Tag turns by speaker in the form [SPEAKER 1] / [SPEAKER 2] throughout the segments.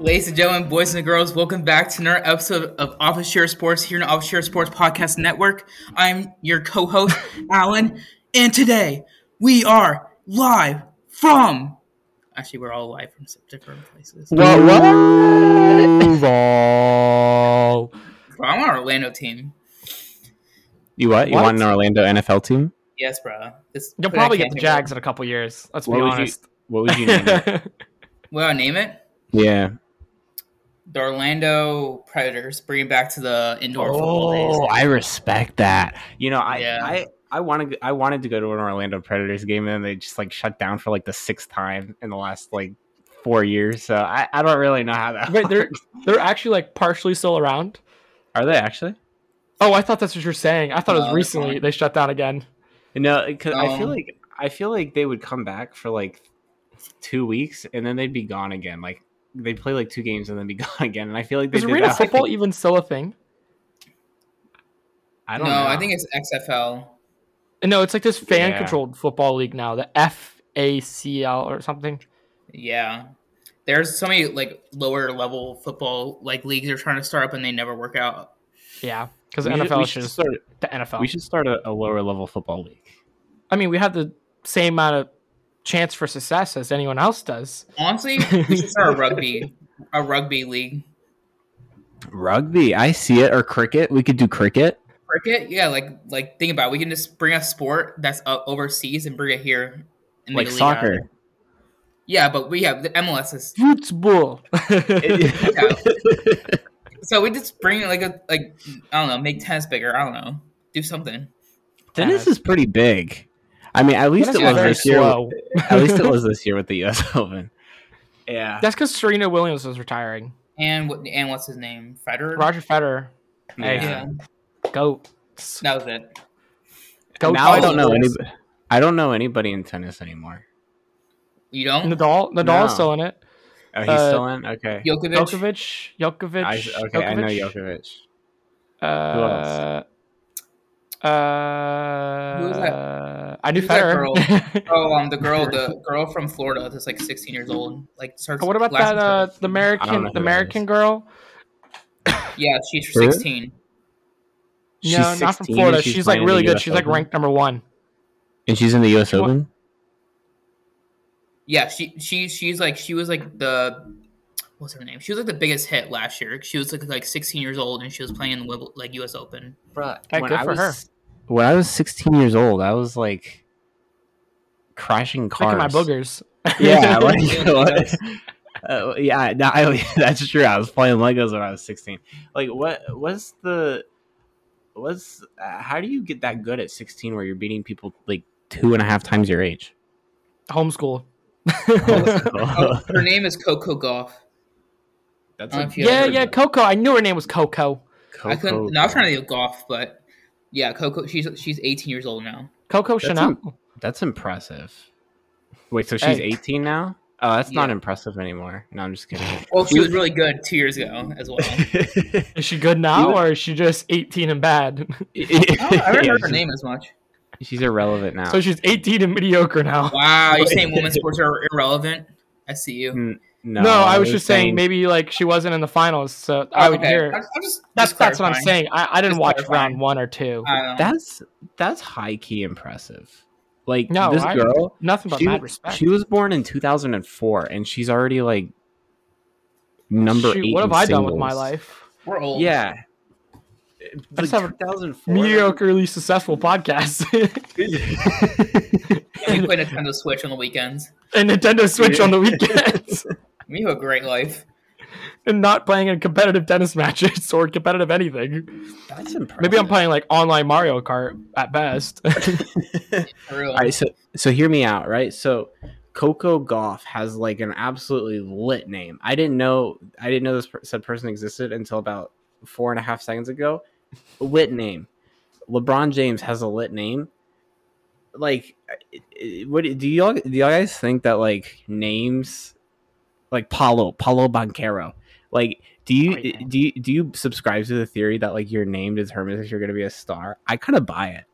[SPEAKER 1] Ladies and gentlemen, boys and girls, welcome back to another episode of Office Share Sports here on Office Share Sports Podcast Network. I'm your co host, Alan, and today we are live from. Actually, we're all live from different places.
[SPEAKER 2] What? what?
[SPEAKER 1] Bro, I'm on our Orlando team.
[SPEAKER 3] You what? You
[SPEAKER 2] What?
[SPEAKER 3] want an Orlando NFL team?
[SPEAKER 1] Yes, bro. This,
[SPEAKER 2] You'll
[SPEAKER 1] but I
[SPEAKER 2] probably
[SPEAKER 1] can't
[SPEAKER 2] get the
[SPEAKER 1] think of-
[SPEAKER 2] Jags in a couple years. Let's
[SPEAKER 3] What
[SPEAKER 2] be
[SPEAKER 3] would you-
[SPEAKER 2] honest.
[SPEAKER 3] What would you name it?
[SPEAKER 1] Well, I name it
[SPEAKER 3] Yeah.
[SPEAKER 1] the Orlando Predators, bringing back to the indoor football days.
[SPEAKER 3] Oh, I respect that. You know, I
[SPEAKER 1] Yeah.
[SPEAKER 3] I I wanted I wanted to go to an Orlando Predators game, and then they just like shut down for like the sixth time in the last like four years. So I, I don't really know how that.
[SPEAKER 2] Wait, they're
[SPEAKER 3] works.
[SPEAKER 2] they're actually like partially still around.
[SPEAKER 3] are they actually?
[SPEAKER 2] Oh, I thought that's what you're saying. I thought
[SPEAKER 1] No,
[SPEAKER 2] it was
[SPEAKER 1] they're
[SPEAKER 2] recently
[SPEAKER 1] fine.
[SPEAKER 2] they shut down again.
[SPEAKER 3] No, because I feel
[SPEAKER 1] Um,
[SPEAKER 3] like I feel like they would come back for like two weeks, and then they'd be gone again. Like they play like two games and then be gone again. And I feel like they
[SPEAKER 2] Is
[SPEAKER 3] did
[SPEAKER 2] arena
[SPEAKER 3] that.
[SPEAKER 2] football even still a thing?
[SPEAKER 3] I
[SPEAKER 1] No,
[SPEAKER 3] don't know.
[SPEAKER 1] I think it's XFL.
[SPEAKER 2] And No, it's like this
[SPEAKER 3] Yeah.
[SPEAKER 2] fan controlled football league now, the FACL or something.
[SPEAKER 1] Yeah. There's so many like lower level football like leagues they're trying to start up and they never work out.
[SPEAKER 2] Yeah, because
[SPEAKER 3] We should-
[SPEAKER 2] NFL
[SPEAKER 3] we
[SPEAKER 2] is
[SPEAKER 3] should
[SPEAKER 2] just
[SPEAKER 3] start-
[SPEAKER 2] the NFL.
[SPEAKER 3] We should start a, a lower level football league.
[SPEAKER 2] I mean, we have the same amount of chance for success as anyone else does.
[SPEAKER 1] Honestly, we should start a rugby a rugby league.
[SPEAKER 3] Rugby, I see it, or cricket. We could do cricket.
[SPEAKER 1] Cricket, yeah, like like think about it. we can just bring a sport that's uh, overseas and bring it here and
[SPEAKER 3] Like
[SPEAKER 1] make a league out of
[SPEAKER 3] soccer.
[SPEAKER 1] it. Yeah, but we have the MLS is
[SPEAKER 2] Football.
[SPEAKER 1] so we just bring like a like I don't know, make tennis bigger, I don't know. Do something.
[SPEAKER 3] Tennis is pretty big. I mean, at least
[SPEAKER 2] Tennis
[SPEAKER 3] it
[SPEAKER 2] is
[SPEAKER 3] was
[SPEAKER 2] very
[SPEAKER 3] this year.
[SPEAKER 2] slow.
[SPEAKER 3] At least it was this year with the U.S. Open. Yeah,
[SPEAKER 2] That's because Serena Williams was retiring.
[SPEAKER 1] And what and what's his name? Federer?
[SPEAKER 2] Roger Federer,
[SPEAKER 3] Yeah.
[SPEAKER 1] Yeah.
[SPEAKER 2] go.
[SPEAKER 1] That was it.
[SPEAKER 2] go
[SPEAKER 3] Now I don't know
[SPEAKER 2] Nadal.
[SPEAKER 3] any. I don't know anybody in tennis anymore.
[SPEAKER 1] You don't?
[SPEAKER 2] Nadal, Nadal's
[SPEAKER 3] No.
[SPEAKER 2] still in it.
[SPEAKER 3] Oh, he's
[SPEAKER 2] Uh,
[SPEAKER 3] still in. Okay.
[SPEAKER 1] Djokovic?
[SPEAKER 2] Djokovic, Djokovic,
[SPEAKER 3] I, okay, I know Jokovic.
[SPEAKER 2] Uh, Uh,
[SPEAKER 1] Who was
[SPEAKER 2] I knew
[SPEAKER 1] Who's that
[SPEAKER 2] Federer.
[SPEAKER 1] Oh, um, the girl, the girl from Florida that's like 16 years old. Like, starts.
[SPEAKER 2] Oh, what about
[SPEAKER 1] last-
[SPEAKER 2] that? Uh, the
[SPEAKER 3] I don't
[SPEAKER 2] American,
[SPEAKER 3] know
[SPEAKER 2] the
[SPEAKER 3] who that
[SPEAKER 2] American girl.
[SPEAKER 1] yeah, she's
[SPEAKER 3] Her?
[SPEAKER 1] 16.
[SPEAKER 2] No, not from
[SPEAKER 3] 16,
[SPEAKER 2] Florida.
[SPEAKER 3] and
[SPEAKER 2] She's, like
[SPEAKER 3] playing in
[SPEAKER 2] really
[SPEAKER 3] the
[SPEAKER 2] good.
[SPEAKER 3] US
[SPEAKER 2] She's like
[SPEAKER 3] Open.
[SPEAKER 2] ranked number one.
[SPEAKER 3] and she's in the U.S.
[SPEAKER 2] She won-
[SPEAKER 3] Open.
[SPEAKER 1] Yeah, she she she's like she was like the what's her name? She was like the biggest hit last year. She was like like 16 years old and she was playing in Wibble, like U.S. Open.
[SPEAKER 2] Hey, good for
[SPEAKER 3] was, her. When I was 16 years old, I was like crashing
[SPEAKER 2] Look
[SPEAKER 3] cars.
[SPEAKER 2] at my boogers.
[SPEAKER 3] Yeah, like,
[SPEAKER 1] Yeah,
[SPEAKER 3] what? Uh, yeah, no, I, that's true. I was playing Legos when I was 16. Like, what? What's the? What's? Uh, how do you get that good at 16 where you're beating people like two and a half times your age?
[SPEAKER 2] Homeschool.
[SPEAKER 1] Oh,
[SPEAKER 3] that's
[SPEAKER 1] her name is Coco Goff.
[SPEAKER 3] a-
[SPEAKER 1] Yeah,
[SPEAKER 2] Yeah,
[SPEAKER 1] there we
[SPEAKER 2] yeah. Coco. I knew her name was Coco.
[SPEAKER 1] I couldn't. No, I was trying to think of Goff, but yeah, Coco. She's she's 18 years old now.
[SPEAKER 2] Coco
[SPEAKER 3] That's
[SPEAKER 2] Chanel.
[SPEAKER 3] That's impressive. Wait, so she's
[SPEAKER 2] Hey.
[SPEAKER 3] 18 now? Oh, that's not
[SPEAKER 1] Yeah.
[SPEAKER 3] impressive anymore. No, I'm just kidding.
[SPEAKER 1] Well, she was really good two years ago as well.
[SPEAKER 2] Is she good now,
[SPEAKER 3] Even-
[SPEAKER 2] or is she just 18 and bad?
[SPEAKER 1] I don't, I haven't
[SPEAKER 3] Yeah,
[SPEAKER 1] heard her
[SPEAKER 3] she's-
[SPEAKER 1] name as much.
[SPEAKER 3] She's irrelevant now.
[SPEAKER 2] so she's 18 and mediocre now.
[SPEAKER 1] Wow, you're saying women's sports are irrelevant? I see you.
[SPEAKER 2] No, I was just saying, maybe like she wasn't in the finals, so I would
[SPEAKER 1] Oh, Okay,
[SPEAKER 2] hear.
[SPEAKER 1] I'm- I'm just-
[SPEAKER 2] That's
[SPEAKER 1] just
[SPEAKER 2] that's what I'm
[SPEAKER 1] clarifying.
[SPEAKER 2] saying. I, I didn't
[SPEAKER 1] Just
[SPEAKER 2] watch
[SPEAKER 1] clarifying. Uh,
[SPEAKER 2] round one or two.
[SPEAKER 1] I don't know.
[SPEAKER 3] that's that's high key impressive. Like
[SPEAKER 2] No,
[SPEAKER 3] this
[SPEAKER 2] I-
[SPEAKER 3] girl,
[SPEAKER 2] Nothing but
[SPEAKER 3] she,
[SPEAKER 2] mad respect.
[SPEAKER 3] she was born in 2004, and she's already like number
[SPEAKER 2] Shoot,
[SPEAKER 3] eight.
[SPEAKER 2] what have
[SPEAKER 3] in
[SPEAKER 2] I done with
[SPEAKER 3] singles.
[SPEAKER 2] my life?
[SPEAKER 1] We're old.
[SPEAKER 3] Yeah,
[SPEAKER 2] I just have a
[SPEAKER 3] 2004.
[SPEAKER 2] Mediocrely successful podcast
[SPEAKER 1] And we play Nintendo Switch on the weekends.
[SPEAKER 2] and Nintendo Switch on the weekends,
[SPEAKER 1] We have a great life.
[SPEAKER 2] and not playing in competitive tennis matches or competitive anything.
[SPEAKER 3] that's impressive.
[SPEAKER 2] Maybe I'm playing like online Mario Kart at best.
[SPEAKER 1] For real.
[SPEAKER 3] All right, so so hear me out, right? So Coco Golf has like an absolutely lit name. I didn't know I didn't know this per- said person existed until about four and a half seconds ago. Lit name. LeBron James has a lit name. Like, i- i- what do y'all do? Y'all guys think that like names, like Paulo Paulo Banquero, like do you
[SPEAKER 2] Oh, yeah.
[SPEAKER 3] do you, do you subscribe to the theory that like your name determines if you're gonna be a star? I kind of buy it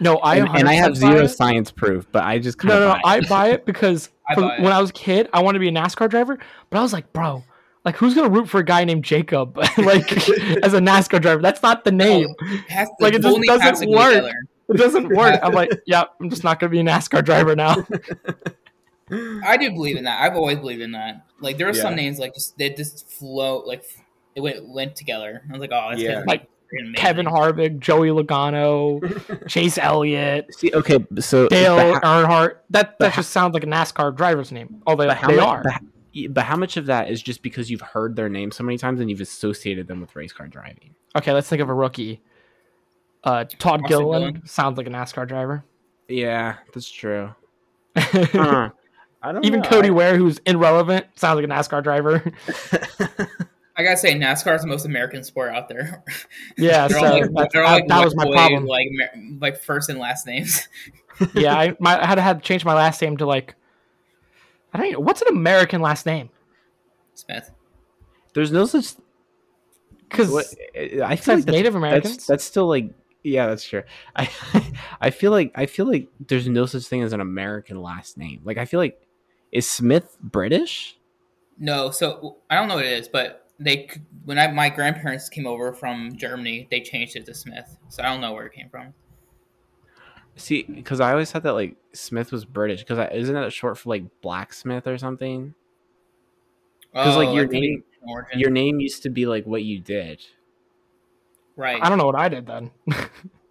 [SPEAKER 2] no, I
[SPEAKER 3] and, and I have
[SPEAKER 2] 100% buy
[SPEAKER 3] zero
[SPEAKER 2] it.
[SPEAKER 3] science proof, but I just kind
[SPEAKER 2] No,
[SPEAKER 3] of
[SPEAKER 2] no,
[SPEAKER 3] no,
[SPEAKER 2] no, I buy it because
[SPEAKER 1] I
[SPEAKER 2] from
[SPEAKER 1] buy it.
[SPEAKER 2] when I was a kid, I wanted to be a NASCAR driver, but I was like, bro, Like, who's gonna root for a guy named Jacob, like as a NASCAR driver? That's not the name.
[SPEAKER 1] Has the
[SPEAKER 2] Like, it just
[SPEAKER 1] only
[SPEAKER 2] doesn't
[SPEAKER 1] passing we
[SPEAKER 2] work.
[SPEAKER 1] learn.
[SPEAKER 2] Oh, It doesn't work. I'm like, yeah, I'm just not gonna be a NASCAR driver now.
[SPEAKER 1] I do believe in that. I've always believed in that. Like there were some
[SPEAKER 3] Yeah.
[SPEAKER 1] names like just that just flow like it went went together. I was like, oh, that's
[SPEAKER 3] Yeah.
[SPEAKER 1] yeah.
[SPEAKER 2] Like, Kevin Harvick, Joey Logano, Chase Elliott,
[SPEAKER 3] See, okay, so
[SPEAKER 2] Dale
[SPEAKER 3] but ho-
[SPEAKER 2] Earnhardt.
[SPEAKER 3] but
[SPEAKER 2] That that
[SPEAKER 3] ho-
[SPEAKER 2] just sounds like a NASCAR driver's name. Although
[SPEAKER 3] but how
[SPEAKER 2] they
[SPEAKER 3] much,
[SPEAKER 2] are.
[SPEAKER 3] But, h- but how much of that is just because you've heard their name so many times and you've associated them with race car driving?
[SPEAKER 2] Okay, let's think of a rookie. Uh, Todd
[SPEAKER 1] Austin
[SPEAKER 2] Gilliland
[SPEAKER 1] Dillon.
[SPEAKER 2] sounds like a NASCAR driver.
[SPEAKER 3] Yeah, that's true.
[SPEAKER 2] Uh,
[SPEAKER 3] Huh. I don't
[SPEAKER 2] Even
[SPEAKER 3] know.
[SPEAKER 2] Cody Ware, who's irrelevant, sounds like a NASCAR driver.
[SPEAKER 1] I gotta say, NASCAR is the most American sport out there.
[SPEAKER 2] yeah, so
[SPEAKER 1] they're all like,
[SPEAKER 2] that's-
[SPEAKER 1] they're all
[SPEAKER 2] I-
[SPEAKER 1] like
[SPEAKER 2] that was my
[SPEAKER 1] white boy,
[SPEAKER 2] problem.
[SPEAKER 1] Like Amer- like first and last names.
[SPEAKER 2] yeah, I, my, I had to had to change my last name to like, I don't know what's an American last name
[SPEAKER 1] Smith.
[SPEAKER 3] There's no such. What,
[SPEAKER 2] because
[SPEAKER 3] I
[SPEAKER 2] it's
[SPEAKER 3] feel
[SPEAKER 2] like
[SPEAKER 3] like that's,
[SPEAKER 2] Native
[SPEAKER 3] that's
[SPEAKER 2] Americans.
[SPEAKER 3] that's still like yeah, that's true. I I feel like I feel like there's no such thing as an American last name. Like I feel like is Smith British?
[SPEAKER 1] No, so I don't know what it is, but they c- when I my grandparents came over from Germany, they changed it to Smith. So I don't know where it came from.
[SPEAKER 3] See, because I always thought that like Smith was British. Because isn't that short for like blacksmith or something? Because like
[SPEAKER 1] Oh,
[SPEAKER 3] your
[SPEAKER 1] that could be
[SPEAKER 3] name,
[SPEAKER 1] an origin.
[SPEAKER 3] your name used to be like what you did.
[SPEAKER 1] right.
[SPEAKER 2] I don't know what I did then.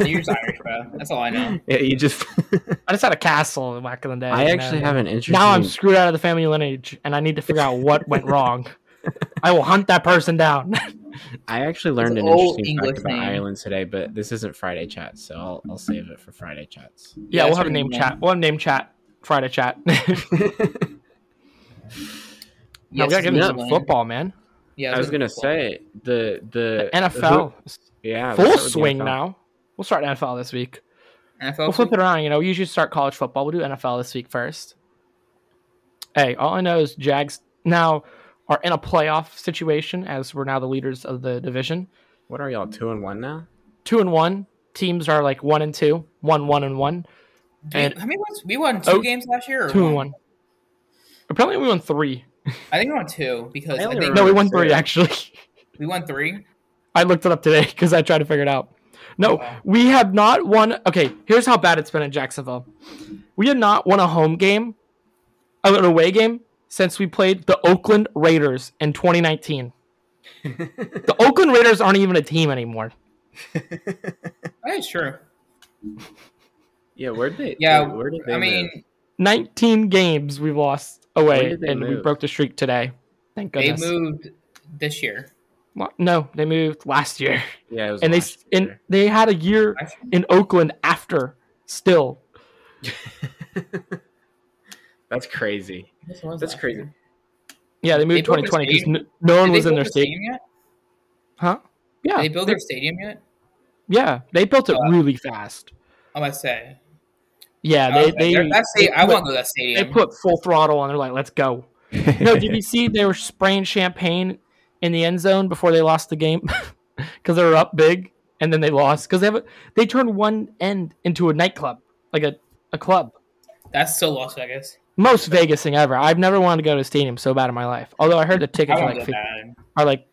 [SPEAKER 1] You're just Irish, bro. That's all I know.
[SPEAKER 3] Yeah, you just.
[SPEAKER 2] I just had a castle back in the day.
[SPEAKER 3] I
[SPEAKER 2] you know,
[SPEAKER 3] actually
[SPEAKER 2] like-
[SPEAKER 3] have an interesting.
[SPEAKER 2] Now I'm screwed out of the family lineage, and I need to figure out what went wrong. I will hunt that person down.
[SPEAKER 3] I actually learned an
[SPEAKER 1] old
[SPEAKER 3] interesting
[SPEAKER 1] English
[SPEAKER 3] fact about
[SPEAKER 1] name.
[SPEAKER 3] Ireland today, but this isn't Friday chat, so I'll I'll save it for Friday chats.
[SPEAKER 2] Yeah, we'll
[SPEAKER 1] that's
[SPEAKER 2] have a
[SPEAKER 1] what
[SPEAKER 2] name
[SPEAKER 1] you
[SPEAKER 2] chat. We'll have a name chat. Friday chat. no, we
[SPEAKER 1] Yes,
[SPEAKER 2] gotta get
[SPEAKER 1] New
[SPEAKER 2] into some
[SPEAKER 1] Zealand.
[SPEAKER 2] football, man.
[SPEAKER 1] Yeah,
[SPEAKER 3] I was gonna
[SPEAKER 1] football.
[SPEAKER 3] say the the,
[SPEAKER 2] The NFL is
[SPEAKER 3] yeah, let's
[SPEAKER 2] full
[SPEAKER 3] start uh, with the
[SPEAKER 2] swing
[SPEAKER 3] NFL.
[SPEAKER 2] now. We'll start NFL this week.
[SPEAKER 1] NFL
[SPEAKER 2] We'll flip
[SPEAKER 1] football?
[SPEAKER 2] it around. You know, we usually start college football. We'll do NFL this week first. Hey, all I know is Jags now are in a playoff situation as we're now the leaders of the division.
[SPEAKER 3] What are y'all two and one now?
[SPEAKER 2] Two and one teams are like one and two, one one and one,
[SPEAKER 1] Do you-
[SPEAKER 2] and-
[SPEAKER 1] how many ones? We won two
[SPEAKER 2] Oh,
[SPEAKER 1] games last year. Or
[SPEAKER 2] two and one. Apparently, we won three.
[SPEAKER 1] I think we won two because
[SPEAKER 3] I
[SPEAKER 1] I,
[SPEAKER 3] only
[SPEAKER 1] think
[SPEAKER 2] No, we
[SPEAKER 3] remember
[SPEAKER 2] won three
[SPEAKER 3] two.
[SPEAKER 2] actually.
[SPEAKER 1] we won three.
[SPEAKER 2] I looked it up today because I tried to figure it out. No,
[SPEAKER 1] Wow.
[SPEAKER 2] we have not won. Okay, here's how bad it's been in Jacksonville. We have not won a home game, uh, an away game, since we played the Oakland Raiders in 2019. the Oakland Raiders aren't even a team anymore.
[SPEAKER 1] That is true.
[SPEAKER 3] Yeah, where did they?
[SPEAKER 1] Yeah,
[SPEAKER 3] where did they?
[SPEAKER 1] I mean,
[SPEAKER 3] move?
[SPEAKER 2] 19 games we've lost away,
[SPEAKER 3] When did they
[SPEAKER 2] and we
[SPEAKER 3] move?
[SPEAKER 2] broke the streak today. Thank
[SPEAKER 1] they
[SPEAKER 2] goodness.
[SPEAKER 1] moved this year.
[SPEAKER 2] Lo- No, they moved last year,
[SPEAKER 3] yeah, it was
[SPEAKER 2] and they
[SPEAKER 3] last
[SPEAKER 2] s- and
[SPEAKER 3] year.
[SPEAKER 2] they had a year
[SPEAKER 1] Actually,
[SPEAKER 2] in Oakland after still.
[SPEAKER 3] that's crazy.
[SPEAKER 1] this was
[SPEAKER 3] That's
[SPEAKER 1] last
[SPEAKER 3] crazy.
[SPEAKER 1] year.
[SPEAKER 2] Yeah, they
[SPEAKER 1] They
[SPEAKER 2] moved
[SPEAKER 1] broke the
[SPEAKER 2] 2020 because
[SPEAKER 1] stadium?
[SPEAKER 2] n- no one
[SPEAKER 1] Did they
[SPEAKER 2] was in
[SPEAKER 1] build
[SPEAKER 2] their
[SPEAKER 1] the
[SPEAKER 2] state.
[SPEAKER 1] stadium yet?
[SPEAKER 2] Huh? Yeah.
[SPEAKER 1] Did they build their stadium yet?
[SPEAKER 2] yeah, they built it
[SPEAKER 1] Uh,
[SPEAKER 2] really fast.
[SPEAKER 1] I'm gonna say.
[SPEAKER 2] Yeah,
[SPEAKER 1] I
[SPEAKER 2] they
[SPEAKER 1] was like,
[SPEAKER 2] they,
[SPEAKER 1] they're- that's the- I
[SPEAKER 2] put,
[SPEAKER 1] want to go to that
[SPEAKER 2] they
[SPEAKER 1] stadium.
[SPEAKER 2] put full throttle on. They're like, let's go. No, did you see they were spraying champagne in the end zone before they lost the game because they were up big and then they lost because they have a, they turned one end into a nightclub like a, a club.
[SPEAKER 1] that's so Las Vegas.
[SPEAKER 2] Most Vegas thing ever. I've never wanted to go to a stadium so bad in my life. Although I heard the
[SPEAKER 1] I
[SPEAKER 2] tickets are
[SPEAKER 1] want to
[SPEAKER 2] like
[SPEAKER 1] go
[SPEAKER 2] fif-
[SPEAKER 1] bad.
[SPEAKER 2] are like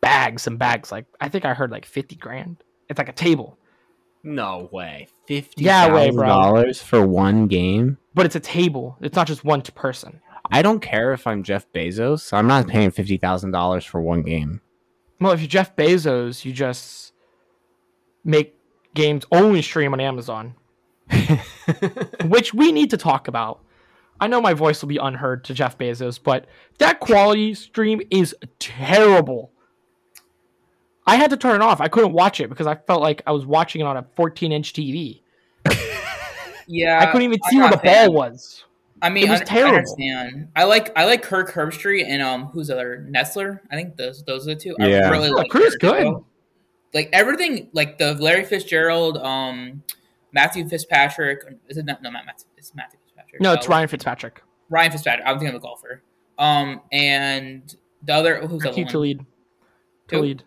[SPEAKER 2] bags and bags. Like I think I heard like fifty grand. It's like a table,
[SPEAKER 3] no way. Fifty
[SPEAKER 2] Yeah, way,
[SPEAKER 3] thousand
[SPEAKER 2] bro.
[SPEAKER 3] dollars for one game.
[SPEAKER 2] but it's a table. It's not just one person.
[SPEAKER 3] I don't care if I'm Jeff Bezos. I'm not paying fifty thousand dollars for one game.
[SPEAKER 2] Well, if you're Jeff Bezos, you just make games only stream on Amazon, which we need to talk about. I know my voice will be unheard to Jeff Bezos, but that quality stream is terrible. I had to turn it off. I couldn't watch it because I felt like I was watching it on a 14 inch TV.
[SPEAKER 1] Yeah,
[SPEAKER 2] I couldn't even
[SPEAKER 1] I'm
[SPEAKER 2] see where
[SPEAKER 1] not
[SPEAKER 2] the
[SPEAKER 1] a fan.
[SPEAKER 2] ball was.
[SPEAKER 1] I mean,
[SPEAKER 2] It was
[SPEAKER 1] I,
[SPEAKER 2] terrible.
[SPEAKER 1] I understand. I like I like Kirk Herbstreit and um who's the other Nestler. I think those those are the two. I
[SPEAKER 3] Yeah.
[SPEAKER 1] really
[SPEAKER 2] Yeah,
[SPEAKER 1] like
[SPEAKER 2] Kirk's
[SPEAKER 1] their
[SPEAKER 2] good.
[SPEAKER 1] duo. Like everything, like the Larry Fitzgerald, um, Matthew Fitzpatrick. Is it not, no not Matthew? It's Matthew Fitzpatrick.
[SPEAKER 2] No, it's
[SPEAKER 1] Uh,
[SPEAKER 2] Ryan Fitzpatrick.
[SPEAKER 1] Ryan Fitzpatrick. I'm thinking of a golfer. Um, and the other who's the other
[SPEAKER 2] Keep
[SPEAKER 1] one?
[SPEAKER 2] to lead.
[SPEAKER 1] Who?
[SPEAKER 2] To lead.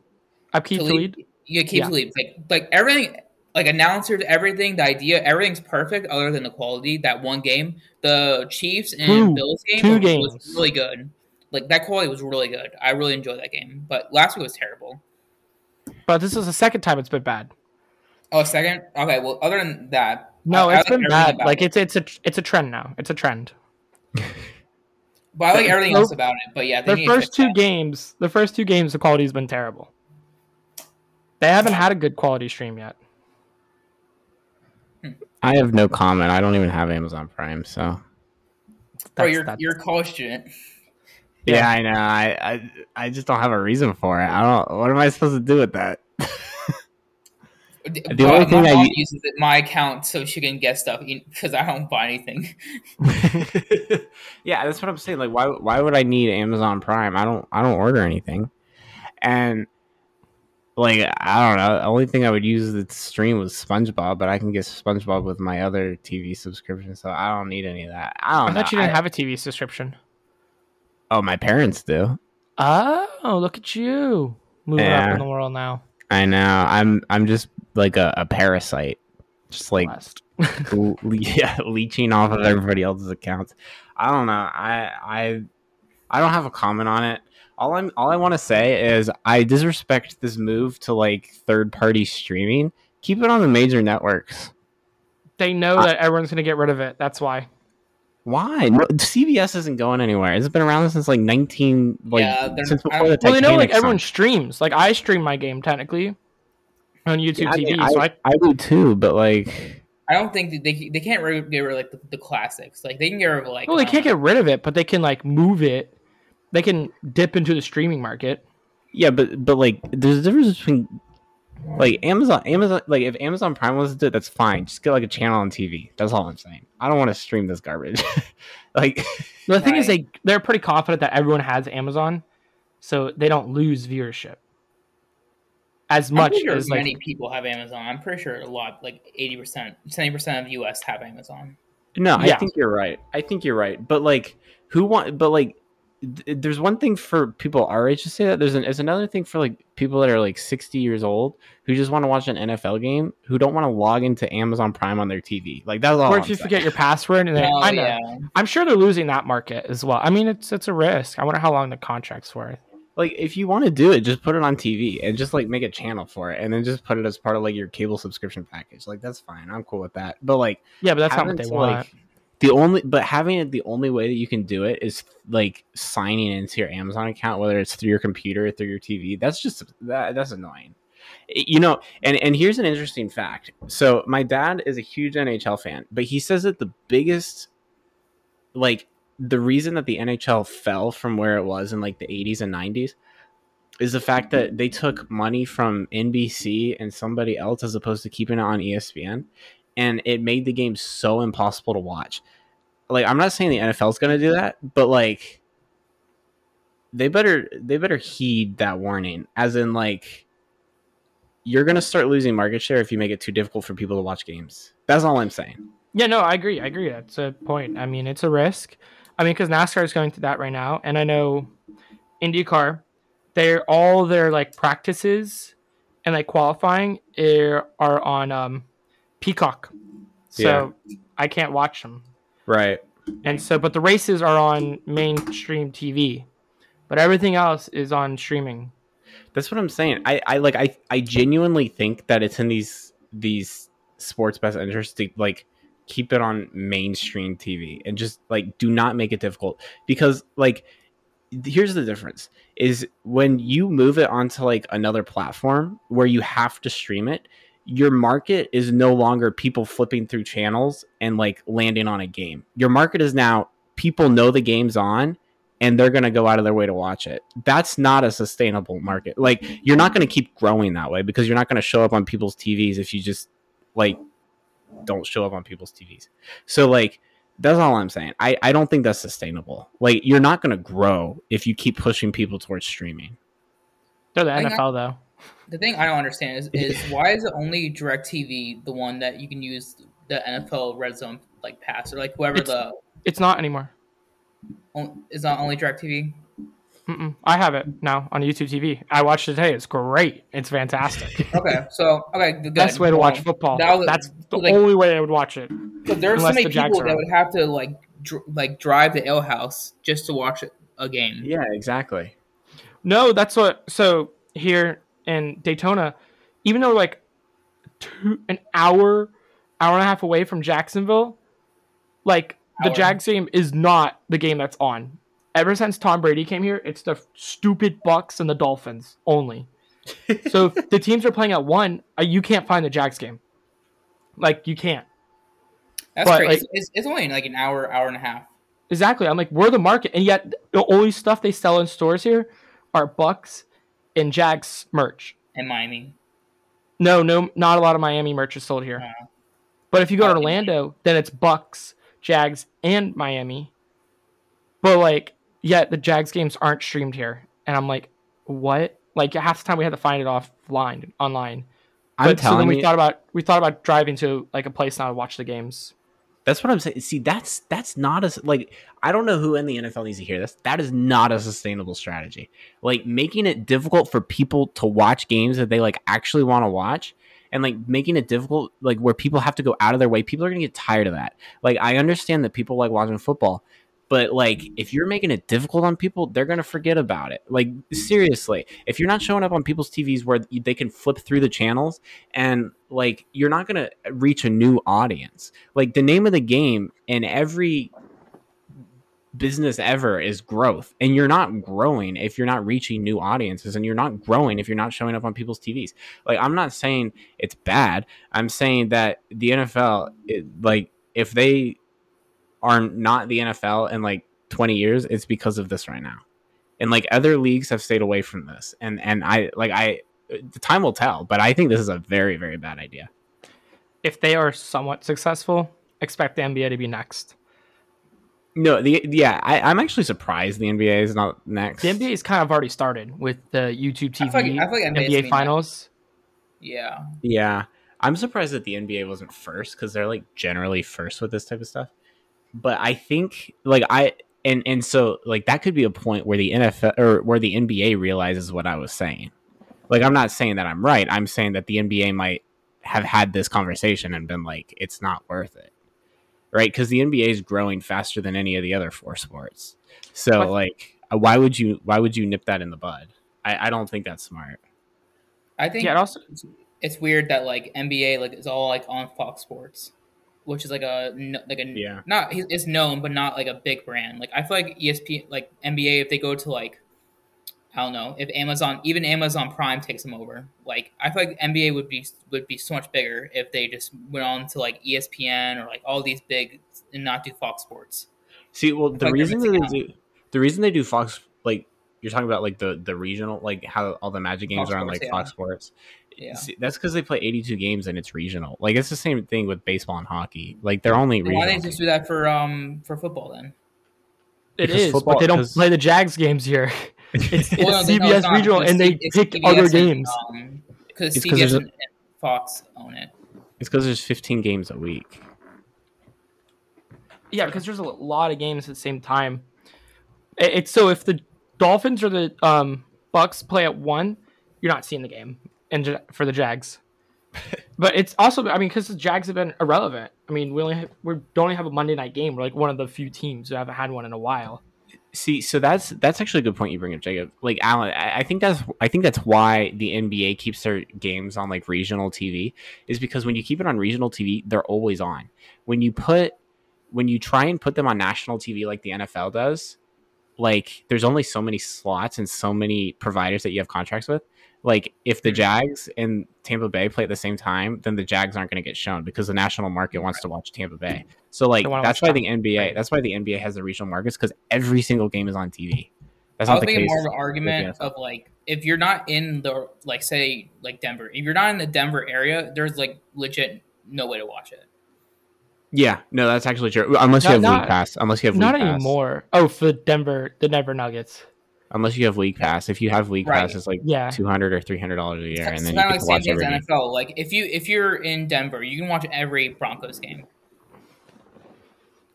[SPEAKER 2] Upkeep to
[SPEAKER 1] Talib-
[SPEAKER 2] lead.
[SPEAKER 1] Yeah, keep
[SPEAKER 2] Yeah.
[SPEAKER 1] yeah. Like like everything, like announcers, everything, the idea, everything's perfect other than the quality. That one game, the Chiefs and
[SPEAKER 2] Two.
[SPEAKER 1] Bills game
[SPEAKER 2] Two
[SPEAKER 1] was
[SPEAKER 2] games.
[SPEAKER 1] really good. Like that quality was really good. I really enjoyed that game. But last week was terrible.
[SPEAKER 2] But this is the second time it's been bad.
[SPEAKER 1] Oh, second. Okay. Well, other than that,
[SPEAKER 2] No,
[SPEAKER 1] I- I
[SPEAKER 2] it's been
[SPEAKER 1] everything
[SPEAKER 2] bad.
[SPEAKER 1] about
[SPEAKER 2] Like
[SPEAKER 1] it.
[SPEAKER 2] it's it's a it's a trend now. It's a trend.
[SPEAKER 1] But I like everything
[SPEAKER 2] their-
[SPEAKER 1] else about it. But yeah, they
[SPEAKER 2] Their
[SPEAKER 1] need to
[SPEAKER 2] first
[SPEAKER 1] fix
[SPEAKER 2] two
[SPEAKER 1] that.
[SPEAKER 2] games, the first two games, the quality's been terrible. They haven't had a good quality stream yet.
[SPEAKER 3] I have no comment. I don't even have Amazon Prime, so
[SPEAKER 1] Bro,
[SPEAKER 2] That's-
[SPEAKER 1] you're
[SPEAKER 2] that's-
[SPEAKER 1] you're a college student.
[SPEAKER 3] yeah, I know. I, I I just don't have a reason for it. I don't. What am I supposed to do with that?
[SPEAKER 1] The
[SPEAKER 3] only thing
[SPEAKER 1] my
[SPEAKER 3] I
[SPEAKER 1] mom
[SPEAKER 3] u-
[SPEAKER 1] uses it, my account so she can get stuff because I don't buy anything.
[SPEAKER 3] yeah, that's what I'm saying. Like, why why would I need Amazon Prime? I don't I don't order anything, and like I don't know. The only thing I would use to stream was SpongeBob, but I can get SpongeBob with my other TV subscription, so I don't need any of that. I
[SPEAKER 2] I
[SPEAKER 3] don't know.
[SPEAKER 2] thought you didn't
[SPEAKER 3] I-
[SPEAKER 2] have a TV subscription.
[SPEAKER 3] oh, my parents do.
[SPEAKER 2] Oh, look at you moving up
[SPEAKER 3] Yeah.
[SPEAKER 2] in the world now.
[SPEAKER 3] I know. I'm I'm just like a, a parasite, just like
[SPEAKER 2] Blessed.
[SPEAKER 3] le- yeah, leeching off of everybody else's accounts. I don't know. I I I don't have a comment on it. All I'm all I want to say is I disrespect this move to like third party streaming. Keep it on the major networks.
[SPEAKER 2] They know that everyone's gonna get rid of it. That's why.
[SPEAKER 3] Why? No, CBS isn't going anywhere. It's been around since like nineteen like
[SPEAKER 1] Yeah, they're-
[SPEAKER 3] since
[SPEAKER 1] I
[SPEAKER 3] before the
[SPEAKER 1] don't-
[SPEAKER 2] Well, they know
[SPEAKER 3] Titanic
[SPEAKER 2] like
[SPEAKER 3] sunk.
[SPEAKER 2] everyone streams. Like I stream my game technically on YouTube
[SPEAKER 3] Yeah, I,
[SPEAKER 2] TV.
[SPEAKER 3] mean, I,
[SPEAKER 2] so I
[SPEAKER 3] I do too, but like
[SPEAKER 1] I don't think that they they can't really get rid of like the, the classics. Like they can get rid of like
[SPEAKER 2] well, they
[SPEAKER 1] um,
[SPEAKER 2] can't get rid of it, but they can like move it. They can dip into the streaming market.
[SPEAKER 3] Yeah, but but like there's a difference between like Amazon Amazon like if Amazon Prime wants to do it, that's fine. Just get like a channel on TV. That's all I'm saying. I don't want to stream this garbage. like
[SPEAKER 2] The thing is,
[SPEAKER 1] Right.
[SPEAKER 2] they they're pretty confident that everyone has Amazon, so they don't lose viewership as
[SPEAKER 1] I'm
[SPEAKER 2] much
[SPEAKER 1] pretty sure
[SPEAKER 2] as like
[SPEAKER 1] many people have Amazon. I'm pretty sure a lot, like eighty percent, seventy percent of U.S. have Amazon.
[SPEAKER 3] no, I
[SPEAKER 2] Yeah.
[SPEAKER 3] think you're right. I think you're right. But like who want but like th- there's one thing for people our age to say that there's an there's another thing for like people that are like 60 years old who just want to watch an NFL game who don't want to log into Amazon Prime on their TV. Like that's all.
[SPEAKER 2] or
[SPEAKER 3] I'm
[SPEAKER 2] if you
[SPEAKER 3] saying.
[SPEAKER 2] forget your password and then
[SPEAKER 1] Oh,
[SPEAKER 2] I know.
[SPEAKER 1] yeah,
[SPEAKER 2] I'm sure they're losing that market as well. I mean, it's it's a risk. I wonder how long the contract's worth.
[SPEAKER 3] like if you want to do it just put it on tv and just like make a channel for it and then just put it as part of like your cable subscription package like that's fine i'm cool with that but like
[SPEAKER 2] Yeah, but that's not
[SPEAKER 3] having
[SPEAKER 2] what they
[SPEAKER 3] to,
[SPEAKER 2] want.
[SPEAKER 3] the only but having it the only way that you can do it is like signing into your amazon account whether it's through your computer or through your tv that's just that that's annoying you know and and here's an interesting fact so my dad is a huge nhl fan but he says that the biggest like the reason that the nhl fell from where it was in like the 80s and 90s is the fact that they took money from nbc and somebody else as opposed to keeping it on E espn and it made the game so impossible to watch like i'm not saying the nfl's gonna do that but like they better they better heed that warning as in like you're gonna start losing market share if you make it too difficult for people to watch games. That's all I'm saying.
[SPEAKER 2] Yeah, no, I agree. I agree. That's a point. I mean, it's a risk. I mean, because NASCAR is going through that right now, and I know IndyCar, they're all their like practices and like qualifying are, are on um, Peacock, so I can't watch them.
[SPEAKER 3] Right.
[SPEAKER 2] And so, but the races are on mainstream TV, but everything else is on streaming.
[SPEAKER 3] That's what I'm saying. I, I like I, I genuinely think that it's in these these sports best interest to like keep it on mainstream TV and just like do not make it difficult because like here's the difference is when you move it onto like another platform where you have to stream it your market is no longer people flipping through channels and like landing on a game your market is now people know the game's on and they're going to go out of their way to watch it that's not a sustainable market like you're not going to keep growing that way because you're not going to show up on people's tvs if you just like don't show up on people's tvs so like that's all I'm saying. I, I don't think that's sustainable. Like you're not gonna grow if you keep pushing people towards streaming.
[SPEAKER 2] They're the
[SPEAKER 1] I got-
[SPEAKER 2] NFL though.
[SPEAKER 1] the thing I don't understand is is why is it only Directv the one that you can use the NFL Red Zone like pass or like whoever
[SPEAKER 2] It's-
[SPEAKER 1] the
[SPEAKER 2] It's not anymore.
[SPEAKER 1] on- is on only Directv.
[SPEAKER 2] Mm-mm. I have it now on YouTube TV. I watched it today. It's great. It's fantastic.
[SPEAKER 1] Okay, so okay, good.
[SPEAKER 2] Best way to watch
[SPEAKER 1] Um,
[SPEAKER 2] football.
[SPEAKER 1] that was-
[SPEAKER 2] That's the
[SPEAKER 1] like-
[SPEAKER 2] only way I would watch it.
[SPEAKER 1] Because there are so
[SPEAKER 2] Unless
[SPEAKER 1] many
[SPEAKER 2] the Jags
[SPEAKER 1] people
[SPEAKER 2] are
[SPEAKER 1] that
[SPEAKER 2] on.
[SPEAKER 1] would have to like dr- like drive to Ale House just to watch it a game.
[SPEAKER 3] Yeah, exactly.
[SPEAKER 2] No, that's what. So here in Daytona, even though we're like two, an hour, hour and a half away from Jacksonville, like the
[SPEAKER 1] Hour.
[SPEAKER 2] Jags game is not the game that's on. Ever since Tom Brady came here, it's the stupid Bucks and the Dolphins only. so if the teams are playing at one, uh, you can't find the Jags game. Like you can't.
[SPEAKER 1] That's
[SPEAKER 2] But,
[SPEAKER 1] crazy.
[SPEAKER 2] like-
[SPEAKER 1] It's- it's, it's only like an hour, hour and a half.
[SPEAKER 2] Exactly. I'm like, we're the market, and yet the only stuff they sell in stores here are Bucks and Jags merch.
[SPEAKER 1] in Miami.
[SPEAKER 2] No, no, not a lot of Miami merch is sold here.
[SPEAKER 1] Wow.
[SPEAKER 2] But if you go
[SPEAKER 1] Oh,
[SPEAKER 2] to
[SPEAKER 1] interesting.
[SPEAKER 2] Orlando, then it's Bucks, Jags, and Miami. But like, yet the Jags games aren't streamed here, and I'm like, what? Like half the time we had to find it offline, online.
[SPEAKER 3] I'm
[SPEAKER 2] But so
[SPEAKER 3] telling
[SPEAKER 2] then we
[SPEAKER 3] you,
[SPEAKER 2] thought about we thought about driving to like a place now to watch the games.
[SPEAKER 3] that's what I'm saying. See, that's that's not as like I don't know who in the NFL needs to hear this. That is not a sustainable strategy. Like making it difficult for people to watch games that they like actually want to watch, and like making it difficult like where people have to go out of their way. People are gonna get tired of that. Like I understand that people like watching football, but like if you're making it difficult on people, they're gonna forget about it. Like seriously, if you're not showing up on people's TVs where they can flip through the channels and like you're not gonna reach a new audience like the name of the game in every business ever is growth and you're not growing if you're not reaching new audiences and you're not growing if you're not showing up on people's tvs like i'm not saying it's bad i'm saying that the nfl it, like if they are not the nfl in like 20 years it's because of this right now and like other leagues have stayed away from this and and i like i the time will tell but i think this is a very very bad idea
[SPEAKER 2] If they are somewhat successful, expect the NBA to be next.
[SPEAKER 3] No, the yeah, I, I'm actually surprised the NBA is not next.
[SPEAKER 2] The NBA's kind of already started with the YouTube
[SPEAKER 1] I
[SPEAKER 2] TV
[SPEAKER 1] feel like- I feel like NBA 's
[SPEAKER 2] NBA
[SPEAKER 1] been-
[SPEAKER 2] Finals.
[SPEAKER 1] Yeah.
[SPEAKER 3] Yeah, I'm surprised that the NBA wasn't first because they're like generally first with this type of stuff. But I think like I and and so like that could be a point where the NFL or where the NBA realizes what I was saying. Like I'm not saying that I'm right. I'm saying that the NBA might have had this conversation and been like, it's not worth it, right? Because the NBA is growing faster than any of the other four sports. So
[SPEAKER 2] I-
[SPEAKER 3] like, uh, why would you why would you nip that in the bud? I, I don't think that's smart.
[SPEAKER 1] I think
[SPEAKER 2] Yeah, it also
[SPEAKER 1] it's weird that like NBA like is all like on Fox Sports, which is like a n- like a
[SPEAKER 3] Yeah.
[SPEAKER 1] not it's known but not like a big brand. Like I feel like ESP like NBA if they go to like I don't know if Amazon even Amazon Prime takes them over. Like I feel like NBA would be would be so much bigger if they just went on to like E ESPN or like all these big and not do Fox Sports.
[SPEAKER 3] See, well, the
[SPEAKER 1] Like
[SPEAKER 3] reason that
[SPEAKER 1] everything
[SPEAKER 3] they do the reason they do Fox like you're talking about like the the regional like how all the Magic games
[SPEAKER 1] Fox
[SPEAKER 3] are on
[SPEAKER 1] Sports,
[SPEAKER 3] like
[SPEAKER 1] yeah.
[SPEAKER 3] Fox Sports.
[SPEAKER 1] Yeah.
[SPEAKER 3] See, that's because they play 82 games and it's regional. Like it's the same thing with baseball and hockey. Like they're only
[SPEAKER 1] Why
[SPEAKER 3] regional.
[SPEAKER 1] don't they just do that for um for football then?
[SPEAKER 2] It
[SPEAKER 3] Because
[SPEAKER 2] is,
[SPEAKER 3] football-
[SPEAKER 2] but they don't
[SPEAKER 3] 'cause-
[SPEAKER 2] play the Jags games here. It's, it's
[SPEAKER 1] Well, no, they- no,
[SPEAKER 2] CBS
[SPEAKER 1] it's not.
[SPEAKER 2] regional,
[SPEAKER 1] It's
[SPEAKER 2] and they
[SPEAKER 1] C- it's
[SPEAKER 2] pick
[SPEAKER 1] CBS
[SPEAKER 2] other
[SPEAKER 1] and,
[SPEAKER 2] games.
[SPEAKER 1] um, Because
[SPEAKER 3] It's 'cause
[SPEAKER 1] CBS
[SPEAKER 3] there's a-
[SPEAKER 1] and and Fox own it.
[SPEAKER 3] it's because there's 15 games a week.
[SPEAKER 2] Yeah, because there's a lot of games at the same time. It- It's so if the Dolphins or the um, Bucks play at one, you're not seeing the game, and j- for the Jags. but it's also, I mean, because the Jags have been irrelevant. I mean, we only have, we don't even have a Monday night game. We're like one of the few teams who haven't had one in a while.
[SPEAKER 3] See, so that's that's actually a good point you bring up, Jacob. Like Alan, I, I think that's I think that's why the NBA keeps their games on like regional TV is because when you keep it on regional TV, they're always on. When you put when you try and put them on national TV like the NFL does, like there's only so many slots and so many providers that you have contracts with. Like if
[SPEAKER 2] Hmm.
[SPEAKER 3] the Jags and Tampa Bay play at the same time, then the Jags aren't going to get shown because the national market wants to watch Tampa Bay. So like
[SPEAKER 2] They wanna
[SPEAKER 3] that's
[SPEAKER 2] watch
[SPEAKER 3] why the NBA
[SPEAKER 2] Right.
[SPEAKER 3] that's why the NBA has the regional markets because every single game is on TV. That's
[SPEAKER 1] I was
[SPEAKER 3] not the
[SPEAKER 1] making
[SPEAKER 3] case.
[SPEAKER 1] more of an argument
[SPEAKER 3] NFL.
[SPEAKER 1] of like if you're not in the like say like Denver, if you're not in the Denver area, there's like legit no way to watch it.
[SPEAKER 3] yeah, no, that's actually true. Unless you
[SPEAKER 2] Not-
[SPEAKER 3] have league
[SPEAKER 2] not-
[SPEAKER 3] pass. Unless you have
[SPEAKER 2] Not
[SPEAKER 3] league pass.
[SPEAKER 2] anymore. Oh, for Denver, the Denver Nuggets.
[SPEAKER 3] Unless you have league pass. If you have league
[SPEAKER 1] Right.
[SPEAKER 3] pass, it's like
[SPEAKER 2] Yeah,
[SPEAKER 3] two hundred or three hundred dollars a year,
[SPEAKER 1] It's
[SPEAKER 3] and then you
[SPEAKER 1] kind of like
[SPEAKER 3] get to
[SPEAKER 1] same
[SPEAKER 3] watch
[SPEAKER 1] thing
[SPEAKER 3] every game.
[SPEAKER 1] as NFL. Like if you if you're in Denver, you can watch every Broncos game.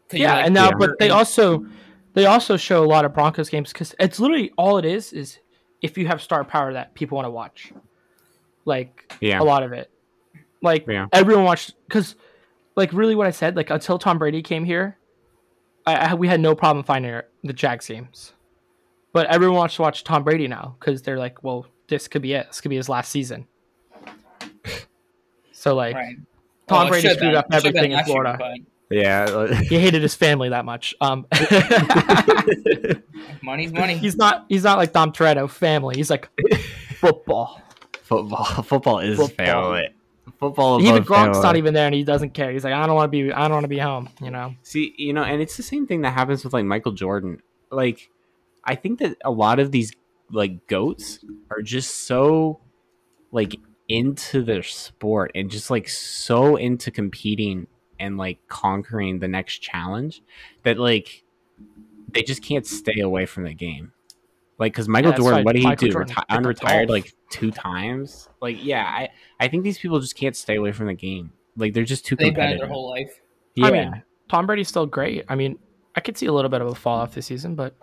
[SPEAKER 1] 'Cause you're,
[SPEAKER 2] yeah,
[SPEAKER 1] like,
[SPEAKER 2] and now
[SPEAKER 3] Yeah.
[SPEAKER 2] but they also they also show a lot of Broncos games because it's literally all it is is if you have star power that people want to watch, like
[SPEAKER 3] Yeah.
[SPEAKER 2] a lot of it, like
[SPEAKER 3] Yeah.
[SPEAKER 2] everyone watched because like really what I said like until Tom Brady came here, I, I we had no problem finding our- the Jags games, But everyone wants to watch Tom Brady now because they're like, well, this could be it. This could be his last season. so like,
[SPEAKER 1] Right.
[SPEAKER 2] Tom
[SPEAKER 1] Well, it
[SPEAKER 2] Brady
[SPEAKER 1] should've
[SPEAKER 2] screwed
[SPEAKER 1] been-
[SPEAKER 2] up
[SPEAKER 1] it should've
[SPEAKER 2] everything
[SPEAKER 1] been
[SPEAKER 2] in
[SPEAKER 1] last year,
[SPEAKER 2] Florida.
[SPEAKER 1] but
[SPEAKER 3] Yeah.
[SPEAKER 2] he hated his family that much. Um,
[SPEAKER 1] money's money.
[SPEAKER 2] he's not he's not like Dom Toretto family. He's like football.
[SPEAKER 3] football. Football is
[SPEAKER 2] Football.
[SPEAKER 3] family. Football above
[SPEAKER 2] even Gronk's not
[SPEAKER 3] family.
[SPEAKER 2] even there, and he doesn't care. He's like, I don't want to be I don't want to be home. You know,
[SPEAKER 3] See, you know, and it's the same thing that happens with like Michael Jordan. Like, I think that a lot of these like goats are just so like into their sport and just like so into competing and like conquering the next challenge that like they just can't stay away from the game. Like, because Michael
[SPEAKER 2] that's
[SPEAKER 3] Jordan,
[SPEAKER 2] why
[SPEAKER 3] what did he
[SPEAKER 2] Michael
[SPEAKER 3] do?
[SPEAKER 2] Jordan
[SPEAKER 3] Reti-
[SPEAKER 2] picked up
[SPEAKER 3] unretired
[SPEAKER 2] golf.
[SPEAKER 3] like two times. Like, yeah, I I think these people just can't stay away from the game. Like, they're just too
[SPEAKER 1] They've been it
[SPEAKER 3] competitive.
[SPEAKER 1] their whole life.
[SPEAKER 3] yeah.
[SPEAKER 2] I mean, Tom Brady's still great. I mean, I could see a little bit of a fall off this season, but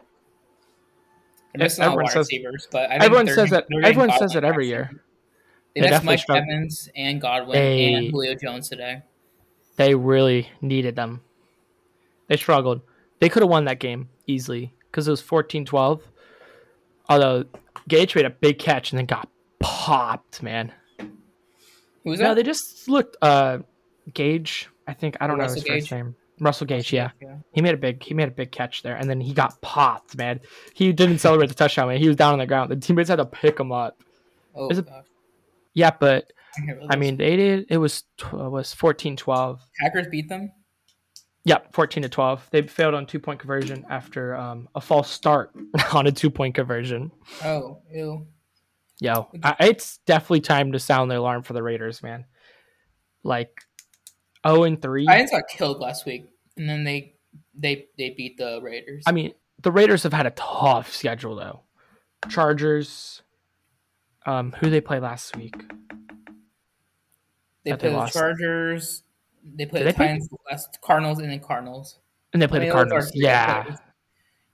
[SPEAKER 1] They're missing out on
[SPEAKER 2] Everyone
[SPEAKER 1] wide
[SPEAKER 2] says-
[SPEAKER 1] receivers, but I think
[SPEAKER 2] everyone
[SPEAKER 1] they're
[SPEAKER 2] says
[SPEAKER 1] getting-
[SPEAKER 2] that.
[SPEAKER 1] they're getting
[SPEAKER 2] Everyone
[SPEAKER 1] Godwin
[SPEAKER 2] says that every
[SPEAKER 1] back
[SPEAKER 2] year.
[SPEAKER 1] soon. They
[SPEAKER 2] They
[SPEAKER 1] missed
[SPEAKER 2] definitely
[SPEAKER 1] Mike
[SPEAKER 2] struggled.
[SPEAKER 1] Evans and Godwin
[SPEAKER 2] They-
[SPEAKER 1] and Julio Jones today.
[SPEAKER 2] They really needed them. They struggled. They could have won that game easily because it was 14-12. Although Gage made a big catch and then got popped, man.
[SPEAKER 1] Who was
[SPEAKER 2] No,
[SPEAKER 1] that?
[SPEAKER 2] they just looked. Uh, Gage, I think I don't
[SPEAKER 1] Russell
[SPEAKER 2] know his
[SPEAKER 1] Gage?
[SPEAKER 2] first name. Russell Gage, yeah, he made a big he made a big catch there, and then he got popped, man. He didn't celebrate the touchdown, man. He was down on the ground. The teammates had to pick him up.
[SPEAKER 1] Oh,
[SPEAKER 2] Is it-
[SPEAKER 1] gosh.
[SPEAKER 2] Yeah, but
[SPEAKER 1] can't remember
[SPEAKER 2] I
[SPEAKER 1] those.
[SPEAKER 2] mean, they did. It was tw- it was 14-12.
[SPEAKER 1] Packers beat them.
[SPEAKER 2] Yep, fourteen to twelve. They failed on two point conversion after um, a false start on a two point conversion.
[SPEAKER 1] Oh, ew.
[SPEAKER 2] Yo, I, it's definitely time to sound the alarm for the Raiders, man. Like zero and three.
[SPEAKER 1] Titans got killed last week, and then they they they beat the Raiders.
[SPEAKER 2] I mean, the Raiders have had a tough schedule though. Chargers, um, who they play last week?
[SPEAKER 1] they
[SPEAKER 2] that they
[SPEAKER 1] played the
[SPEAKER 2] lost.
[SPEAKER 1] Chargers. They played
[SPEAKER 2] Did
[SPEAKER 1] the
[SPEAKER 2] they play-
[SPEAKER 1] Titans, the last Cardinals, and then Cardinals.
[SPEAKER 2] And they play
[SPEAKER 1] I
[SPEAKER 2] the
[SPEAKER 1] mean, those are
[SPEAKER 2] Cardinals.
[SPEAKER 1] three good
[SPEAKER 2] Yeah,
[SPEAKER 1] players.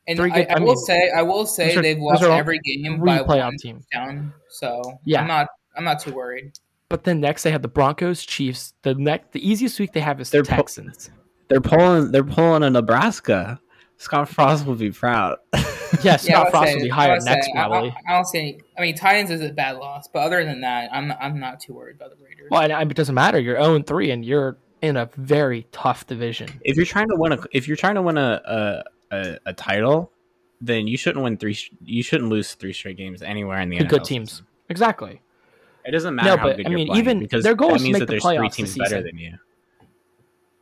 [SPEAKER 1] And
[SPEAKER 2] Three
[SPEAKER 1] I,
[SPEAKER 2] good-
[SPEAKER 1] I
[SPEAKER 2] I
[SPEAKER 1] will
[SPEAKER 2] mean,
[SPEAKER 1] say, I will say
[SPEAKER 2] those are-
[SPEAKER 1] they've
[SPEAKER 2] those
[SPEAKER 1] lost
[SPEAKER 2] are all
[SPEAKER 1] every game
[SPEAKER 2] three
[SPEAKER 1] by
[SPEAKER 2] playoff
[SPEAKER 1] one
[SPEAKER 2] team.
[SPEAKER 1] down. So
[SPEAKER 2] Yeah.
[SPEAKER 1] I'm not I'm not too worried.
[SPEAKER 2] But then next they have the Broncos, Chiefs. The next, the easiest week they have is the
[SPEAKER 3] They're po-
[SPEAKER 2] Texans.
[SPEAKER 3] They're pulling. They're pulling a Nebraska. Scott Frost will be proud.
[SPEAKER 2] yeah, Scott
[SPEAKER 1] I would
[SPEAKER 2] Frost
[SPEAKER 1] say-
[SPEAKER 2] will be
[SPEAKER 1] I
[SPEAKER 2] hired
[SPEAKER 1] would say-
[SPEAKER 2] next
[SPEAKER 1] I- I-
[SPEAKER 2] probably.
[SPEAKER 1] I, don't see. I mean, Titans is a bad loss, but other than that, I'm I'm not too worried about the Raiders.
[SPEAKER 2] Well, and, and it doesn't matter. You're 0 and 3, and you're in a very tough division.
[SPEAKER 3] if you're trying to win a, if you're trying to win a a, a, a title, then you shouldn't win three. sh- You shouldn't lose three straight games anywhere in the
[SPEAKER 2] To
[SPEAKER 3] NFL.
[SPEAKER 2] good teams.
[SPEAKER 3] season.
[SPEAKER 2] Exactly.
[SPEAKER 3] It doesn't matter how
[SPEAKER 2] but,
[SPEAKER 3] good
[SPEAKER 2] I
[SPEAKER 3] you're
[SPEAKER 2] mean,
[SPEAKER 3] playing
[SPEAKER 2] even
[SPEAKER 3] because
[SPEAKER 2] their goal
[SPEAKER 3] that
[SPEAKER 2] is to
[SPEAKER 3] means
[SPEAKER 2] make
[SPEAKER 3] that
[SPEAKER 2] the
[SPEAKER 3] there's three
[SPEAKER 2] playoffs
[SPEAKER 3] teams
[SPEAKER 2] this
[SPEAKER 3] better
[SPEAKER 2] season.
[SPEAKER 3] than you.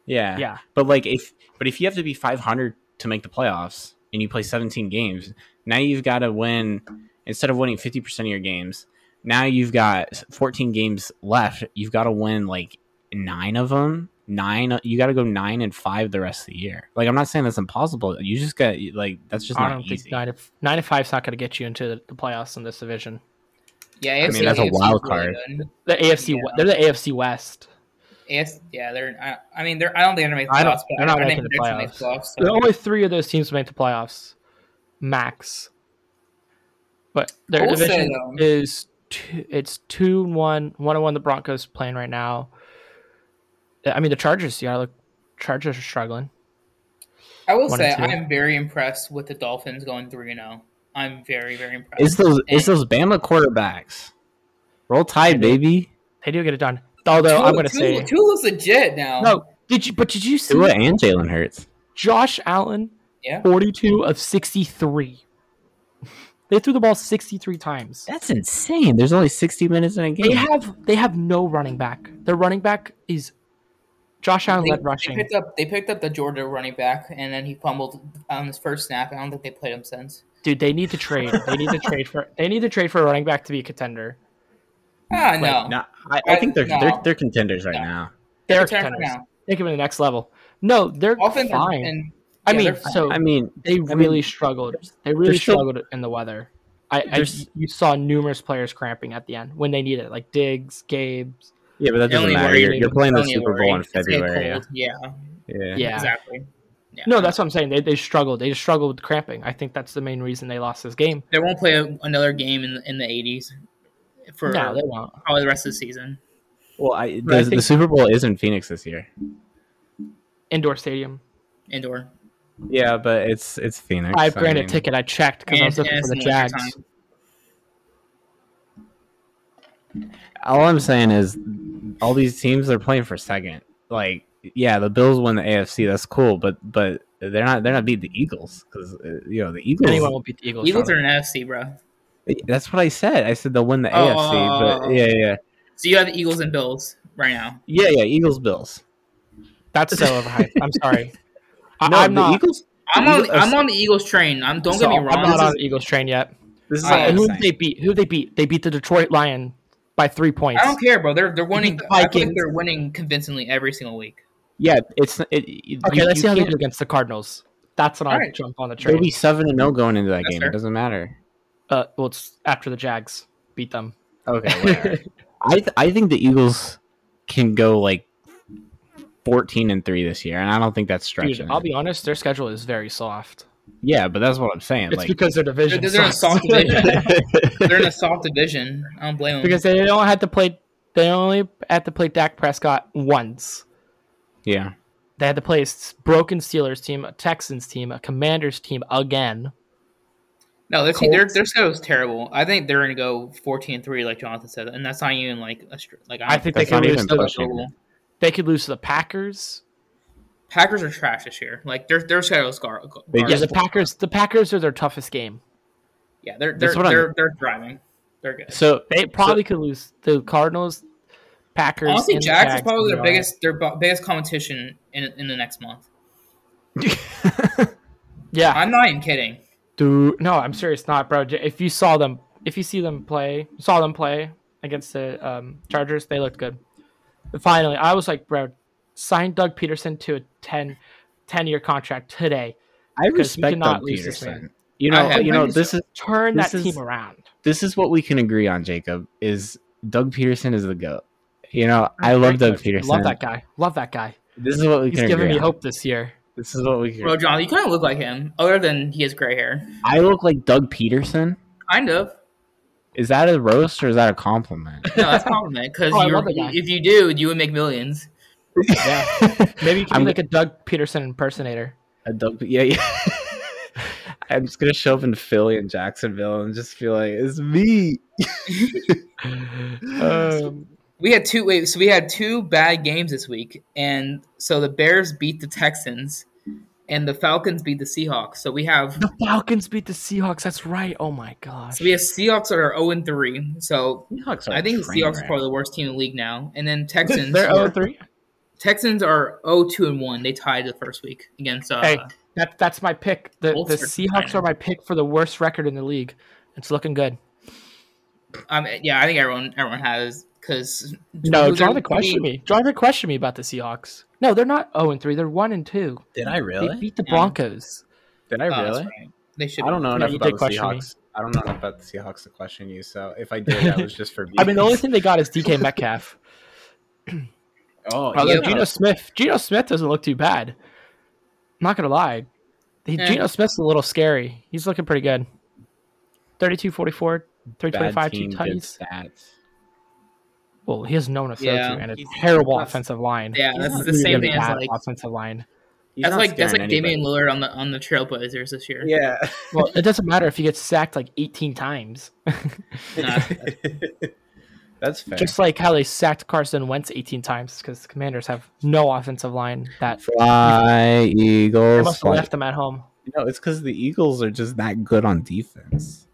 [SPEAKER 3] Yeah.
[SPEAKER 2] Yeah.
[SPEAKER 3] But like if but if you have to be 500 to make the playoffs and you play 17 games, now you've got to win instead of winning 50% of your games. Now you've got 14 games left. You've got to win like 9 of them. 9 you got to go 9 and 5 the rest of the year. Like I'm not saying that's impossible. You just got like that's just
[SPEAKER 2] I
[SPEAKER 3] not
[SPEAKER 2] don't
[SPEAKER 3] easy.
[SPEAKER 2] think 9 to, 9 to 5 is not going to get you into the, the playoffs in this division.
[SPEAKER 1] yeah,
[SPEAKER 3] I
[SPEAKER 1] AFC,
[SPEAKER 3] mean, that's a
[SPEAKER 1] AFC is
[SPEAKER 3] wild
[SPEAKER 1] really good.
[SPEAKER 2] The AFC,
[SPEAKER 1] Yeah.
[SPEAKER 2] we- they're the AFC West.
[SPEAKER 1] AFC, yeah, they're. I, I mean, they're. I don't think they're gonna make the
[SPEAKER 2] I don't-
[SPEAKER 1] playoffs. but
[SPEAKER 2] they're not
[SPEAKER 1] I
[SPEAKER 2] making
[SPEAKER 1] think
[SPEAKER 2] the
[SPEAKER 1] they're gonna make
[SPEAKER 2] playoffs.
[SPEAKER 1] so-
[SPEAKER 2] There are only three of those teams to make the playoffs, max. But
[SPEAKER 1] I
[SPEAKER 2] their
[SPEAKER 1] will say, um,
[SPEAKER 2] division
[SPEAKER 1] though-
[SPEAKER 2] is two, it's two and one, one and one. The Broncos playing right now. I mean, the Chargers. Yeah, look, Chargers are struggling.
[SPEAKER 1] I will
[SPEAKER 2] One
[SPEAKER 1] say
[SPEAKER 2] and two.
[SPEAKER 1] I'm very impressed with the Dolphins going three and zero. I'm very very impressed.
[SPEAKER 3] It's those it's
[SPEAKER 1] And
[SPEAKER 3] those Bama quarterbacks. Roll Tide, baby.
[SPEAKER 2] They do get it done. Although
[SPEAKER 1] Tua-
[SPEAKER 2] I'm going to
[SPEAKER 1] Tua-
[SPEAKER 2] say
[SPEAKER 1] Tua's legit now.
[SPEAKER 2] no. Did you? But did you see
[SPEAKER 3] Tua and Jalen Hurts.
[SPEAKER 2] Josh Allen?
[SPEAKER 1] Yeah.
[SPEAKER 2] 42 of 63. They threw the ball 63 times.
[SPEAKER 3] That's insane. There's only 60 minutes in a game.
[SPEAKER 2] They have they have no running back. Their running back is Josh Allen
[SPEAKER 1] They,
[SPEAKER 2] led
[SPEAKER 1] they
[SPEAKER 2] rushing.
[SPEAKER 1] picked up they picked up the Georgia running back and then he fumbled on his first snap. I don't think they played him since.
[SPEAKER 2] Dude, they need to trade. They need to trade for they need to trade for a running back to be a contender.
[SPEAKER 1] Ah no,
[SPEAKER 3] No, I, I think they're,
[SPEAKER 1] No.
[SPEAKER 3] they're they're contenders right
[SPEAKER 1] No.
[SPEAKER 3] now.
[SPEAKER 2] They're
[SPEAKER 1] Return for
[SPEAKER 2] contenders.
[SPEAKER 1] now.
[SPEAKER 2] Take them to the next level. No, they're
[SPEAKER 1] Dolphins are-
[SPEAKER 2] fine.
[SPEAKER 1] and
[SPEAKER 2] I
[SPEAKER 1] yeah,
[SPEAKER 2] mean,
[SPEAKER 1] they're fine.
[SPEAKER 2] so
[SPEAKER 3] I mean,
[SPEAKER 2] they
[SPEAKER 3] mean,
[SPEAKER 2] really struggled. They really
[SPEAKER 3] they're still-
[SPEAKER 2] struggled in the weather. I, I
[SPEAKER 3] There's-
[SPEAKER 2] you saw numerous players cramping at the end when they need it, like Diggs, Gabe's.
[SPEAKER 3] yeah, but that
[SPEAKER 1] The only
[SPEAKER 3] doesn't matter.
[SPEAKER 1] worry-
[SPEAKER 3] You're, you're playing the
[SPEAKER 1] Don't you
[SPEAKER 3] Super
[SPEAKER 1] worry.
[SPEAKER 3] Bowl in
[SPEAKER 1] It's gonna get
[SPEAKER 3] February.
[SPEAKER 1] cold. Yeah.
[SPEAKER 3] Yeah.
[SPEAKER 2] Yeah.
[SPEAKER 1] exactly. Yeah.
[SPEAKER 2] No, that's what I'm saying. They, they struggled. They just struggled with cramping. I think that's the main reason they lost this game.
[SPEAKER 1] they won't play a, another game in in the 80s for
[SPEAKER 2] no, they won't.
[SPEAKER 1] probably the rest of the season.
[SPEAKER 3] Well, I,
[SPEAKER 2] But I
[SPEAKER 3] the, the
[SPEAKER 2] think-
[SPEAKER 3] Super Bowl is in Phoenix this year.
[SPEAKER 2] Indoor stadium.
[SPEAKER 1] Indoor.
[SPEAKER 3] Yeah, but it's it's Phoenix.
[SPEAKER 2] Five grand
[SPEAKER 3] I
[SPEAKER 2] a
[SPEAKER 3] mean,
[SPEAKER 2] ticket. I checked because I was
[SPEAKER 1] And-
[SPEAKER 2] looking
[SPEAKER 1] and
[SPEAKER 2] for
[SPEAKER 1] it's
[SPEAKER 2] the
[SPEAKER 1] in winter
[SPEAKER 2] Jags.
[SPEAKER 1] time.
[SPEAKER 3] All I'm saying is, all these teams they're playing for second. Like, yeah, the Bills won the AFC. That's cool, but but they're not they're not beating the Eagles because you know the Eagles. eh,
[SPEAKER 2] Anyone will beat the Eagles.
[SPEAKER 1] Eagles are
[SPEAKER 2] Sean.
[SPEAKER 1] an NFC, bro.
[SPEAKER 3] That's what I said. I said they'll win the
[SPEAKER 1] Oh, oh,
[SPEAKER 3] AFC,
[SPEAKER 1] oh,
[SPEAKER 3] but yeah, yeah,
[SPEAKER 1] So you have the Eagles and Bills right now.
[SPEAKER 3] yeah, yeah. Eagles Bills.
[SPEAKER 2] That's so overhyped. I'm sorry. I,
[SPEAKER 3] No,
[SPEAKER 2] I'm
[SPEAKER 3] the
[SPEAKER 2] not.
[SPEAKER 3] Eagles.
[SPEAKER 1] I'm on.
[SPEAKER 3] Eagles-
[SPEAKER 1] I'm on the Eagles train. I'm. Don't
[SPEAKER 2] so
[SPEAKER 1] get me
[SPEAKER 2] I'm
[SPEAKER 1] wrong.
[SPEAKER 2] not
[SPEAKER 1] This
[SPEAKER 2] on
[SPEAKER 1] is-
[SPEAKER 2] the Eagles train yet.
[SPEAKER 3] This is
[SPEAKER 1] Alright,
[SPEAKER 3] all I'm
[SPEAKER 2] And who
[SPEAKER 3] saying.
[SPEAKER 2] did they beat? Who did they beat? They beat the Detroit Lions by three points.
[SPEAKER 1] I don't care, bro. They're they're winning.
[SPEAKER 2] the
[SPEAKER 1] I think
[SPEAKER 2] Vikings.
[SPEAKER 1] they're winning convincingly every single week.
[SPEAKER 3] Yeah, it's it, it-
[SPEAKER 2] Okay,
[SPEAKER 3] you-
[SPEAKER 2] let's
[SPEAKER 3] you
[SPEAKER 2] see how they
[SPEAKER 3] can't-
[SPEAKER 2] do against the Cardinals. That's when I
[SPEAKER 1] Alright.
[SPEAKER 2] jump on the
[SPEAKER 3] They'll
[SPEAKER 2] train.
[SPEAKER 3] be seven and no going into that
[SPEAKER 1] Yes,
[SPEAKER 3] game.
[SPEAKER 1] sir.
[SPEAKER 3] It doesn't matter.
[SPEAKER 2] Uh, well, it's after the Jags beat them.
[SPEAKER 3] Okay, whatever. I th- I think the Eagles can go like fourteen and three this year, and I don't think that's stretching.
[SPEAKER 2] Dude,
[SPEAKER 3] it.
[SPEAKER 2] I'll be honest, their schedule is very soft.
[SPEAKER 3] yeah, but that's what I'm saying.
[SPEAKER 2] It's
[SPEAKER 3] like,
[SPEAKER 2] because their division.
[SPEAKER 1] They're- they're in a
[SPEAKER 2] sucks.
[SPEAKER 1] soft division. They're in a soft division. I don't blame them.
[SPEAKER 2] because they don't have to play. They only had to play Dak Prescott once.
[SPEAKER 3] yeah,
[SPEAKER 2] They had to play a s- broken Steelers team, a Texans team, a Commanders team again.
[SPEAKER 1] no, their, team- their
[SPEAKER 2] Colts.
[SPEAKER 1] their schedule is terrible. I think they're gonna go 14 and three, like Jonathan said, and that's not even like a str- like
[SPEAKER 2] I think they
[SPEAKER 3] That's
[SPEAKER 2] could
[SPEAKER 3] not
[SPEAKER 2] lose.
[SPEAKER 3] even
[SPEAKER 2] To,
[SPEAKER 3] pushing.
[SPEAKER 1] doable.
[SPEAKER 2] they could lose to the Packers.
[SPEAKER 1] Packers are trash this year. Like their their schedule is gar- gar-
[SPEAKER 3] They
[SPEAKER 2] Yeah,
[SPEAKER 3] just-
[SPEAKER 2] the Packers. The Packers are their toughest game.
[SPEAKER 1] Yeah, they're they're
[SPEAKER 3] That's what I'm-
[SPEAKER 1] they're, they're driving. They're good.
[SPEAKER 3] so
[SPEAKER 2] They probably could lose to the Cardinals, Packers.
[SPEAKER 1] Honestly,
[SPEAKER 2] and the
[SPEAKER 1] Jags is
[SPEAKER 2] Jags,
[SPEAKER 1] probably
[SPEAKER 2] to
[SPEAKER 1] their
[SPEAKER 2] be honest.
[SPEAKER 1] biggest their bu- biggest competition in in the next month.
[SPEAKER 2] Yeah,
[SPEAKER 1] I'm not even kidding.
[SPEAKER 2] Dude, no, I'm serious, not bro. J- If you saw them, if you see them play, saw them play against the um, Chargers, they looked good. But finally, I was like, bro, sign Doug Peterson to a 10, 10 year contract today.
[SPEAKER 3] I
[SPEAKER 2] Because you
[SPEAKER 3] respect
[SPEAKER 2] cannot
[SPEAKER 3] Doug
[SPEAKER 2] lose this man.
[SPEAKER 3] Peterson. You know,
[SPEAKER 1] I have-
[SPEAKER 3] you know, this is
[SPEAKER 2] Turn
[SPEAKER 3] This
[SPEAKER 2] that
[SPEAKER 3] is-
[SPEAKER 2] team around.
[SPEAKER 3] this is what we can agree on. Jacob is Doug Peterson is the goat. You know, I love
[SPEAKER 2] Great
[SPEAKER 3] Doug
[SPEAKER 2] coach.
[SPEAKER 3] Peterson.
[SPEAKER 2] Love that guy. Love that guy.
[SPEAKER 3] This is what we
[SPEAKER 2] He's
[SPEAKER 3] can
[SPEAKER 2] giving
[SPEAKER 3] agree
[SPEAKER 2] me
[SPEAKER 3] on.
[SPEAKER 2] hope this year.
[SPEAKER 3] This is what we can.
[SPEAKER 1] Bro, John, you kind of look like him, other than he has gray hair.
[SPEAKER 3] I look like Doug Peterson.
[SPEAKER 1] Kind of.
[SPEAKER 3] Is that a roast or is that a compliment?
[SPEAKER 1] No, that's a compliment because
[SPEAKER 2] Oh, I love the guy.
[SPEAKER 1] if you do, you would make millions.
[SPEAKER 2] Yeah. Maybe you can
[SPEAKER 3] I'm-
[SPEAKER 2] be like a Doug Peterson impersonator.
[SPEAKER 3] A dump, yeah, yeah. I'm just gonna show up in Philly and Jacksonville and just feel like it's me. Uh,
[SPEAKER 2] Um,
[SPEAKER 1] We had two. Wait, so we had two bad games this week, and so the Bears beat the Texans, and the Falcons beat the Seahawks. So we have
[SPEAKER 2] the Falcons beat the Seahawks. That's right. Oh my gosh.
[SPEAKER 1] so we have Seahawks that are zero and three. So
[SPEAKER 3] Seahawks are
[SPEAKER 1] I think the
[SPEAKER 3] train
[SPEAKER 1] Seahawks are
[SPEAKER 3] wreck.
[SPEAKER 1] probably the worst team in the league now, and then Texans.
[SPEAKER 2] They're
[SPEAKER 1] are-
[SPEAKER 2] 0 3.
[SPEAKER 1] Texans are 0 2 and 1. They tied the first week against uh
[SPEAKER 2] Hey, that that's my pick. The, the
[SPEAKER 1] Colts are
[SPEAKER 2] Seahawks
[SPEAKER 1] fine.
[SPEAKER 2] are my pick for the worst record in the league. It's looking good.
[SPEAKER 1] um, yeah, I think everyone everyone has cuz
[SPEAKER 2] No, Jonathan questioned me. Jonathan questioned me about the Seahawks. No, they're not 0 and 3. They're 1 and 2.
[SPEAKER 3] Did I
[SPEAKER 2] They beat the
[SPEAKER 1] Yeah.
[SPEAKER 2] Broncos.
[SPEAKER 3] Did I really?
[SPEAKER 1] Oh, They should
[SPEAKER 3] I don't know
[SPEAKER 2] Yeah,
[SPEAKER 3] enough
[SPEAKER 2] you
[SPEAKER 3] about
[SPEAKER 2] Uh, did
[SPEAKER 3] the
[SPEAKER 2] question me.
[SPEAKER 3] Seahawks. I don't know enough about the Seahawks to question you. So if I did, that was just for.
[SPEAKER 2] I mean, the only thing they got is DK Metcalf.
[SPEAKER 3] Oh,
[SPEAKER 2] Although
[SPEAKER 3] yeah.
[SPEAKER 2] Geno Smith, Geno Smith doesn't look too bad. I'm not gonna lie, he,
[SPEAKER 1] Eh.
[SPEAKER 2] Geno Smith's a little scary. He's looking pretty good. 32 44,
[SPEAKER 3] Bad
[SPEAKER 2] 325, two
[SPEAKER 3] team, good
[SPEAKER 2] touchdowns.
[SPEAKER 3] stats.
[SPEAKER 2] Well, he has no one to throw
[SPEAKER 1] Yeah.
[SPEAKER 2] to, and a
[SPEAKER 3] He's-
[SPEAKER 2] terrible
[SPEAKER 3] that's-
[SPEAKER 2] offensive line.
[SPEAKER 1] Yeah,
[SPEAKER 3] He's
[SPEAKER 1] that's
[SPEAKER 3] not
[SPEAKER 1] the same
[SPEAKER 2] Really
[SPEAKER 1] thing as
[SPEAKER 2] bad
[SPEAKER 1] like
[SPEAKER 2] offensive line.
[SPEAKER 3] He's
[SPEAKER 1] that's
[SPEAKER 3] not
[SPEAKER 1] like that's
[SPEAKER 3] scaring
[SPEAKER 1] like
[SPEAKER 3] anybody.
[SPEAKER 1] Damian Lillard on the on the Trailblazers this year.
[SPEAKER 3] Yeah.
[SPEAKER 2] Well, it doesn't matter if he gets sacked like 18 times.
[SPEAKER 1] Nah,
[SPEAKER 3] That's fair.
[SPEAKER 2] Just like how they sacked Carson Wentz 18 times because the Commanders have no offensive line. That
[SPEAKER 3] fly
[SPEAKER 2] they
[SPEAKER 3] Eagles.
[SPEAKER 2] must have left them at home.
[SPEAKER 3] No, it's because the Eagles are just that good on defense.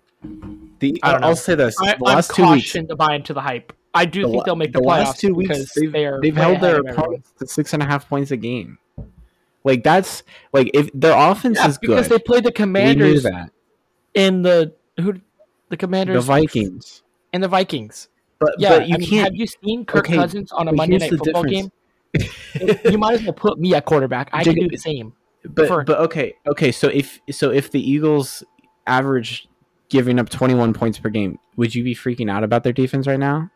[SPEAKER 3] The
[SPEAKER 2] I
[SPEAKER 3] I
[SPEAKER 2] don't know.
[SPEAKER 3] will say this:
[SPEAKER 2] I,
[SPEAKER 3] the
[SPEAKER 2] I'm
[SPEAKER 3] last two weeks,
[SPEAKER 2] cautioned to buy into the hype. I do
[SPEAKER 3] the,
[SPEAKER 2] think they'll make the, playoffs
[SPEAKER 3] last two weeks,
[SPEAKER 2] because
[SPEAKER 3] they've,
[SPEAKER 2] they are
[SPEAKER 3] they've
[SPEAKER 2] way
[SPEAKER 3] held
[SPEAKER 2] ahead
[SPEAKER 3] their
[SPEAKER 2] of everyone.
[SPEAKER 3] opponents to six and a half points a game. Like that's like if their offense
[SPEAKER 2] Yeah,
[SPEAKER 3] is
[SPEAKER 2] because
[SPEAKER 3] good,
[SPEAKER 2] they played the
[SPEAKER 3] we knew
[SPEAKER 2] Commanders
[SPEAKER 3] that
[SPEAKER 2] in the who the Commanders
[SPEAKER 3] the Vikings.
[SPEAKER 2] and the Vikings.
[SPEAKER 3] But
[SPEAKER 2] Yeah,
[SPEAKER 3] but you
[SPEAKER 2] I mean,
[SPEAKER 3] can't.
[SPEAKER 2] Have you seen Kirk
[SPEAKER 3] Okay,
[SPEAKER 2] Cousins on a
[SPEAKER 3] but
[SPEAKER 2] Monday
[SPEAKER 3] here's
[SPEAKER 2] Night
[SPEAKER 3] the
[SPEAKER 2] Football
[SPEAKER 3] difference.
[SPEAKER 2] game? you might as well put me at quarterback. I can do
[SPEAKER 3] Jacob-
[SPEAKER 2] the same.
[SPEAKER 3] but
[SPEAKER 2] for-
[SPEAKER 3] but okay okay. So if so if the Eagles average giving up twenty one points per game, would you be freaking out about their defense right now?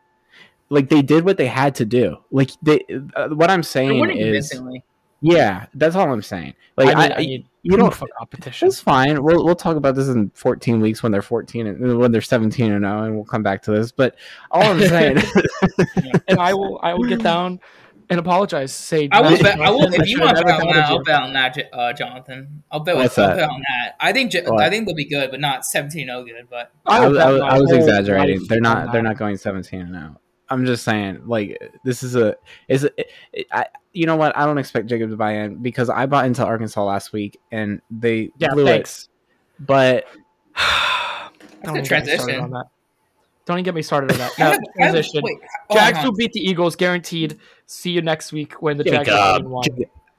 [SPEAKER 3] Like they did what they had to do. Like they, uh, what I'm
[SPEAKER 1] they're
[SPEAKER 3] saying
[SPEAKER 1] winning
[SPEAKER 3] is,
[SPEAKER 1] convincingly.
[SPEAKER 3] yeah, that's all I'm saying. Like
[SPEAKER 2] I
[SPEAKER 3] I,
[SPEAKER 2] need, I,
[SPEAKER 3] I-
[SPEAKER 2] need
[SPEAKER 3] you don't
[SPEAKER 2] for competition.
[SPEAKER 3] It's fine. We'll we'll talk about this in 14 weeks when they're 14 and when they're 17 and 0, and we'll come back to this. But all I'm saying,
[SPEAKER 2] and I will I will get down and apologize. Say
[SPEAKER 1] I will
[SPEAKER 2] Jonathan
[SPEAKER 1] bet. I will.
[SPEAKER 2] Wilson
[SPEAKER 1] If you
[SPEAKER 2] should've
[SPEAKER 1] want to
[SPEAKER 2] never
[SPEAKER 1] bet on
[SPEAKER 2] doubted
[SPEAKER 1] that,
[SPEAKER 2] you.
[SPEAKER 1] I'll bet on that, J- uh, Jonathan. I'll bet.
[SPEAKER 3] What's
[SPEAKER 1] I'll
[SPEAKER 3] that?
[SPEAKER 1] bet on that. I think. J-
[SPEAKER 3] What?
[SPEAKER 1] I think they'll be good, but not 17-0 good. But
[SPEAKER 3] I,
[SPEAKER 2] would
[SPEAKER 3] was- I,
[SPEAKER 2] bet
[SPEAKER 3] was-
[SPEAKER 2] my
[SPEAKER 3] I was
[SPEAKER 2] whole
[SPEAKER 3] exaggerating.
[SPEAKER 2] life
[SPEAKER 3] They're
[SPEAKER 2] on
[SPEAKER 3] not. They're
[SPEAKER 2] that.
[SPEAKER 3] not going seventeen and out. I'm just saying, like this is a is. a- It, I you know what? I don't expect Jacob to buy in because I bought into Arkansas last week and they
[SPEAKER 2] Yeah,
[SPEAKER 3] blew
[SPEAKER 2] thanks.
[SPEAKER 3] it. But
[SPEAKER 2] Don't
[SPEAKER 1] good
[SPEAKER 2] even get me started
[SPEAKER 1] transition.
[SPEAKER 2] on that. Don't even get me started on that.
[SPEAKER 1] I
[SPEAKER 2] Now,
[SPEAKER 1] have- I have-
[SPEAKER 2] transition.
[SPEAKER 1] wait, hold on,
[SPEAKER 2] Jags
[SPEAKER 1] hold
[SPEAKER 2] will beat the Eagles, guaranteed. See you next week when the
[SPEAKER 3] Jacob,
[SPEAKER 2] Jags are in one.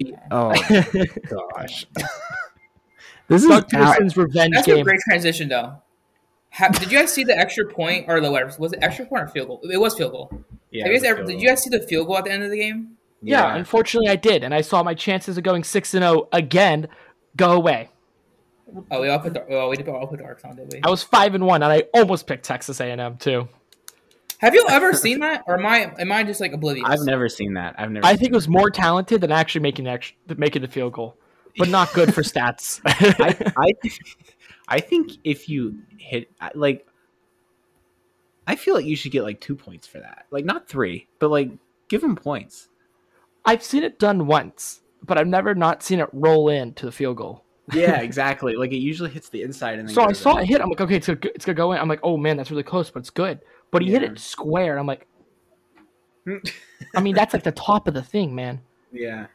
[SPEAKER 3] oh gosh, this is
[SPEAKER 2] Doug
[SPEAKER 3] out-
[SPEAKER 2] Peterson's
[SPEAKER 1] on.
[SPEAKER 2] revenge
[SPEAKER 1] That's a
[SPEAKER 2] game.
[SPEAKER 1] great transition, though. Ha- did you guys see the extra point or the whatever? Was it extra point or field goal? It was field goal.
[SPEAKER 3] Yeah,
[SPEAKER 1] Have you guys ever?
[SPEAKER 3] so-
[SPEAKER 1] Did you guys see the field goal at the end of the game?
[SPEAKER 2] Yeah, unfortunately, I did, and I saw my chances of going six and zero again go away.
[SPEAKER 1] Oh, we all put. The, oh, we did all put the arcs on, did we?
[SPEAKER 2] I was five and one, and I almost picked Texas A and M too.
[SPEAKER 1] Have you ever seen that, or am I am I just like oblivious?
[SPEAKER 3] I've never seen that. I've never.
[SPEAKER 2] I
[SPEAKER 3] seen
[SPEAKER 2] think it was more talented than actually making the extra, making the field goal, but not good for stats.
[SPEAKER 3] I, I, I think if you hit I- like, I feel like you should get like two points for that. Like not three, but like give him points.
[SPEAKER 2] I've seen it done once, but I've never not seen it roll in to the field goal.
[SPEAKER 3] Yeah, exactly. like it usually hits the inside and then.
[SPEAKER 2] So I
[SPEAKER 3] goes
[SPEAKER 2] saw
[SPEAKER 3] in.
[SPEAKER 2] it hit. I'm like, okay, it's gonna, go- it's gonna go in. I'm like, oh man, that's really close, but it's good. But he
[SPEAKER 3] Yeah.
[SPEAKER 2] hit it square. and I'm like, I mean, that's like the top of the thing, man.
[SPEAKER 3] Yeah,
[SPEAKER 2] I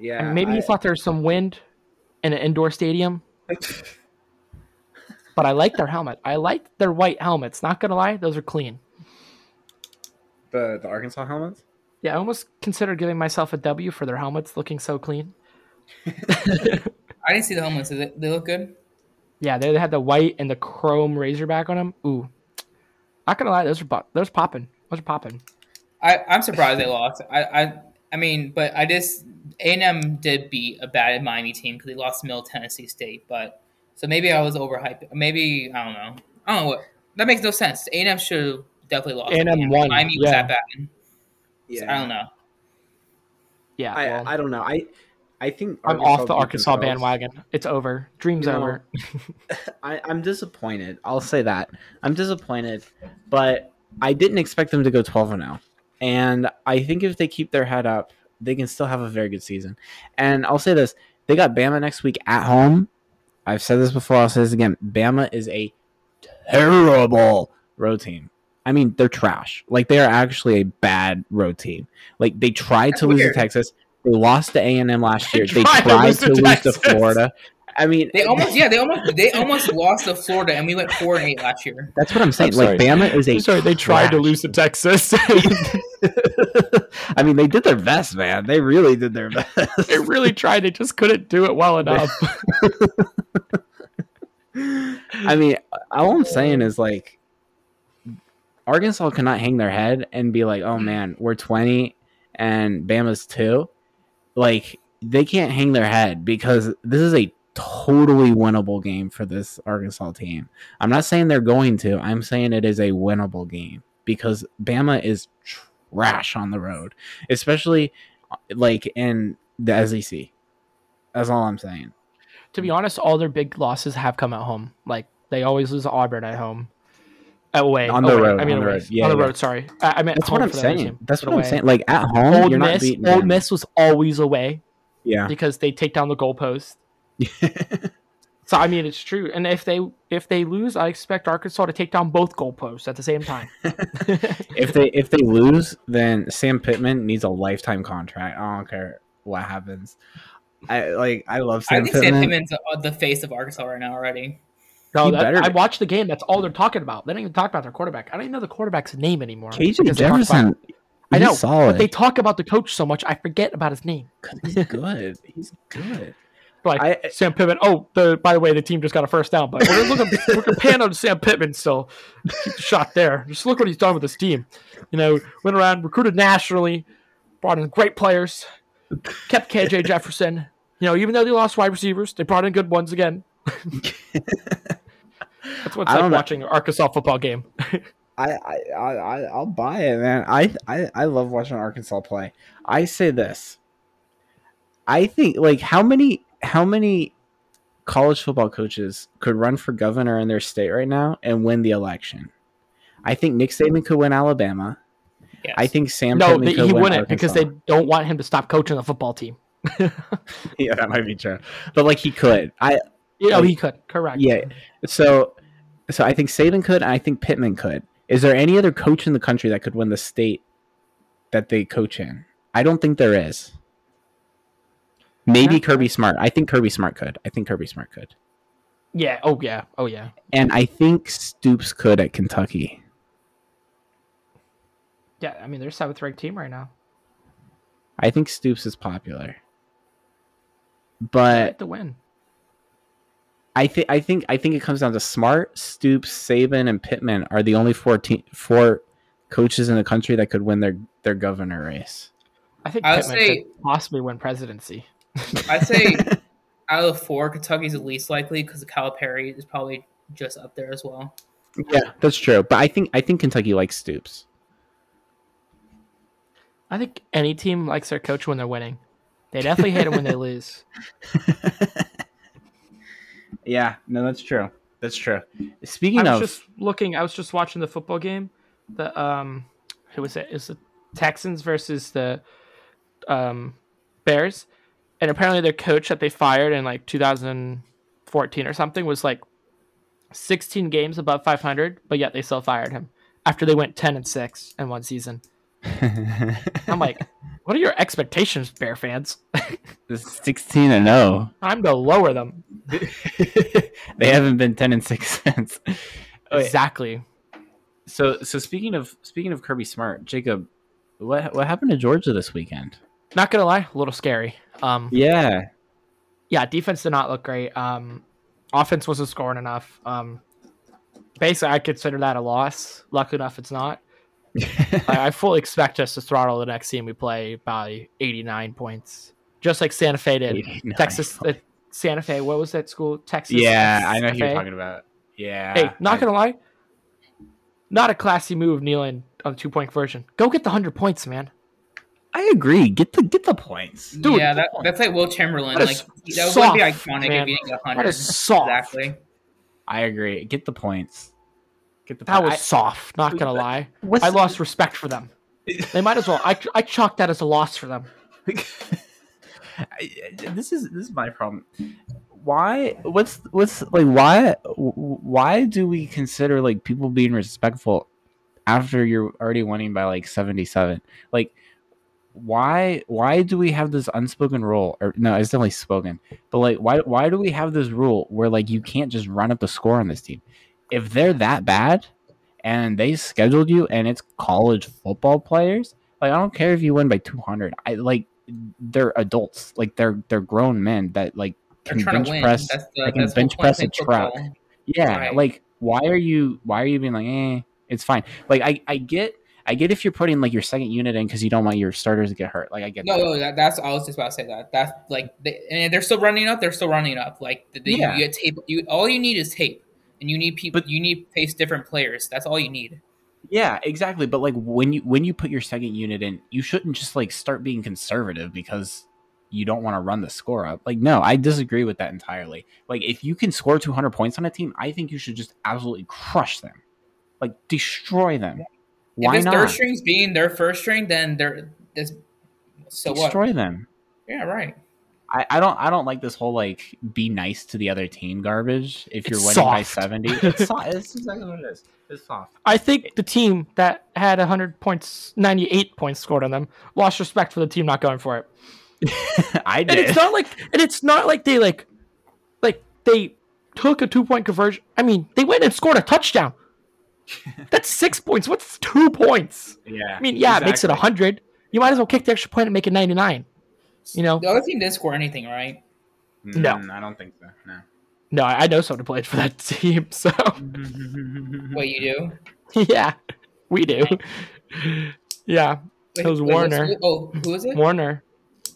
[SPEAKER 3] yeah.
[SPEAKER 2] mean, maybe
[SPEAKER 3] I-
[SPEAKER 2] he thought there was some wind in an indoor stadium. but I like their helmet. I like their white helmets. Not gonna lie, those are clean.
[SPEAKER 3] the the Arkansas helmets.
[SPEAKER 2] Yeah, I almost considered giving myself a W for their helmets looking so clean.
[SPEAKER 1] I didn't see the homeless. Did they, they look good?
[SPEAKER 2] Yeah, they had the white and the chrome Razorback on them. Ooh, not gonna lie, those are bu- those popping. Those are popping.
[SPEAKER 1] I I'm surprised they lost. I I, I mean, but I just A and M did beat a bad Miami team because they lost to Middle Tennessee State. But so maybe I was overhyped. Maybe I don't know. I don't know what that makes no sense. A and M should have definitely lost.
[SPEAKER 2] A&M won,
[SPEAKER 1] Miami was
[SPEAKER 2] yeah.
[SPEAKER 1] that bad. So I don't know.
[SPEAKER 2] Yeah,
[SPEAKER 3] I,
[SPEAKER 2] well,
[SPEAKER 3] I don't know. I I think
[SPEAKER 2] I'm off the
[SPEAKER 3] beat
[SPEAKER 2] Arkansas
[SPEAKER 3] themselves.
[SPEAKER 2] bandwagon. It's over. Dream's
[SPEAKER 3] You know,
[SPEAKER 2] over.
[SPEAKER 3] I, I'm disappointed. I'll say that. I'm disappointed, but I didn't expect them to go 12 and 0. And I think if they keep their head up, they can still have a very good season. And I'll say this they got Bama next week at home. I've said this before. I'll say this again. Bama is a terrible road team. I mean, they're trash. Like, they are actually a bad road team. Like, they tried
[SPEAKER 1] That's
[SPEAKER 3] to lose
[SPEAKER 1] weird.
[SPEAKER 3] to Texas. They lost to A&M last
[SPEAKER 2] They
[SPEAKER 3] year. They
[SPEAKER 2] tried to
[SPEAKER 3] tried
[SPEAKER 2] lose to
[SPEAKER 3] to lose to
[SPEAKER 2] Texas.
[SPEAKER 3] Florida. I mean,
[SPEAKER 1] They almost yeah they almost they almost lost to Florida and we went four and eight last year.
[SPEAKER 3] That's what I'm saying.
[SPEAKER 2] I'm
[SPEAKER 3] like
[SPEAKER 2] sorry.
[SPEAKER 3] Bama is a.
[SPEAKER 2] Sorry, they tried to lose to Texas. they
[SPEAKER 3] I mean, they did their best, man. They really did their best.
[SPEAKER 2] really tried. They just couldn't do it well enough.
[SPEAKER 3] I mean, all I'm saying is like, Arkansas cannot hang their head and be like, "Oh man, we're 20 and Bama's two. Like they can't hang their head because this is a totally winnable game for this Arkansas team. I'm not saying they're going to. I'm saying it is a winnable game because Bama is trash on the road, especially like in the SEC. That's all I'm saying.
[SPEAKER 2] to be honest, all their big losses have come at home. Like they always lose to Auburn at home. Uh, Away
[SPEAKER 3] On the
[SPEAKER 2] away.
[SPEAKER 3] road,
[SPEAKER 2] I mean,
[SPEAKER 3] on the
[SPEAKER 2] away.
[SPEAKER 3] road. Yeah,
[SPEAKER 2] on the
[SPEAKER 3] yeah.
[SPEAKER 2] road. Sorry, I, I meant
[SPEAKER 3] That's
[SPEAKER 2] home
[SPEAKER 3] what I'm
[SPEAKER 2] for the other
[SPEAKER 3] saying.
[SPEAKER 2] team,
[SPEAKER 3] That's
[SPEAKER 2] but
[SPEAKER 3] what I'm
[SPEAKER 2] away.
[SPEAKER 3] saying. Like at home,
[SPEAKER 2] Old
[SPEAKER 3] you're not
[SPEAKER 2] Miss,
[SPEAKER 3] beating
[SPEAKER 2] Old
[SPEAKER 3] Bama.
[SPEAKER 2] Miss was always away
[SPEAKER 3] Yeah,
[SPEAKER 2] because they take down the goalpost. so I mean, it's true. And if they if they lose, I expect Arkansas to take down both goalposts at the same time.
[SPEAKER 3] if they if they lose, then Sam Pittman needs a lifetime contract. I don't care what happens. I like I love
[SPEAKER 1] I
[SPEAKER 3] Sam
[SPEAKER 1] think
[SPEAKER 3] Pittman.
[SPEAKER 1] Sam Pittman's uh, the face of Arkansas right now already.
[SPEAKER 2] No,
[SPEAKER 3] He
[SPEAKER 2] that,
[SPEAKER 3] better
[SPEAKER 2] I
[SPEAKER 3] be.
[SPEAKER 2] watched the game. That's all they're talking about. They don't even talk about their quarterback. I don't even know the quarterback's name anymore.
[SPEAKER 3] KJ
[SPEAKER 2] because they talk about-
[SPEAKER 3] Jefferson.
[SPEAKER 2] I know,
[SPEAKER 3] he's solid.
[SPEAKER 2] They talk about the coach so much, I forget about his name.
[SPEAKER 3] 'Cause he's good. He's good.
[SPEAKER 2] like
[SPEAKER 3] I-
[SPEAKER 2] Sam Pittman. Oh, the by the way, the team just got a first down, but we're looking we're comparing on Sam Pittman. So keep the shot there. Just look what he's done with this team. You know, went around, recruited nationally, brought in great players, kept KJ Jefferson. You know, even though they lost wide receivers, they brought in good ones again. That's what's
[SPEAKER 3] I
[SPEAKER 2] like
[SPEAKER 3] don't know.
[SPEAKER 2] watching an Arkansas football game.
[SPEAKER 3] I, I, I, I- I'll buy it, man. I, I, I love watching Arkansas play. I say this. I think like how many how many college football coaches could run for governor in their state right now and win the election? I think Nick Saban could win Alabama.
[SPEAKER 1] Yes.
[SPEAKER 3] I think Sam.
[SPEAKER 2] No,
[SPEAKER 3] Pittman
[SPEAKER 2] that
[SPEAKER 3] could
[SPEAKER 2] he
[SPEAKER 3] win
[SPEAKER 2] wouldn't because they
[SPEAKER 3] Arkansas.
[SPEAKER 2] don't want him to stop coaching the football team.
[SPEAKER 3] yeah, that might be true. But like he could. I
[SPEAKER 2] You know,
[SPEAKER 3] Like-
[SPEAKER 2] he could. Correct.
[SPEAKER 3] yeah. So so I think Saban could, and I think Pittman could. Is there any other coach in the country that could win the state that they coach in? I don't think there is. Maybe
[SPEAKER 2] Yeah.
[SPEAKER 3] Kirby Smart. I think Kirby Smart could. I think Kirby Smart could.
[SPEAKER 2] Yeah. Oh yeah. Oh yeah.
[SPEAKER 3] And I think Stoops could at Kentucky.
[SPEAKER 2] Yeah. I mean, they're seventh ranked team right now.
[SPEAKER 3] I think Stoops is popular.
[SPEAKER 2] They
[SPEAKER 3] But
[SPEAKER 2] have to win.
[SPEAKER 3] I think I think I think it comes down to Smart, Stoops, Saban, and Pittman are the only four te- four coaches in the country that could win their their governor race.
[SPEAKER 2] I think
[SPEAKER 1] I would
[SPEAKER 2] Pittman
[SPEAKER 1] say-
[SPEAKER 2] could possibly win presidency.
[SPEAKER 1] I'd say out of the four, Kentucky's the least likely because Calipari is probably just up there as well.
[SPEAKER 3] Yeah, that's true. But I think I think Kentucky likes Stoops.
[SPEAKER 2] I think any team likes their coach when they're winning. They definitely hate it when they lose.
[SPEAKER 3] Yeah, no, that's true. That's true.
[SPEAKER 2] I
[SPEAKER 3] Speaking
[SPEAKER 2] was
[SPEAKER 3] of,
[SPEAKER 2] just looking. I was just watching the football game. The um, who was it? It was the Texans versus the um Bears, and apparently their coach that they fired in like 2014 or something was like 16 games above 500, but yet they still fired him after they went 10 and six in one season. I'm like, what are your expectations, Bear fans?
[SPEAKER 3] sixteen and zero.
[SPEAKER 2] Time to lower them.
[SPEAKER 3] they haven't been ten and six since. Oh, yeah.
[SPEAKER 2] Exactly.
[SPEAKER 3] So so speaking of speaking of Kirby Smart, Jacob, what what happened to Georgia this weekend?
[SPEAKER 2] Not gonna lie, a little scary. Um,
[SPEAKER 3] Yeah,
[SPEAKER 2] yeah, defense did not look great. Um, offense wasn't scoring enough. Um, basically, I consider that a loss. Luckily enough, it's not. I, I fully expect us to throttle the next team we play by 89 points, just like Santa Fe did.
[SPEAKER 3] 89
[SPEAKER 2] Texas, uh, Santa Fe. What was that school? Texas.
[SPEAKER 3] Yeah, I know who
[SPEAKER 2] Santa
[SPEAKER 3] you're
[SPEAKER 2] Fe?
[SPEAKER 3] talking about. Yeah.
[SPEAKER 2] Hey, not
[SPEAKER 3] I-
[SPEAKER 2] gonna lie, not a classy move kneeling on the two point version. Go get the hundred points, man.
[SPEAKER 3] I agree. Get the get the points.
[SPEAKER 2] Dude,
[SPEAKER 1] yeah, that,
[SPEAKER 2] come on.
[SPEAKER 1] that's like Will Chamberlain.
[SPEAKER 2] That
[SPEAKER 1] Like
[SPEAKER 2] is
[SPEAKER 1] that would be
[SPEAKER 2] soft,
[SPEAKER 1] iconic
[SPEAKER 2] man.
[SPEAKER 1] if you didn't get
[SPEAKER 2] That
[SPEAKER 1] hundred.
[SPEAKER 2] is soft.
[SPEAKER 1] Exactly.
[SPEAKER 3] I agree. Get the points. Get the
[SPEAKER 2] That was
[SPEAKER 3] points.
[SPEAKER 2] soft. Not gonna lie.
[SPEAKER 3] I, what's
[SPEAKER 2] I lost respect for them. They might as well. I, I chalked that as a loss for them.
[SPEAKER 3] I- this is this is my problem. Why? What's what's like? Why? Why do we consider like people being respectful after you're already winning by like seventy seven? Like, why? Why do we have this unspoken rule? Or no, it's definitely spoken. But like, why? Why do we have this rule where like you can't just run up the score on this team if they're that bad? And they scheduled you, and it's college football players. Like I don't care if you win by two hundred. I like they're adults, like they're they're grown men that like
[SPEAKER 1] They're
[SPEAKER 3] can
[SPEAKER 1] trying
[SPEAKER 3] bench
[SPEAKER 1] to win.
[SPEAKER 3] press.
[SPEAKER 1] that's the,
[SPEAKER 3] they can
[SPEAKER 1] that's the whole
[SPEAKER 3] bench
[SPEAKER 1] point of
[SPEAKER 3] press a
[SPEAKER 1] playing
[SPEAKER 3] truck.
[SPEAKER 1] football.
[SPEAKER 3] Yeah,
[SPEAKER 1] Right.
[SPEAKER 3] like why are you why are you being like eh? It's fine. Like I I get I get if you're putting like your second unit in because you don't want your starters to get hurt. Like I get
[SPEAKER 1] No,
[SPEAKER 3] that.
[SPEAKER 1] no, that, that's I was just about to say that. That's like, they, and they're still running up. They're still running up. Like, the, the,
[SPEAKER 3] Yeah.
[SPEAKER 1] you get tape. You all you need is tape, and you need people.
[SPEAKER 3] But-
[SPEAKER 1] you need to face different players. That's all you need.
[SPEAKER 3] Yeah, exactly. But like when you when you put your second unit in, you shouldn't just like start being conservative because you don't want to run the score up. Like no, I disagree with that entirely. Like if you can score 200 points on a team, I think you should just absolutely crush them. Like destroy them.
[SPEAKER 1] if
[SPEAKER 3] Why
[SPEAKER 1] it's third
[SPEAKER 3] not?
[SPEAKER 1] strings being their first string, then they're this. So
[SPEAKER 3] destroy
[SPEAKER 1] what?
[SPEAKER 3] them.
[SPEAKER 1] Yeah, right.
[SPEAKER 3] I, I don't I don't like this whole like be nice to the other team garbage if you're
[SPEAKER 2] It's
[SPEAKER 3] winning by
[SPEAKER 2] soft.
[SPEAKER 3] 70. It's so- it's exactly what it is. It's soft.
[SPEAKER 2] I think the team that had 100 points, 98 points scored on them, lost respect for the team not going for it.
[SPEAKER 3] I
[SPEAKER 2] And
[SPEAKER 3] did.
[SPEAKER 2] it's not like, and it's not like they like, like they took a two point conversion. I mean, they went and scored a touchdown. That's six points. What's two points?
[SPEAKER 3] yeah.
[SPEAKER 2] I mean, yeah, it makes it
[SPEAKER 3] exactly.
[SPEAKER 2] 100. You might as well kick the extra point and make it 99. You know,
[SPEAKER 1] The other team didn't score anything, right?
[SPEAKER 2] No.
[SPEAKER 3] Mm, I don't think so. No.
[SPEAKER 2] no, I I know someone who played for that team, so
[SPEAKER 1] What you do?
[SPEAKER 2] yeah, we do. Yeah.
[SPEAKER 1] Wait,
[SPEAKER 2] It was
[SPEAKER 1] wait, what's-
[SPEAKER 2] Warner.
[SPEAKER 1] Oh, who is it?
[SPEAKER 2] Warner. Uh,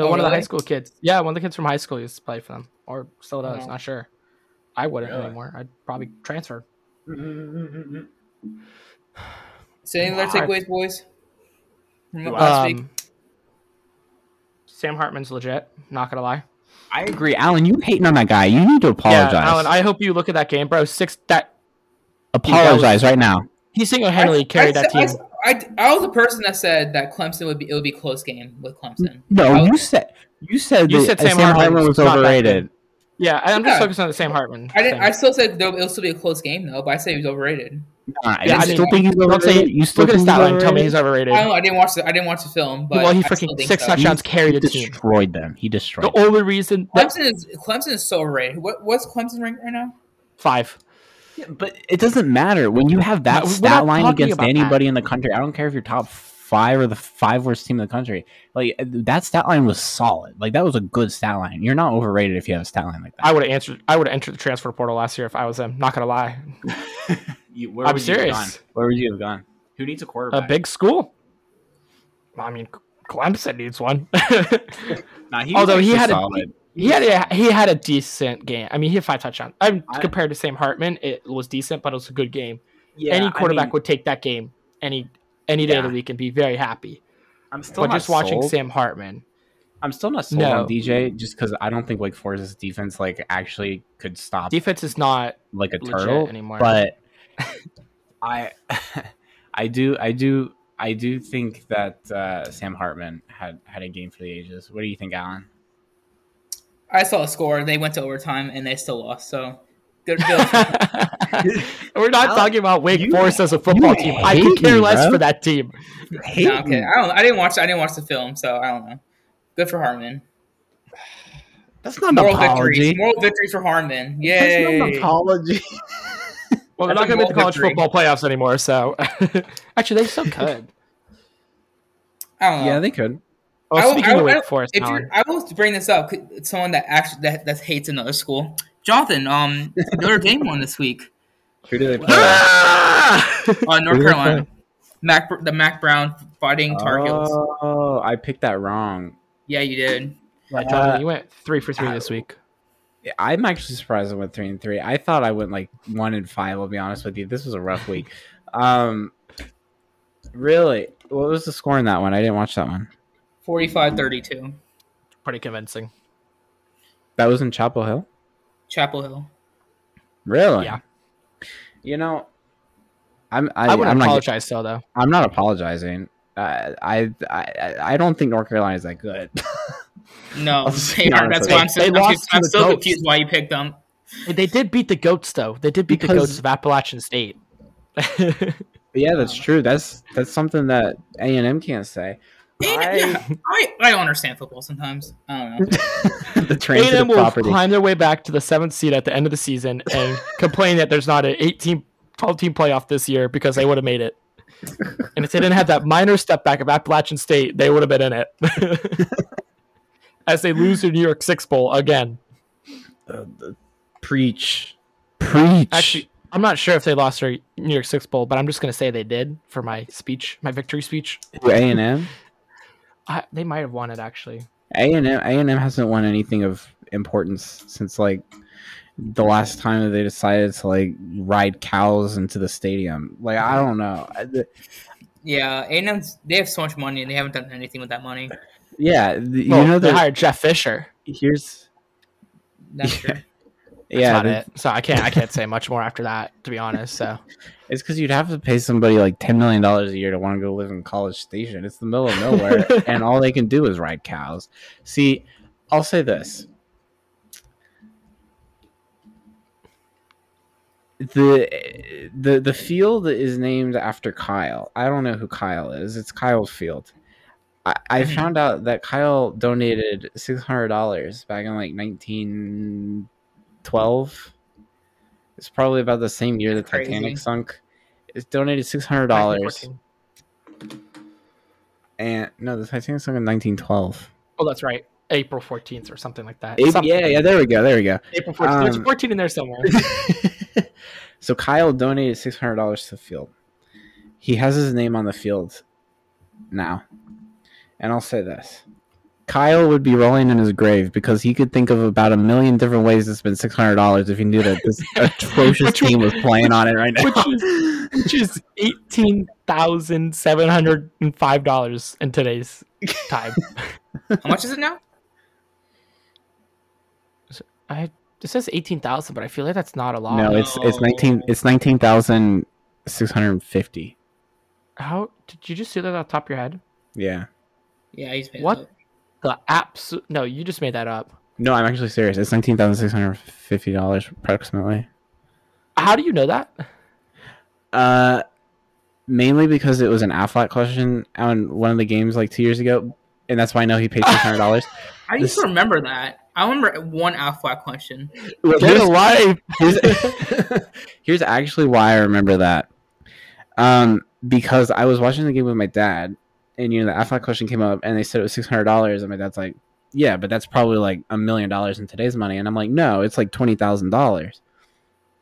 [SPEAKER 1] Oh,
[SPEAKER 2] one of the high
[SPEAKER 1] really?
[SPEAKER 2] school kids. Yeah, one of the kids from high school used to play for them, or still does.
[SPEAKER 1] Oh.
[SPEAKER 2] Not sure. I wouldn't
[SPEAKER 3] Really?
[SPEAKER 2] anymore. I'd probably transfer.
[SPEAKER 1] So any other
[SPEAKER 2] Wow.
[SPEAKER 1] takeaways, boys? From
[SPEAKER 3] Wow.
[SPEAKER 1] last week?
[SPEAKER 2] Um, Sam Hartman's legit. Not gonna lie.
[SPEAKER 3] I agree, Alan. You hating on that guy? You need to apologize.
[SPEAKER 2] Yeah, Alan. I hope you look at that game, bro. Six. That
[SPEAKER 3] apologize right now.
[SPEAKER 2] he single handedly carried
[SPEAKER 1] I,
[SPEAKER 2] that
[SPEAKER 1] I,
[SPEAKER 2] team.
[SPEAKER 1] I, I, I was the person that said that Clemson would be it would be close game with Clemson. I
[SPEAKER 3] No,
[SPEAKER 1] was-
[SPEAKER 3] you said you said
[SPEAKER 2] You
[SPEAKER 3] that
[SPEAKER 2] said
[SPEAKER 3] Sam,
[SPEAKER 2] Sam Hartman
[SPEAKER 3] Hartman
[SPEAKER 2] was
[SPEAKER 3] was
[SPEAKER 2] not that
[SPEAKER 3] overrated.
[SPEAKER 2] Yeah, and I'm just
[SPEAKER 1] Yeah.
[SPEAKER 2] focusing on the Sam Hartman.
[SPEAKER 1] I didn't.
[SPEAKER 2] thing.
[SPEAKER 1] I still said there, it'll still be a close game though, but I said he was overrated.
[SPEAKER 3] Nah, I
[SPEAKER 2] Yeah, I
[SPEAKER 3] you still
[SPEAKER 2] mean,
[SPEAKER 3] think he's
[SPEAKER 2] don't say-
[SPEAKER 3] overrated. you still
[SPEAKER 2] Look at
[SPEAKER 3] think
[SPEAKER 2] his
[SPEAKER 3] he's
[SPEAKER 2] stat line. Tell me he's
[SPEAKER 3] overrated?
[SPEAKER 2] overrated.
[SPEAKER 1] I don't know. I didn't watch the I didn't watch the film, but
[SPEAKER 2] well, he
[SPEAKER 1] I still
[SPEAKER 2] freaking
[SPEAKER 1] think
[SPEAKER 2] six
[SPEAKER 1] so.
[SPEAKER 2] touchdowns carried
[SPEAKER 3] He
[SPEAKER 2] the team.
[SPEAKER 3] destroyed them. He destroyed.
[SPEAKER 2] The only reason that
[SPEAKER 1] Clemson is Clemson is so overrated. What, what's Clemson ranked right now?
[SPEAKER 2] five.
[SPEAKER 3] them. But it doesn't matter when you have that
[SPEAKER 2] We're not
[SPEAKER 3] stat line
[SPEAKER 2] talking
[SPEAKER 3] against
[SPEAKER 2] about that.
[SPEAKER 3] anybody in the country. I don't care if you're top five or the five worst team in the country. Like uh, that stat line was solid. Like that was a good stat line. You're not overrated if you have a stat line like that.
[SPEAKER 2] I would have answered. I would have entered the transfer portal last year if I was them. Not gonna lie,
[SPEAKER 3] You, where
[SPEAKER 2] I'm
[SPEAKER 3] would you have
[SPEAKER 2] serious.
[SPEAKER 3] gone? Where would you have gone? Who needs a
[SPEAKER 2] a
[SPEAKER 3] quarterback?
[SPEAKER 2] big school. I mean, Clemson needs one.
[SPEAKER 3] Nah, he
[SPEAKER 2] Although he
[SPEAKER 3] actually
[SPEAKER 2] had a-
[SPEAKER 3] solid.
[SPEAKER 2] he had a, he had a decent game. I mean, he had five touchdowns. I'm
[SPEAKER 3] I-
[SPEAKER 2] compared to Sam Hartman. It was decent, but it was a good game.
[SPEAKER 3] Yeah, I
[SPEAKER 2] any
[SPEAKER 3] mean,
[SPEAKER 2] quarterback would take that game any any day of the
[SPEAKER 3] Yeah.
[SPEAKER 2] week and be very happy.
[SPEAKER 3] I'm still
[SPEAKER 2] but
[SPEAKER 3] not
[SPEAKER 2] just watching
[SPEAKER 3] sold.
[SPEAKER 2] Sam Hartman,
[SPEAKER 3] I'm still not sold
[SPEAKER 2] No.
[SPEAKER 3] on DJ just because I don't think Wake Forest's defense like actually could stop
[SPEAKER 2] defense is not
[SPEAKER 3] like a
[SPEAKER 2] legit
[SPEAKER 3] turtle
[SPEAKER 2] anymore.
[SPEAKER 3] But I, I do, I do, I do think that uh, Sam Hartman had had a game for the ages. What do you think, Alan?
[SPEAKER 1] I saw the score. They went to overtime and they still lost. So good. good.
[SPEAKER 2] We're not
[SPEAKER 3] Alex,
[SPEAKER 2] talking about Wake
[SPEAKER 3] you-
[SPEAKER 2] Forest as a football
[SPEAKER 3] you
[SPEAKER 2] team. I could
[SPEAKER 3] hate
[SPEAKER 2] care
[SPEAKER 3] me,
[SPEAKER 2] less
[SPEAKER 3] bro.
[SPEAKER 2] for that team.
[SPEAKER 1] no, okay. I don't. I didn't watch. I didn't watch the film, so I don't know. Good for Harmon.
[SPEAKER 3] That's not an
[SPEAKER 1] Moral victories.
[SPEAKER 3] apology.
[SPEAKER 1] Moral victories for Harmon.
[SPEAKER 3] That's not
[SPEAKER 1] Yay.
[SPEAKER 3] an apology.
[SPEAKER 2] Well,
[SPEAKER 1] That's
[SPEAKER 2] they're not
[SPEAKER 1] a
[SPEAKER 2] going to make the
[SPEAKER 1] moral
[SPEAKER 2] college
[SPEAKER 1] victory.
[SPEAKER 2] football playoffs anymore. So actually, they still could.
[SPEAKER 1] I don't know.
[SPEAKER 3] yeah, they could.
[SPEAKER 1] I
[SPEAKER 2] Well,
[SPEAKER 1] will-
[SPEAKER 2] speaking
[SPEAKER 1] I
[SPEAKER 2] of
[SPEAKER 1] will-
[SPEAKER 2] Wake Forest,
[SPEAKER 1] if
[SPEAKER 2] Alan,
[SPEAKER 1] you're, I will bring this up. 'cause it's Someone that actually that, that hates another school, Jonathan. Um, Notre Dame won this week.
[SPEAKER 3] Who do they play?
[SPEAKER 2] Ah!
[SPEAKER 1] Uh, North
[SPEAKER 3] Who did they Uh,
[SPEAKER 1] Carolina. Mac the Mac Brown fighting Tar Heels.
[SPEAKER 3] oh, I picked that wrong.
[SPEAKER 1] yeah, you did.
[SPEAKER 2] Yeah, Jonathan,
[SPEAKER 3] Uh,
[SPEAKER 2] you went three for three this week.
[SPEAKER 3] Yeah, I'm actually surprised I went three and three. I thought I went like one and five. I'll be honest with you. This was a rough week. Um, really, what was the score in that one? I didn't watch that one.
[SPEAKER 1] 45-32.
[SPEAKER 2] Pretty convincing.
[SPEAKER 3] That was in Chapel Hill.
[SPEAKER 1] Chapel Hill.
[SPEAKER 3] Really?
[SPEAKER 2] Yeah.
[SPEAKER 3] You know, I'm I,
[SPEAKER 2] I,
[SPEAKER 3] I
[SPEAKER 2] would
[SPEAKER 3] am not
[SPEAKER 2] apologize still, though.
[SPEAKER 3] I'm not apologizing. Uh, I, I I I don't think North Carolina is that good.
[SPEAKER 1] No,
[SPEAKER 3] I'll just
[SPEAKER 1] they
[SPEAKER 3] be
[SPEAKER 1] aren't.
[SPEAKER 3] honest
[SPEAKER 1] That's
[SPEAKER 3] with
[SPEAKER 1] why I'm so confused.
[SPEAKER 3] you.
[SPEAKER 2] They lost to
[SPEAKER 1] I'm
[SPEAKER 2] the
[SPEAKER 1] so
[SPEAKER 2] Goats.
[SPEAKER 1] confused why you picked them.
[SPEAKER 2] They did beat the goats, though. They did beat the
[SPEAKER 3] Because-
[SPEAKER 2] goats of Appalachian State.
[SPEAKER 3] But yeah, that's
[SPEAKER 1] Um,
[SPEAKER 3] true. That's that's something that A and M can't say.
[SPEAKER 1] And,
[SPEAKER 3] I-
[SPEAKER 1] yeah, I, I don't understand football sometimes. I don't know.
[SPEAKER 3] the
[SPEAKER 2] A&M
[SPEAKER 3] transitive
[SPEAKER 2] will
[SPEAKER 3] property.
[SPEAKER 2] climb their way back to the seventh seed at the end of the season and complain that there's not an 18, 12 team playoff this year because they would have made it. And if they didn't have that minor step back of Appalachian State, they would have been in it. As they lose their New York Six Bowl again.
[SPEAKER 3] Uh, the- preach, preach.
[SPEAKER 2] Actually, I'm not sure if they lost their New York Six Bowl, but I'm just going to say they did for my speech, my victory speech.
[SPEAKER 3] A and M.
[SPEAKER 2] I, they might have won it, actually.
[SPEAKER 3] A and M A and M hasn't won anything of importance since like the last time that they decided to like ride cows into the stadium. Like I don't know. I- the-
[SPEAKER 1] Yeah, A&M's, they have so much money and they haven't done anything with that money.
[SPEAKER 3] Yeah, the- you
[SPEAKER 2] Well,
[SPEAKER 3] know
[SPEAKER 2] they
[SPEAKER 3] the
[SPEAKER 2] hired Jeff Fisher.
[SPEAKER 3] here's
[SPEAKER 1] That's true.
[SPEAKER 2] That's
[SPEAKER 3] yeah.
[SPEAKER 2] about
[SPEAKER 3] the-
[SPEAKER 2] it. So I can't I can't say much more after that, to be honest. So
[SPEAKER 3] It's because you'd have to pay somebody like ten million dollars a year to want to go live in College Station. It's the middle of nowhere, and all they can do is ride cows. See, I'll say this: the the the field is named after Kyle. I don't know who Kyle is. It's Kyle's field. I, I
[SPEAKER 2] Mm-hmm.
[SPEAKER 1] Mhm.
[SPEAKER 3] found out that Kyle donated six hundred dollars back in like nineteen twelve. It's probably about the same year the
[SPEAKER 1] Crazy.
[SPEAKER 3] Titanic sunk. It's donated six hundred dollars, and no, the Titanic sunk in nineteen twelve.
[SPEAKER 2] Oh, that's right. April 14th or something like that.
[SPEAKER 3] Yeah,
[SPEAKER 2] Something.
[SPEAKER 3] yeah, there we go, there we go.
[SPEAKER 2] April 14th. There's
[SPEAKER 3] Um,
[SPEAKER 2] 14 in there somewhere.
[SPEAKER 3] so Kyle donated six hundred dollars to the field. He has his name on the field now, and I'll say this: Kyle would be rolling in his grave because he could think of about a million different ways to spend six hundred dollars if he knew that this atrocious
[SPEAKER 2] Which was-
[SPEAKER 3] team was playing on it right now.
[SPEAKER 2] which Which is $18,705 in today's time.
[SPEAKER 1] How much is it now?
[SPEAKER 2] I it says 18,000, but I feel like that's not a lot.
[SPEAKER 3] no, it's it's nineteen it's nineteen thousand six hundred fifty.
[SPEAKER 2] How did you just say that off the top of your head?
[SPEAKER 3] Yeah.
[SPEAKER 1] Yeah, he's paid
[SPEAKER 2] What?
[SPEAKER 1] up.
[SPEAKER 2] The absolute no, you just made that up.
[SPEAKER 3] No, I'm actually serious. It's nineteen thousand six hundred fifty dollars approximately.
[SPEAKER 2] How do you know that?
[SPEAKER 3] Uh, mainly because it was an Affleck question on one of the games like two years ago, and that's why I know he paid six hundred dollars.
[SPEAKER 1] I used
[SPEAKER 3] This-
[SPEAKER 1] to remember that. I remember one Affleck question.
[SPEAKER 2] Get a life.
[SPEAKER 3] here's, here's actually why I remember that. Um, because I was watching the game with my dad, and you know the Affleck question came up, and they said it was six hundred dollars, and my dad's like, "Yeah, but that's probably like a million dollars in today's money," and I'm like, "No, it's like twenty thousand dollars,"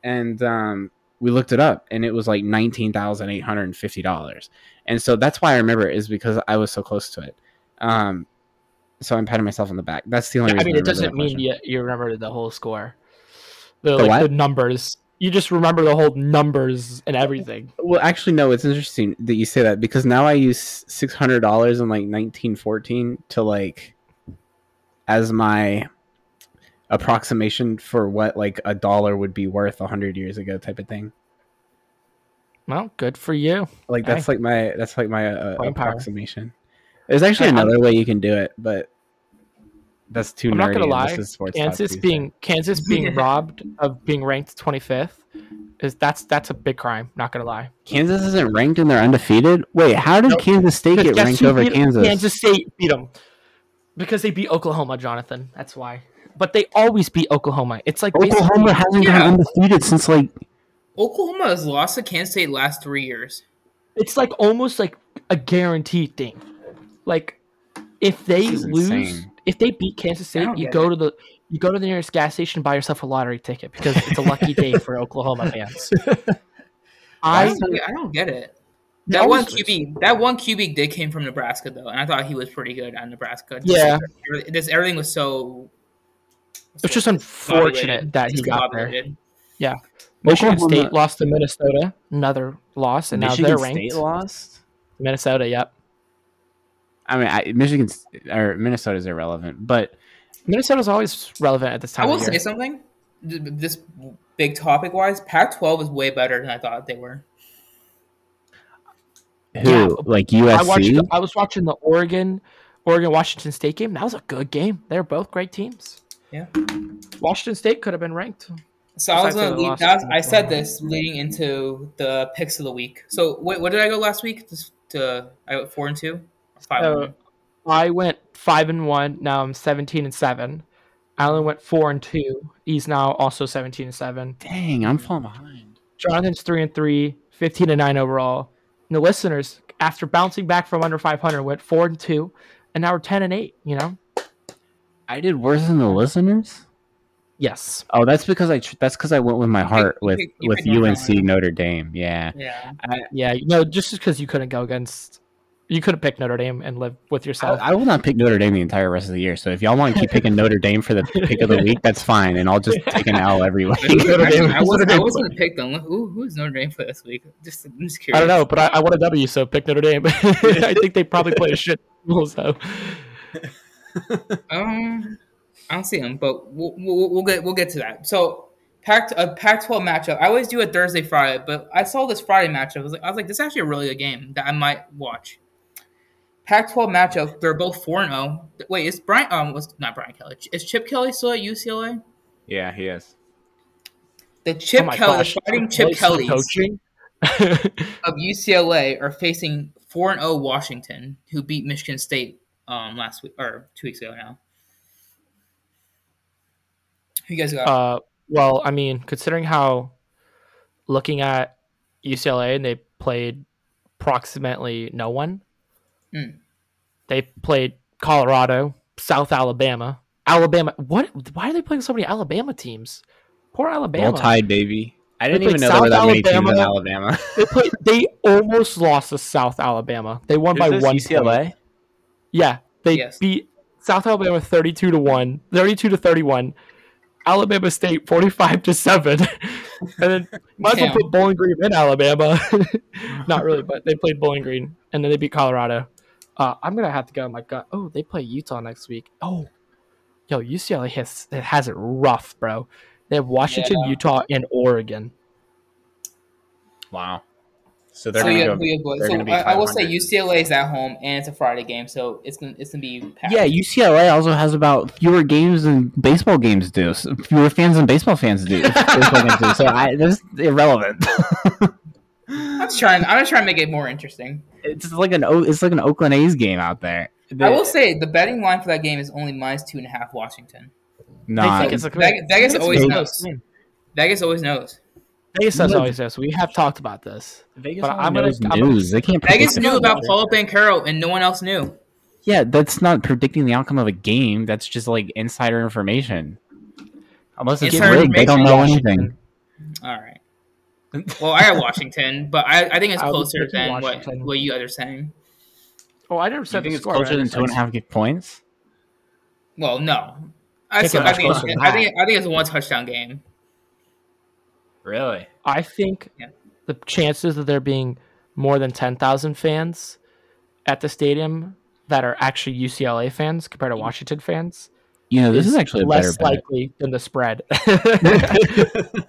[SPEAKER 3] and um, we looked it up, and it was like nineteen thousand eight hundred and fifty dollars, and so that's why I remember it is because I was so close to it. Um, so I'm patting myself on the back. That's the only.
[SPEAKER 2] I
[SPEAKER 3] reason
[SPEAKER 2] mean, it
[SPEAKER 3] remember
[SPEAKER 2] doesn't
[SPEAKER 3] that
[SPEAKER 2] mean
[SPEAKER 3] question.
[SPEAKER 2] you, you remember the whole score.
[SPEAKER 3] The
[SPEAKER 2] The, like,
[SPEAKER 3] what?
[SPEAKER 2] the numbers. You just remember the whole numbers and everything.
[SPEAKER 3] Well, actually, no. It's interesting that you say that because now I use six hundred dollars in like nineteen fourteen to like as my approximation for what like a dollar would be worth a hundred years ago, type of thing.
[SPEAKER 2] Well, good for you.
[SPEAKER 3] Like that's like my that's like my uh,
[SPEAKER 2] Brain power.
[SPEAKER 3] approximation. There's actually
[SPEAKER 2] I'm-
[SPEAKER 3] another way you can do it, but that's too.
[SPEAKER 2] I'm not gonna
[SPEAKER 3] nerdy, and
[SPEAKER 2] lie,
[SPEAKER 3] This is sports Talk
[SPEAKER 2] Kansas
[SPEAKER 3] Tuesday.
[SPEAKER 2] being Kansas being robbed of being ranked 25th is that's that's a big crime. Not gonna lie.
[SPEAKER 3] Kansas isn't ranked and they're undefeated. Wait, how did
[SPEAKER 2] Nope.
[SPEAKER 3] Kansas State get
[SPEAKER 2] Guess
[SPEAKER 3] ranked
[SPEAKER 2] who
[SPEAKER 3] over
[SPEAKER 2] beat-
[SPEAKER 3] Kansas?
[SPEAKER 2] Kansas State beat them because they beat Oklahoma, Jonathan. That's why. But they always beat Oklahoma. It's like basically-
[SPEAKER 3] Oklahoma hasn't
[SPEAKER 1] Yeah.
[SPEAKER 3] gone undefeated since like
[SPEAKER 1] Oklahoma has lost to Kansas State last three years.
[SPEAKER 2] It's like almost like a guaranteed thing. Like if they
[SPEAKER 3] This is
[SPEAKER 2] lose,
[SPEAKER 3] insane.
[SPEAKER 2] if they beat
[SPEAKER 1] I
[SPEAKER 2] Kansas State,
[SPEAKER 1] don't
[SPEAKER 2] you
[SPEAKER 1] get
[SPEAKER 2] go to the you go to the nearest gas station and buy yourself a lottery ticket because it's a lucky day for Oklahoma fans.
[SPEAKER 1] I
[SPEAKER 2] I
[SPEAKER 1] don't, I don't get it.
[SPEAKER 2] They
[SPEAKER 1] That one
[SPEAKER 2] always lose.
[SPEAKER 1] QB, that one QB did came from Nebraska though, and I thought he was pretty good at Nebraska. Just-
[SPEAKER 2] Yeah.
[SPEAKER 1] everything- just everything was so.
[SPEAKER 2] it's just unfortunate that he got there. Michigan
[SPEAKER 3] Oklahoma-
[SPEAKER 2] State lost to Minnesota, another loss, and now they're ranked.
[SPEAKER 3] lost.
[SPEAKER 2] Minnesota, yep.
[SPEAKER 3] I mean, I, Michigan's or Minnesota's irrelevant, but
[SPEAKER 2] Minnesota's always relevant at this
[SPEAKER 1] I
[SPEAKER 2] time.
[SPEAKER 1] will
[SPEAKER 2] of
[SPEAKER 1] say
[SPEAKER 2] year.
[SPEAKER 1] something. th- This big topic wise, Pac-12 is way better than I thought they were.
[SPEAKER 3] who
[SPEAKER 2] Yeah,
[SPEAKER 3] like
[SPEAKER 2] I watched.
[SPEAKER 3] USC?
[SPEAKER 2] I was watching the Oregon, Oregon Washington State game. That was a good game. They're both great teams.
[SPEAKER 1] Yeah.
[SPEAKER 2] Washington State could have been ranked.
[SPEAKER 1] So I was
[SPEAKER 2] Besides
[SPEAKER 1] gonna
[SPEAKER 2] the
[SPEAKER 1] lead.
[SPEAKER 2] loss
[SPEAKER 1] That was,
[SPEAKER 2] to
[SPEAKER 1] I said
[SPEAKER 2] Oklahoma.
[SPEAKER 1] this leading into the picks of the week. So what, what did I go last week? Just to I went four and two, five. and
[SPEAKER 2] Uh,
[SPEAKER 1] one.
[SPEAKER 2] I went five and one. Now I'm seventeen and seven. Alan went four and two. He's now also seventeen and seven.
[SPEAKER 3] Dang, I'm falling behind.
[SPEAKER 2] Jonathan's three and three, 15 and nine overall. And the listeners, after bouncing back from under five hundred, went four and two, and now we're ten and eight. You know.
[SPEAKER 3] I did worse than the listeners.
[SPEAKER 2] Yes.
[SPEAKER 3] Oh, that's because I tr- that's because I went with my heart
[SPEAKER 1] you
[SPEAKER 3] with
[SPEAKER 1] picked- you
[SPEAKER 3] with
[SPEAKER 1] picked North
[SPEAKER 3] UNC
[SPEAKER 1] Carolina.
[SPEAKER 3] Notre Dame. Yeah,
[SPEAKER 1] Yeah,
[SPEAKER 2] Yeah, no, just because you couldn't go against, you couldn't pick Notre Dame and live with
[SPEAKER 3] I,
[SPEAKER 2] yourself.
[SPEAKER 3] I will not pick Notre Dame the entire rest of the year. So if y'all want to keep picking Notre Dame for the pick of the week, that's fine, and I'll just take an L every week.
[SPEAKER 2] Notre Dame-
[SPEAKER 1] Actually, I wasn't. I
[SPEAKER 2] Notre Dame
[SPEAKER 1] wasn't gonna pick them. Who who's Notre Dame for this week? Just I'm just curious.
[SPEAKER 2] I don't know, but I, I want a W, so pick Notre Dame. I think they probably play a shit. school, So
[SPEAKER 1] Um, I don't see them, but we'll, we'll, we'll get we'll get to that. So Pac a Pac-12 matchup. I always do a Thursday Friday, but I saw this Friday matchup. I was like, I was like, this is actually a really good game that I might watch. Pac-12 matchup. They're both four and zero. Wait, is Brian? Um, was not Brian Kelly? Is Chip Kelly still at UCLA?
[SPEAKER 3] yeah, he is.
[SPEAKER 1] The Chip
[SPEAKER 2] oh my
[SPEAKER 1] Kelly,
[SPEAKER 2] gosh,
[SPEAKER 1] the fighting Chip
[SPEAKER 2] Place for
[SPEAKER 1] Kellys
[SPEAKER 2] coaching.
[SPEAKER 1] of UCLA are facing four and zero Washington, who beat Michigan State um last week or two weeks ago now. Who you guys got?
[SPEAKER 2] uh, well, I mean, considering how looking at UCLA and they played approximately no one.
[SPEAKER 1] Hmm.
[SPEAKER 2] They played Colorado, South Alabama, Alabama. What? Why are they playing so many Alabama teams? Poor Alabama.
[SPEAKER 3] All tied, baby. I didn't
[SPEAKER 2] They
[SPEAKER 3] even
[SPEAKER 2] played
[SPEAKER 3] know there were that
[SPEAKER 2] South
[SPEAKER 3] many teams in
[SPEAKER 2] Alabama.
[SPEAKER 3] Alabama.
[SPEAKER 2] they played. They almost lost to South Alabama. They won by one. point. Yeah, they
[SPEAKER 1] Yes.
[SPEAKER 2] beat South Alabama thirty-two to one, 32 to thirty-one. Alabama State forty-five to seven, and then might as well
[SPEAKER 1] Damn.
[SPEAKER 2] put Bowling Green in Alabama. Not really, but they played Bowling Green, and then they beat Colorado. Uh, I'm gonna have to go. My God, oh, they play Utah next week. Oh, yo, UCLA has it has it rough, bro. They have Washington,
[SPEAKER 1] Yeah.
[SPEAKER 2] Utah, and Oregon.
[SPEAKER 3] Wow. So they're
[SPEAKER 1] so
[SPEAKER 3] gonna
[SPEAKER 1] yeah,
[SPEAKER 3] go.
[SPEAKER 1] who you boys-
[SPEAKER 3] they're
[SPEAKER 1] so
[SPEAKER 3] gonna be
[SPEAKER 1] I, I will say
[SPEAKER 3] 500.
[SPEAKER 1] UCLA is at home and it's a Friday game, so it's gonna it's gonna be packed.
[SPEAKER 3] Yeah, UCLA also has about fewer games than baseball games do. S- Fewer fans than baseball fans do. baseball games do. So I, this is irrelevant.
[SPEAKER 1] I'm just trying. I'm just trying to make it more interesting.
[SPEAKER 3] it's like an O- it's like an Oakland A's game out there.
[SPEAKER 1] I will say the betting line for that game is only minus two and a half Washington.
[SPEAKER 2] I
[SPEAKER 3] Nah,
[SPEAKER 2] think it's a
[SPEAKER 1] Vegas- Vegas always knows.
[SPEAKER 2] Vegas,
[SPEAKER 1] Vegas always knows.
[SPEAKER 2] does always this. We have talked about this.
[SPEAKER 3] Vegas
[SPEAKER 2] but
[SPEAKER 3] only
[SPEAKER 2] I'm gonna-
[SPEAKER 3] knows
[SPEAKER 2] I'm gonna-
[SPEAKER 3] news. They can't.
[SPEAKER 1] Vegas
[SPEAKER 3] predict-
[SPEAKER 1] knew about Paulo Bancaro and no one else knew.
[SPEAKER 3] Yeah, that's not predicting the outcome of a game. That's just like insider information. Unless it's
[SPEAKER 1] Insider
[SPEAKER 3] rigged, they don't know anything.
[SPEAKER 1] All right. Well, I got Washington, but I, I think it's
[SPEAKER 2] I would
[SPEAKER 1] closer
[SPEAKER 2] pick
[SPEAKER 1] than what,
[SPEAKER 2] Washington.
[SPEAKER 1] what you guys are saying.
[SPEAKER 2] Oh, I never said the score.
[SPEAKER 3] closer
[SPEAKER 2] I
[SPEAKER 3] than
[SPEAKER 2] just-
[SPEAKER 3] two and a half points?
[SPEAKER 1] Well, no. I,
[SPEAKER 2] Pick
[SPEAKER 1] still,
[SPEAKER 2] it
[SPEAKER 1] I,
[SPEAKER 2] much
[SPEAKER 1] think,
[SPEAKER 2] closer than
[SPEAKER 1] I,
[SPEAKER 2] that.
[SPEAKER 1] think, I think it's a one touchdown game.
[SPEAKER 3] Really?
[SPEAKER 2] I think
[SPEAKER 1] Yeah.
[SPEAKER 2] the chances of there being more than ten thousand fans at the stadium that are actually UCLA fans compared to Washington fans
[SPEAKER 3] You know, Oh, this is actually a better
[SPEAKER 2] less
[SPEAKER 3] bet.
[SPEAKER 2] likely than the spread.
[SPEAKER 1] UC,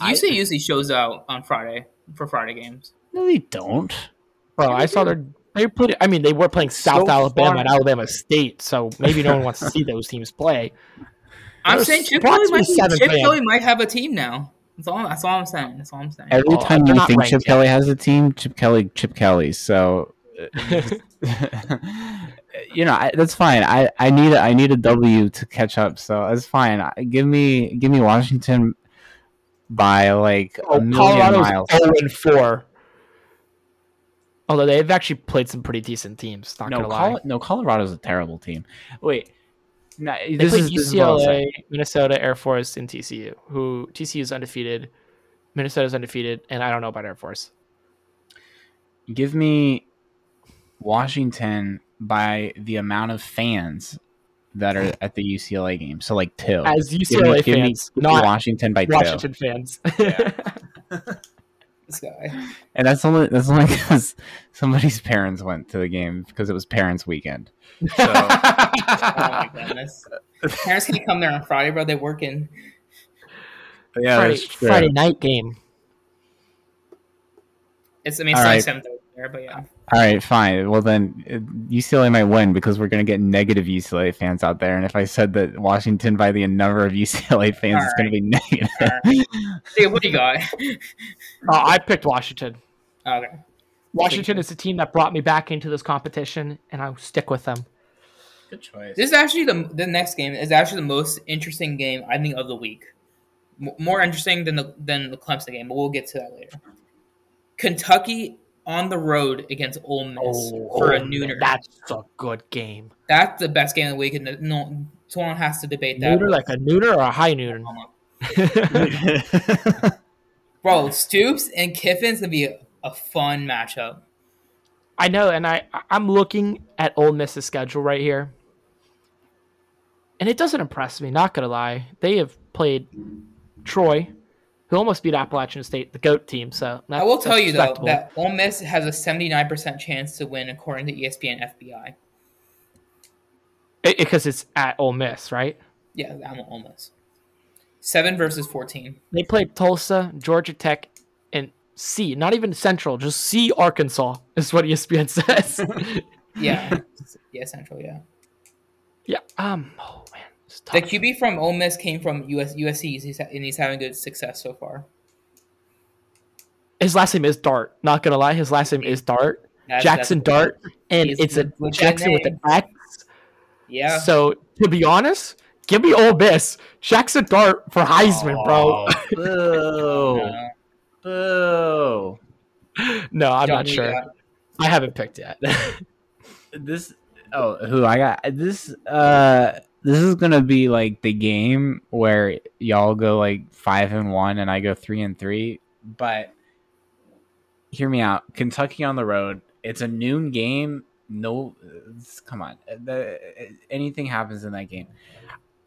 [SPEAKER 3] I-
[SPEAKER 1] UC usually shows out on Friday for Friday games.
[SPEAKER 3] No, they don't.
[SPEAKER 2] Bro, I saw their they put. I mean, they were playing South
[SPEAKER 3] So
[SPEAKER 2] Alabama
[SPEAKER 3] far-
[SPEAKER 2] and Alabama State, so maybe no one wants to see those teams play.
[SPEAKER 1] I'm
[SPEAKER 2] There's
[SPEAKER 1] saying Chip Kelly, might, be-
[SPEAKER 2] approximately seven
[SPEAKER 1] Chip
[SPEAKER 2] fans.
[SPEAKER 1] Kelly might have a team now. That's all. That's all I'm saying. That's all I'm saying.
[SPEAKER 3] Every
[SPEAKER 2] Well,
[SPEAKER 3] time
[SPEAKER 2] they're
[SPEAKER 3] you
[SPEAKER 2] not
[SPEAKER 3] think
[SPEAKER 2] ranked
[SPEAKER 3] Chip
[SPEAKER 2] yet.
[SPEAKER 3] Kelly has a team, Chip Kelly, Chip Kelly. So, uh, you know, I, that's fine. I, I need a, I need a W to catch up. So that's fine. I, give me give me Washington by like
[SPEAKER 2] Oh,
[SPEAKER 3] a million
[SPEAKER 2] Colorado's
[SPEAKER 3] miles.
[SPEAKER 2] zero and four. Although they've actually played some pretty decent teams. Not
[SPEAKER 3] No,
[SPEAKER 2] gonna lie,
[SPEAKER 3] Col- no, Colorado's a terrible team. Wait, no,
[SPEAKER 2] they
[SPEAKER 3] this,
[SPEAKER 2] played
[SPEAKER 3] is, this is what I'll say.
[SPEAKER 2] UCLA, Minnesota, Air Force, and TCU. Who TCU is undefeated, Minnesota's undefeated, and I don't know about Air Force.
[SPEAKER 3] Give me Washington by the amount of fans that are at the UCLA game. So like two.
[SPEAKER 2] As
[SPEAKER 3] Oh, Give me-
[SPEAKER 2] UCLA
[SPEAKER 3] give me-
[SPEAKER 2] fans,
[SPEAKER 3] give me
[SPEAKER 2] not
[SPEAKER 3] Washington by two.
[SPEAKER 2] Washington fans.
[SPEAKER 1] This guy.
[SPEAKER 3] And that's only that's only because somebody's parents went to the game because it was Parents Weekend. So
[SPEAKER 1] Oh my goodness. Parents can't come there on Friday, bro. They working.
[SPEAKER 3] yeah,
[SPEAKER 2] Friday,
[SPEAKER 3] that's true.
[SPEAKER 2] Friday night game.
[SPEAKER 1] It's I mean,
[SPEAKER 3] All
[SPEAKER 1] it's
[SPEAKER 3] right.
[SPEAKER 1] like seven thirty there, but yeah.
[SPEAKER 3] All right, fine. Well then, uh, UCLA might win because we're gonna get negative UCLA fans out there. And if I said that Washington by the number of UCLA fans
[SPEAKER 1] All
[SPEAKER 3] is gonna be negative,
[SPEAKER 1] All right. Dude, what do you got?
[SPEAKER 2] Uh, I picked Washington.
[SPEAKER 1] Okay.
[SPEAKER 2] Washington is the team that brought me back into this competition, and I will stick with them.
[SPEAKER 3] good choice.
[SPEAKER 1] This is actually the the next game is actually the most interesting game I think of the week. M- more interesting than the than the Clemson game, but we'll get to that later. Kentucky on the road against Ole Miss for a nooner.
[SPEAKER 2] Oh, That's a good game.
[SPEAKER 1] That's the best game of the week, and no someone has to debate that.
[SPEAKER 2] Nooner, like a nooner or a high nooner.
[SPEAKER 1] Bro, Stoops and Kiffin's gonna be a, a fun matchup.
[SPEAKER 2] I know, and I I'm looking at Ole Miss's schedule right here, and it doesn't impress me. Not gonna lie, they have played Troy, who almost beat Appalachian State, the goat team. So
[SPEAKER 1] I will tell
[SPEAKER 2] that's
[SPEAKER 1] you though
[SPEAKER 2] respectable.
[SPEAKER 1] that Ole Miss has a seventy nine percent chance to win according to E ESPN FBI.
[SPEAKER 2] It- because it's at Ole Miss, right?
[SPEAKER 1] Yeah, I'm an Ole Miss. Seven versus fourteen.
[SPEAKER 2] They played Tulsa, Georgia Tech, and C. Not even Central, just C. Arkansas is what E ESPN says.
[SPEAKER 1] Yeah, yeah, Central. Yeah,
[SPEAKER 2] yeah. Um. Oh man, it's tough.
[SPEAKER 1] the QB from Ole Miss came from US USC, he's- and he's having good success so far.
[SPEAKER 2] His last name is Dart. Not gonna lie, his last name is Dart.
[SPEAKER 1] That's-
[SPEAKER 2] Jackson
[SPEAKER 1] that's-
[SPEAKER 2] Dart, and
[SPEAKER 1] He's
[SPEAKER 2] it's a
[SPEAKER 1] legit
[SPEAKER 2] Jackson with an
[SPEAKER 1] name.
[SPEAKER 2] X.
[SPEAKER 1] Yeah,
[SPEAKER 2] So to be honest, give me Ole Miss. Jackson Dart for Heisman, bro.
[SPEAKER 1] Uh,
[SPEAKER 3] bro. boo,
[SPEAKER 2] No, I'm
[SPEAKER 1] don't
[SPEAKER 2] not
[SPEAKER 1] need
[SPEAKER 2] sure.
[SPEAKER 1] that.
[SPEAKER 2] I haven't picked yet.
[SPEAKER 3] boo. This oh, who I got this uh this is gonna be like the game where y'all go like five and one and I go three and three. But hear me out. Kentucky on the road. It's a noon game. No, it's- come on. The, anything happens in that game.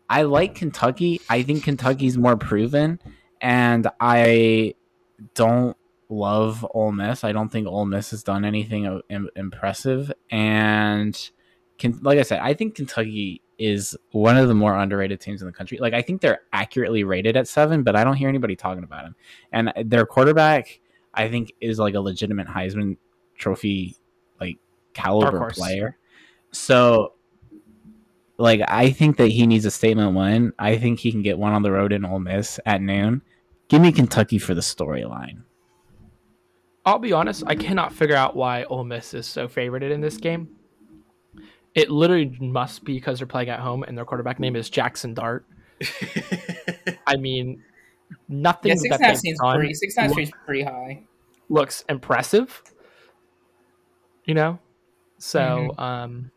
[SPEAKER 3] I like Kentucky. I think Kentucky's more proven, and I don't love Ole Miss. I don't think Ole Miss has done anything o- im- impressive. And can, like I said, I think Kentucky is one of the more underrated teams in the country. Like I think they're accurately rated at seven, but I don't hear anybody talking about them. And their quarterback, I think is like a legitimate Heisman Trophy like caliber
[SPEAKER 2] horse.
[SPEAKER 3] player. So, like, I think that he needs a statement win. I think he can get one on the road in Ole Miss at noon. Give me Kentucky for the storyline.
[SPEAKER 2] I'll be honest, I cannot figure out why Ole Miss is so favorited in this game. It literally must be because they're playing at home and their quarterback name is Jackson Dart. I mean, nothing
[SPEAKER 1] Yeah, six
[SPEAKER 2] that
[SPEAKER 1] and a half
[SPEAKER 2] they've
[SPEAKER 1] seems
[SPEAKER 2] done
[SPEAKER 1] pretty. Six and a half seems pretty high.
[SPEAKER 2] looks impressive. You know? So um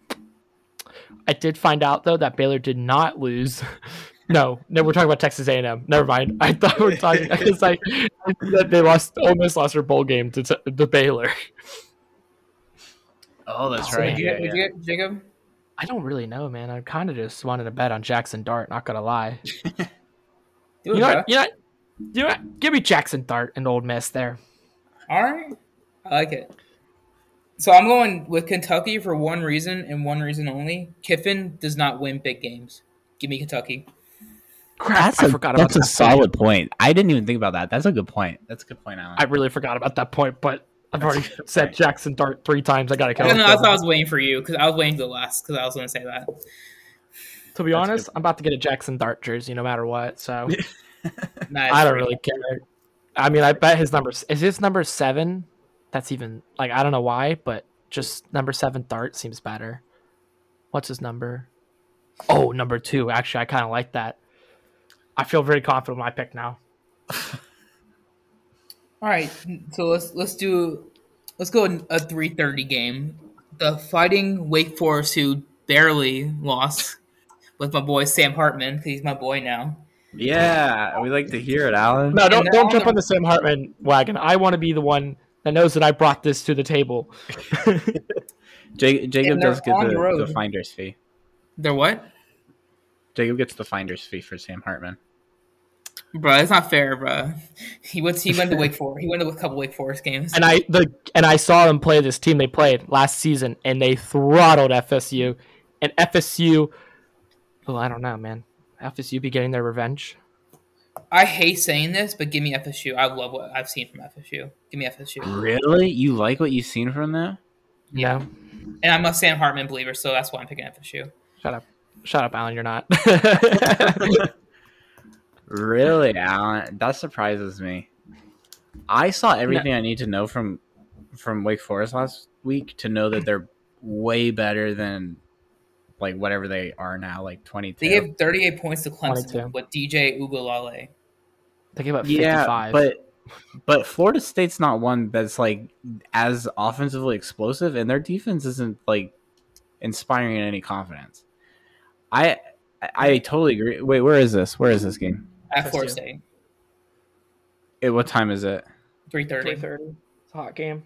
[SPEAKER 2] I did find out though that Baylor did not lose. No, no, we're talking about Texas A&M. Never mind. I thought we were talking because like that they lost, almost lost their bowl game to, to, to Baylor.
[SPEAKER 3] Oh, that's
[SPEAKER 1] So did you, did you get Jacob?
[SPEAKER 2] I don't really know, man. I kind of just wanted to bet on Jackson Dart. Not gonna lie.
[SPEAKER 1] Do
[SPEAKER 2] You
[SPEAKER 1] it,
[SPEAKER 2] know,
[SPEAKER 1] bro.
[SPEAKER 2] what, you know, what, you know. What? Give me Jackson Dart and Old Miss there.
[SPEAKER 1] All right, I like it. So I'm going with Kentucky for one reason and one reason only. Kiffin does not win big games. Give me Kentucky.
[SPEAKER 2] Crap,
[SPEAKER 3] That's
[SPEAKER 2] I
[SPEAKER 3] a,
[SPEAKER 2] forgot about
[SPEAKER 3] that's a
[SPEAKER 2] that point.
[SPEAKER 3] solid point. I didn't even think about that. That's a good point. That's a good point, Alan.
[SPEAKER 2] I really forgot about that point, but I've
[SPEAKER 3] That's
[SPEAKER 2] already
[SPEAKER 3] a good
[SPEAKER 2] said
[SPEAKER 3] point.
[SPEAKER 2] Jackson Dart three times. I gotta
[SPEAKER 1] I
[SPEAKER 2] count.
[SPEAKER 1] don't know. That's why I
[SPEAKER 2] it.
[SPEAKER 1] was waiting for you because I was waiting for the last because I was going to say that.
[SPEAKER 2] To be
[SPEAKER 3] That's
[SPEAKER 2] honest,
[SPEAKER 3] good.
[SPEAKER 2] I'm about to get a Jackson Dart jersey no matter what. So
[SPEAKER 1] Nice.
[SPEAKER 2] I don't really care. I mean, I bet his number is his number seven. That's even like I don't know why, but just number seven Dart seems better. What's his number? Oh, number two. Actually, I kind of like that. I feel very confident in my pick now.
[SPEAKER 1] All right, so let's let's do let's go in a three thirty game. The Fighting Wake Forest, who barely lost, with my boy Sam Hartman because he's my boy now.
[SPEAKER 3] yeah, we like to hear it, Alan.
[SPEAKER 2] No, don't
[SPEAKER 1] they're
[SPEAKER 2] don't
[SPEAKER 1] all
[SPEAKER 2] jump
[SPEAKER 1] the-
[SPEAKER 2] on the Sam Hartman wagon. I want to be the one that knows that I brought this to the table.
[SPEAKER 3] Ja- Jacob
[SPEAKER 1] And they're
[SPEAKER 3] does get
[SPEAKER 1] on
[SPEAKER 3] the,
[SPEAKER 1] the road.
[SPEAKER 3] the finder's fee.
[SPEAKER 1] They're what,
[SPEAKER 3] Jacob gets the finder's fee for Sam Hartman.
[SPEAKER 1] bro? That's not fair, bro. He went he went to Wake Forest. He went to a couple Wake Forest games.
[SPEAKER 2] and I the and I saw them play this team they played last season, and they throttled FSU, and FSU. Oh, I don't know, man. FSU be getting their revenge.
[SPEAKER 1] I hate saying this, but give me FSU. I love what I've seen from FSU. Give me FSU.
[SPEAKER 3] Really? You like what you've seen from them?
[SPEAKER 2] You know,
[SPEAKER 1] And I'm a Sam Hartman believer, so that's why I'm picking FSU.
[SPEAKER 2] shut up, shut up, Alan. You're not.
[SPEAKER 3] Really, Alan? That surprises me. I saw everything I need to know from from Wake Forest last week to know that they're way better than like whatever they are now, like twenty
[SPEAKER 1] They
[SPEAKER 3] two.
[SPEAKER 1] gave 38 points to Clemson
[SPEAKER 2] 22.
[SPEAKER 1] with DJ Ugalale.
[SPEAKER 2] they gave up
[SPEAKER 3] Yeah,
[SPEAKER 2] 55.
[SPEAKER 3] but but Florida State's not one that's like as offensively explosive, and their defense isn't like inspiring any confidence. I I- I totally agree. Wait, where is this? Where is this game?
[SPEAKER 1] At Florida
[SPEAKER 2] FSU.
[SPEAKER 1] State,
[SPEAKER 3] It, what time is it?
[SPEAKER 1] 330.
[SPEAKER 2] It's a hot game.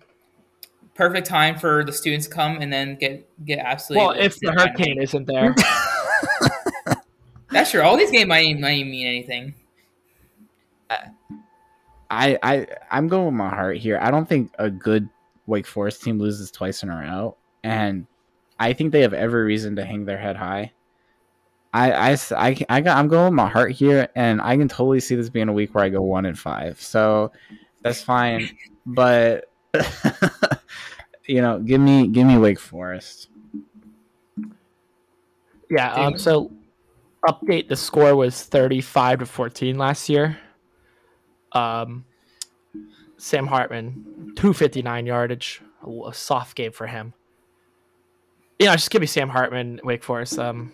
[SPEAKER 1] perfect time for the students to come and then get get absolutely.
[SPEAKER 2] Well, if the hurricane isn't there,
[SPEAKER 1] that's true. All these games might even, might even mean anything.
[SPEAKER 3] I I I'm going with my heart here. I don't think a good Wake Forest team loses twice in a row, and I think they have every reason to hang their head high. I I s- I can- I got I'm going with my heart here, and I can totally see this being a week where I go one and five. So that's fine, but you know, give me give me Wake Forest.
[SPEAKER 2] yeah. Um. So, update the score was 35 to 14 last year. Um. Sam Hartman, 259 yardage, a soft game for him. You know, just give me Sam Hartman, Wake Forest. Um,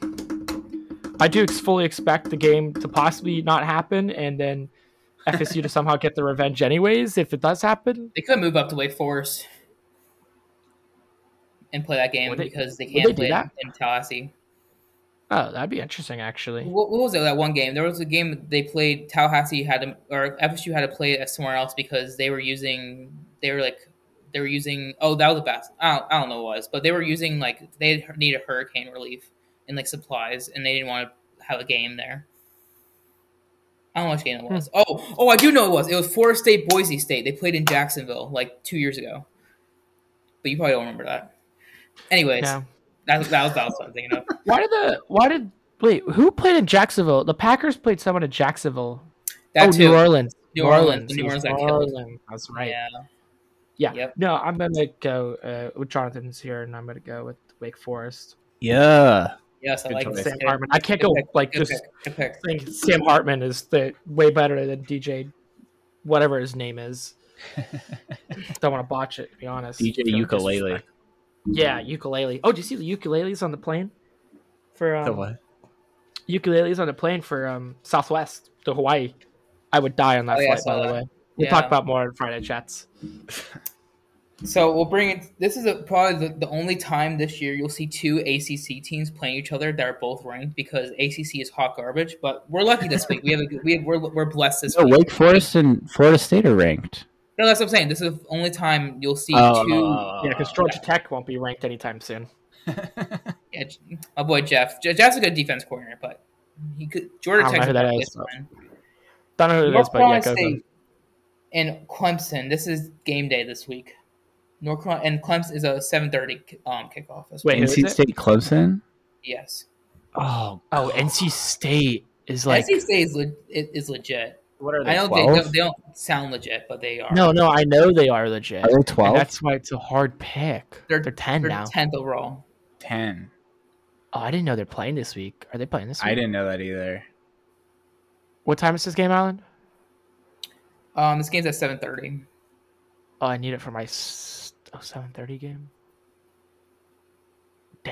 [SPEAKER 2] I do ex- fully expect the game to possibly not happen, and then FSU to somehow get the revenge, anyways. If it does happen,
[SPEAKER 1] They could move up to Wake Forest and play that game
[SPEAKER 2] Would they-
[SPEAKER 1] because they
[SPEAKER 2] they
[SPEAKER 1] can't
[SPEAKER 2] do
[SPEAKER 1] play
[SPEAKER 2] that?
[SPEAKER 1] in Tallahassee.
[SPEAKER 2] oh, that'd be interesting, actually.
[SPEAKER 1] What, what was it? That one game. There was a game that they played. Tallahassee had to, or FSU had to play it somewhere else because they were using. They were like. They were using. Oh, that was a bas I don't, I don't know what it was, but they were using like they needed hurricane relief and like supplies, and they didn't want to have a game there. I don't know which game it was.
[SPEAKER 2] Hmm.
[SPEAKER 1] Oh, oh, I do know it was. It was Forest State, Boise State. They played in Jacksonville like two years ago, but you probably don't remember that. Anyways,
[SPEAKER 2] Yeah.
[SPEAKER 1] that, that was that was what I'm thinking of.
[SPEAKER 2] Why did the why did wait who played in Jacksonville? The Packers played someone in Jacksonville.
[SPEAKER 1] That
[SPEAKER 2] oh,
[SPEAKER 1] too.
[SPEAKER 2] New Orleans. Oh,
[SPEAKER 1] New Orleans, the
[SPEAKER 2] Marlins. It
[SPEAKER 1] New
[SPEAKER 2] was
[SPEAKER 1] Orleans got killed.
[SPEAKER 2] Marlins. That's right.
[SPEAKER 1] Yeah.
[SPEAKER 2] Yeah.
[SPEAKER 1] Yep.
[SPEAKER 2] No, I'm gonna go uh, with Jonathan's here, and I'm gonna go with Wake Forest.
[SPEAKER 3] Yeah.
[SPEAKER 1] Yes, I
[SPEAKER 3] Good
[SPEAKER 1] like
[SPEAKER 3] choice.
[SPEAKER 1] this.
[SPEAKER 2] Sam
[SPEAKER 1] pick.
[SPEAKER 2] Hartman. I can't
[SPEAKER 1] Good
[SPEAKER 2] go
[SPEAKER 1] pick.
[SPEAKER 2] like
[SPEAKER 1] Good
[SPEAKER 2] just
[SPEAKER 1] pick. Good pick.
[SPEAKER 2] think Sam Hartman is the way better than DJ, whatever his name is. Don't want to botch it. To be honest.
[SPEAKER 3] DJ
[SPEAKER 2] Don't
[SPEAKER 3] ukulele.
[SPEAKER 2] disrespect. Yeah, ukulele. Oh, did you see the ukuleles on the plane? For um,
[SPEAKER 3] The what?
[SPEAKER 2] ukuleles on a plane for um, Southwest to Hawaii. I would die on that
[SPEAKER 1] Oh, yeah, I
[SPEAKER 2] flight,
[SPEAKER 1] saw
[SPEAKER 2] by the
[SPEAKER 1] that.
[SPEAKER 2] way. We'll
[SPEAKER 1] Yeah.
[SPEAKER 2] talk about more in Friday chats.
[SPEAKER 1] So we'll bring it. This is a, probably the, the only time this year you'll see two ACC teams playing each other that are both ranked because ACC is hot garbage. But we're lucky this week. We have a good- we have, we're, we're blessed this
[SPEAKER 3] No,
[SPEAKER 1] week.
[SPEAKER 3] Wake Forest and Florida State are ranked.
[SPEAKER 1] No, that's what I'm saying. This is the only time you'll see
[SPEAKER 3] Oh,
[SPEAKER 1] two.
[SPEAKER 2] yeah, because Georgia Tech won't be ranked anytime soon.
[SPEAKER 1] Yeah, my boy Jeff. Je- Jeff's a good defense coordinator, but he could. Georgia
[SPEAKER 2] I don't
[SPEAKER 1] Tech.
[SPEAKER 2] know who that is,
[SPEAKER 1] this one.
[SPEAKER 2] Don't know who it is,
[SPEAKER 1] North
[SPEAKER 2] but yeah,
[SPEAKER 1] Carolina
[SPEAKER 2] go for it.
[SPEAKER 1] State and Clemson. This is game day this week. North Carolina and Clemson is a 7:30 um, kickoff. That's
[SPEAKER 2] Wait, who is
[SPEAKER 3] NC
[SPEAKER 2] it?
[SPEAKER 3] State Clemson.
[SPEAKER 1] Yes.
[SPEAKER 3] Oh,
[SPEAKER 2] Oh, NC State is
[SPEAKER 1] Like,
[SPEAKER 2] like
[SPEAKER 1] NC State is, le- it is legit.
[SPEAKER 3] what are
[SPEAKER 1] I don't think they don't, they don't sound legit, but they are.
[SPEAKER 2] no, no. I know they are legit.
[SPEAKER 3] Are they
[SPEAKER 2] and
[SPEAKER 3] 12?
[SPEAKER 2] That's why it's a hard pick.
[SPEAKER 1] They're-
[SPEAKER 2] They're, 10
[SPEAKER 1] they're
[SPEAKER 2] now.
[SPEAKER 1] tenth overall.
[SPEAKER 3] Ten.
[SPEAKER 2] Oh, I didn't know they're playing this week. Are they playing this week?
[SPEAKER 3] I didn't know that either.
[SPEAKER 2] What time is this game, Alan?
[SPEAKER 1] Um, this game's at seven thirty.
[SPEAKER 2] Oh, I need it for my s- oh, 7.30 game.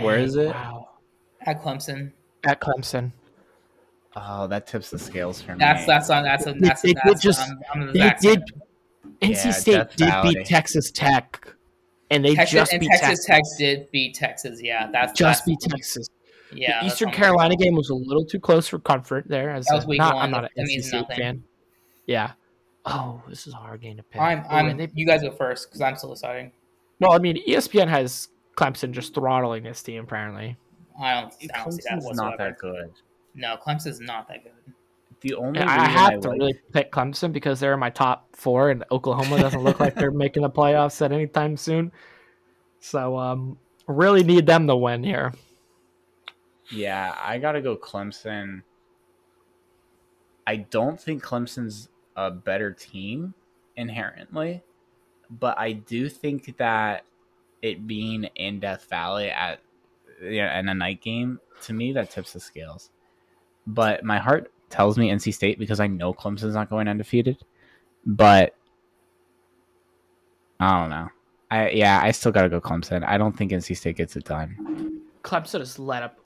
[SPEAKER 3] Where is it?
[SPEAKER 2] Wow.
[SPEAKER 1] At Clemson,
[SPEAKER 2] At Clemson.
[SPEAKER 3] Oh, that tips the scales for me.
[SPEAKER 1] that's that's on that's on
[SPEAKER 2] They-
[SPEAKER 1] that's
[SPEAKER 2] they did
[SPEAKER 1] that's
[SPEAKER 2] just-
[SPEAKER 1] I'm, I'm
[SPEAKER 2] They
[SPEAKER 1] Zach's
[SPEAKER 2] did.
[SPEAKER 1] side.
[SPEAKER 2] NC
[SPEAKER 3] Yeah,
[SPEAKER 2] State
[SPEAKER 3] Death
[SPEAKER 2] did
[SPEAKER 3] Valley.
[SPEAKER 2] beat Texas Tech, and they
[SPEAKER 1] Texas
[SPEAKER 2] just
[SPEAKER 1] and
[SPEAKER 2] beat
[SPEAKER 1] Texas
[SPEAKER 2] Texas.
[SPEAKER 1] Tech did beat Texas. Yeah, that's
[SPEAKER 2] Just
[SPEAKER 1] that's,
[SPEAKER 2] beat Texas.
[SPEAKER 1] yeah.
[SPEAKER 2] the
[SPEAKER 1] that's
[SPEAKER 2] Eastern
[SPEAKER 1] on-
[SPEAKER 2] Carolina game was a little too close for comfort there. As
[SPEAKER 1] That was
[SPEAKER 2] a-
[SPEAKER 1] week
[SPEAKER 2] not,
[SPEAKER 1] one.
[SPEAKER 2] I'm not
[SPEAKER 1] That
[SPEAKER 2] an
[SPEAKER 1] means
[SPEAKER 2] SEC
[SPEAKER 1] nothing.
[SPEAKER 2] fan. Yeah. Oh, this is a hard game to pick.
[SPEAKER 1] I'm
[SPEAKER 2] Oh,
[SPEAKER 1] I'm
[SPEAKER 2] and they-
[SPEAKER 1] you guys go first because I'm still deciding.
[SPEAKER 2] well, I mean, E ESPN has Clemson just throttling this team apparently.
[SPEAKER 1] I don't, I don't see that
[SPEAKER 3] Clemson's not
[SPEAKER 1] whatsoever.
[SPEAKER 3] that good.
[SPEAKER 1] No, Clemson's not that good.
[SPEAKER 3] The only
[SPEAKER 2] And I I
[SPEAKER 3] reason
[SPEAKER 2] have to
[SPEAKER 3] like-
[SPEAKER 2] really pick Clemson because they're in my top four, and Oklahoma doesn't look like they're making the playoffs at any time soon. So, um, really need them to win here.
[SPEAKER 3] Yeah, I gotta go Clemson. I don't think Clemson's a better team inherently, but I do think that it being in Death Valley at yeah, in a night game to me that tips the scales. But my heart tells me NC State because I know Clemson's not going undefeated. But I don't know. I yeah, I still gotta go Clemson. I don't think NC State gets it done.
[SPEAKER 2] Clemson has let up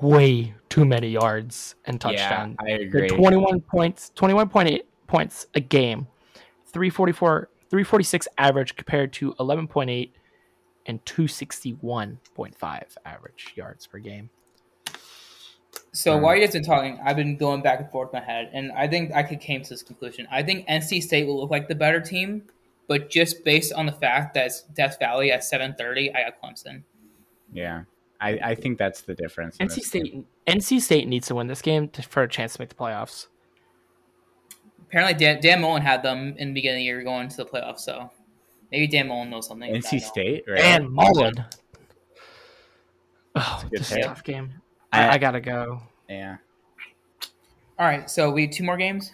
[SPEAKER 2] way too many yards and touchdowns.
[SPEAKER 3] Yeah, I
[SPEAKER 2] They're
[SPEAKER 3] agree.
[SPEAKER 2] 21 points, 21.8 points a game, 344, 346 average compared to 11.8 and 261.5 average yards per game.
[SPEAKER 1] So
[SPEAKER 3] Mm.
[SPEAKER 1] while you guys been talking, I've been going back and forth in my head, and I think I could came to this conclusion. I think NC State will look like the better team, but just based on the fact that it's Death Valley at seven thirty, I got Clemson.
[SPEAKER 3] Yeah, I, I think that's the difference. in
[SPEAKER 2] NC
[SPEAKER 3] this
[SPEAKER 2] State,
[SPEAKER 3] game.
[SPEAKER 2] NC State needs to win this game to, for a chance to make the playoffs.
[SPEAKER 1] Apparently, Dan, Dan Mullen had them in the beginning of the year going to the playoffs, so maybe Dan Mullen knows something. that I don't.
[SPEAKER 3] NC State, right?
[SPEAKER 2] And Mullen. Oh,
[SPEAKER 3] good
[SPEAKER 2] this is a
[SPEAKER 3] pick.
[SPEAKER 2] tough game.
[SPEAKER 3] I-
[SPEAKER 2] I, I gotta go.
[SPEAKER 3] yeah,
[SPEAKER 1] All right, so we have two more games.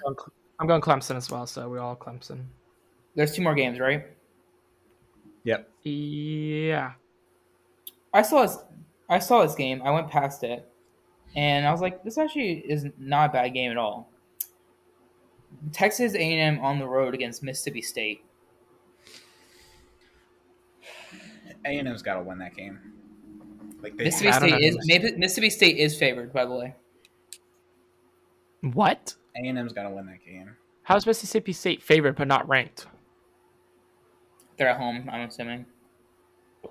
[SPEAKER 2] I'm going Clemson as well, so we're all Clemson.
[SPEAKER 1] There's two more games, right?
[SPEAKER 3] yep.
[SPEAKER 2] Yeah.
[SPEAKER 1] I saw this. I saw this game. I went past it, and I was like, "This actually is not a bad game at all." Texas A&M on the road against Mississippi State.
[SPEAKER 3] A and M's got to win that game. Like they
[SPEAKER 1] Mississippi
[SPEAKER 2] I don't
[SPEAKER 1] State
[SPEAKER 2] know.
[SPEAKER 1] is maybe, Mississippi State is favored, by the way.
[SPEAKER 2] What?
[SPEAKER 3] A and M's got to win that game.
[SPEAKER 2] How's Mississippi State favored but not ranked?
[SPEAKER 1] They're at home. I'm assuming.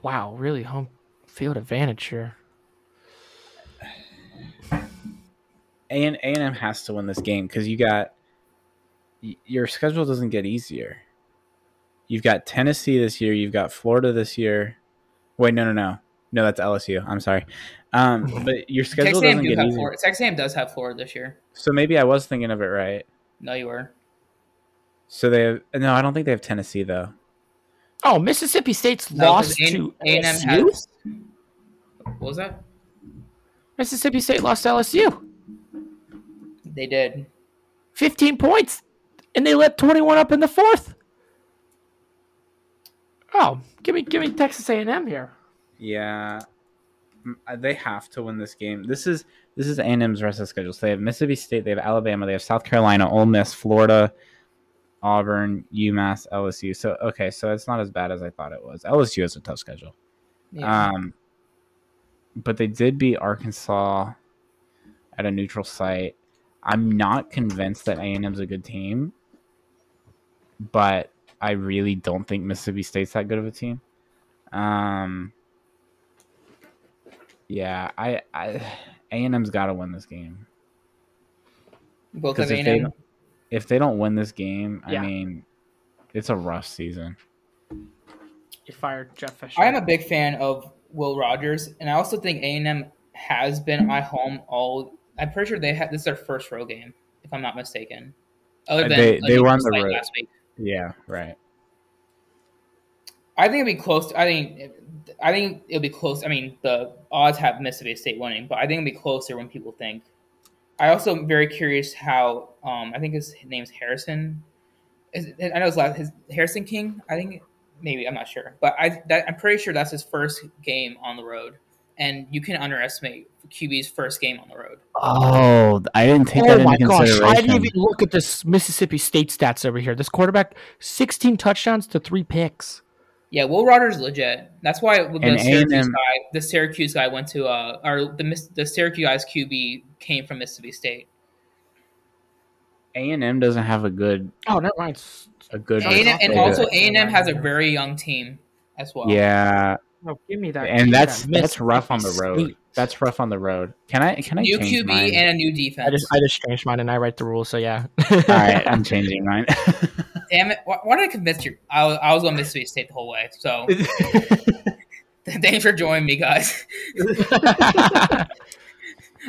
[SPEAKER 2] Wow, really home field advantage here.
[SPEAKER 3] A and A and M has to win this game because you got y- your schedule doesn't get easier. You've got Tennessee this year. You've got Florida this year. Wait, no, no, no, no. That's LSU. I'm sorry. Um, but your
[SPEAKER 1] Texas
[SPEAKER 3] schedule
[SPEAKER 1] A&M,
[SPEAKER 3] doesn't
[SPEAKER 1] do
[SPEAKER 3] get
[SPEAKER 1] have
[SPEAKER 3] easier.
[SPEAKER 1] Florida. Texas A&M does have Florida this year.
[SPEAKER 3] So maybe I was thinking of it right.
[SPEAKER 1] No, you were.
[SPEAKER 3] So they have no. I don't think they have Tennessee though.
[SPEAKER 2] Oh, Mississippi State's
[SPEAKER 1] No, 'cause
[SPEAKER 2] lost
[SPEAKER 1] A-
[SPEAKER 2] to
[SPEAKER 1] A&M
[SPEAKER 2] LSU.
[SPEAKER 1] has- What was that?
[SPEAKER 2] Mississippi State lost to LSU.
[SPEAKER 1] They did.
[SPEAKER 2] Fifteen points. and they let 21 up in the fourth. Oh, give me give me Texas A&M here.
[SPEAKER 3] Yeah, Mm, uh, they have to win this game. This is this is A&M's rest of the schedule. So they have Mississippi State, they have Alabama, they have South Carolina, Ole Miss, Florida, Auburn, UMass, LSU. So okay, so it's not as bad as I thought it was. LSU has a tough schedule. Um, but they did beat Arkansas at a neutral site. I'm not convinced that A&M's a good team, but I really don't think Mississippi State's that good of a team. Um, yeah, I, I A&M's got to win this game
[SPEAKER 1] Both
[SPEAKER 3] because
[SPEAKER 1] of
[SPEAKER 3] if they
[SPEAKER 1] A&M.
[SPEAKER 3] don't, if they don't win this game,
[SPEAKER 2] Yeah.
[SPEAKER 3] I mean, it's a rough season.
[SPEAKER 2] you fired Jeff Fisher.
[SPEAKER 1] I am a big fan of Will Rogers, and I also think A and M has been at home all. I'm pretty sure they had this is their first road game, if I'm not mistaken. Other
[SPEAKER 3] Uh,
[SPEAKER 1] than
[SPEAKER 3] they-
[SPEAKER 1] like,
[SPEAKER 3] they were on
[SPEAKER 1] just
[SPEAKER 3] the
[SPEAKER 1] like
[SPEAKER 3] road.
[SPEAKER 1] last week.
[SPEAKER 3] Yeah, right.
[SPEAKER 1] I think it'll be close. To, I think I think it'll be close. I mean, the odds have Mississippi State winning, but I think it'll be closer when people think. I also am very curious how um, I think his name's Harrison. Is, I know his last his Harrison King. I think maybe I'm not sure, but I that, I'm pretty sure that's his first game on the road, and you can underestimate QB's first game on the road.
[SPEAKER 3] Oh, I didn't take
[SPEAKER 2] oh my gosh, I didn't even look at this Mississippi State stats over here. This quarterback, 16 touchdowns to three picks.
[SPEAKER 1] Yeah, Will Rogers is legit. That's why the
[SPEAKER 3] And
[SPEAKER 1] Syracuse
[SPEAKER 3] A&M
[SPEAKER 1] guy, the Syracuse guy went to uh, or the Miss- the Syracuse guy's QB came from Mississippi State.
[SPEAKER 3] A&M doesn't have a good
[SPEAKER 2] Oh, never mind. S-
[SPEAKER 3] a good.
[SPEAKER 2] Sorry,
[SPEAKER 1] A&M,
[SPEAKER 2] not
[SPEAKER 1] and
[SPEAKER 2] really.
[SPEAKER 1] also
[SPEAKER 2] Yeah.
[SPEAKER 1] A and M has a very young team as well.
[SPEAKER 3] yeah,
[SPEAKER 2] No, give me that.
[SPEAKER 3] and that's
[SPEAKER 2] that miss.
[SPEAKER 3] that's rough on the road.
[SPEAKER 2] Sweet.
[SPEAKER 3] That's rough on the road. Can I can I
[SPEAKER 1] new
[SPEAKER 3] change
[SPEAKER 1] QB
[SPEAKER 3] mine?
[SPEAKER 1] and a new defense.
[SPEAKER 2] I just I just changed mine and I write the rules, so yeah.
[SPEAKER 3] All right, I'm changing mine.
[SPEAKER 1] Damn it! Why, why did I convince you? I, was- I was on Mississippi State the whole way. So thanks for joining me, guys.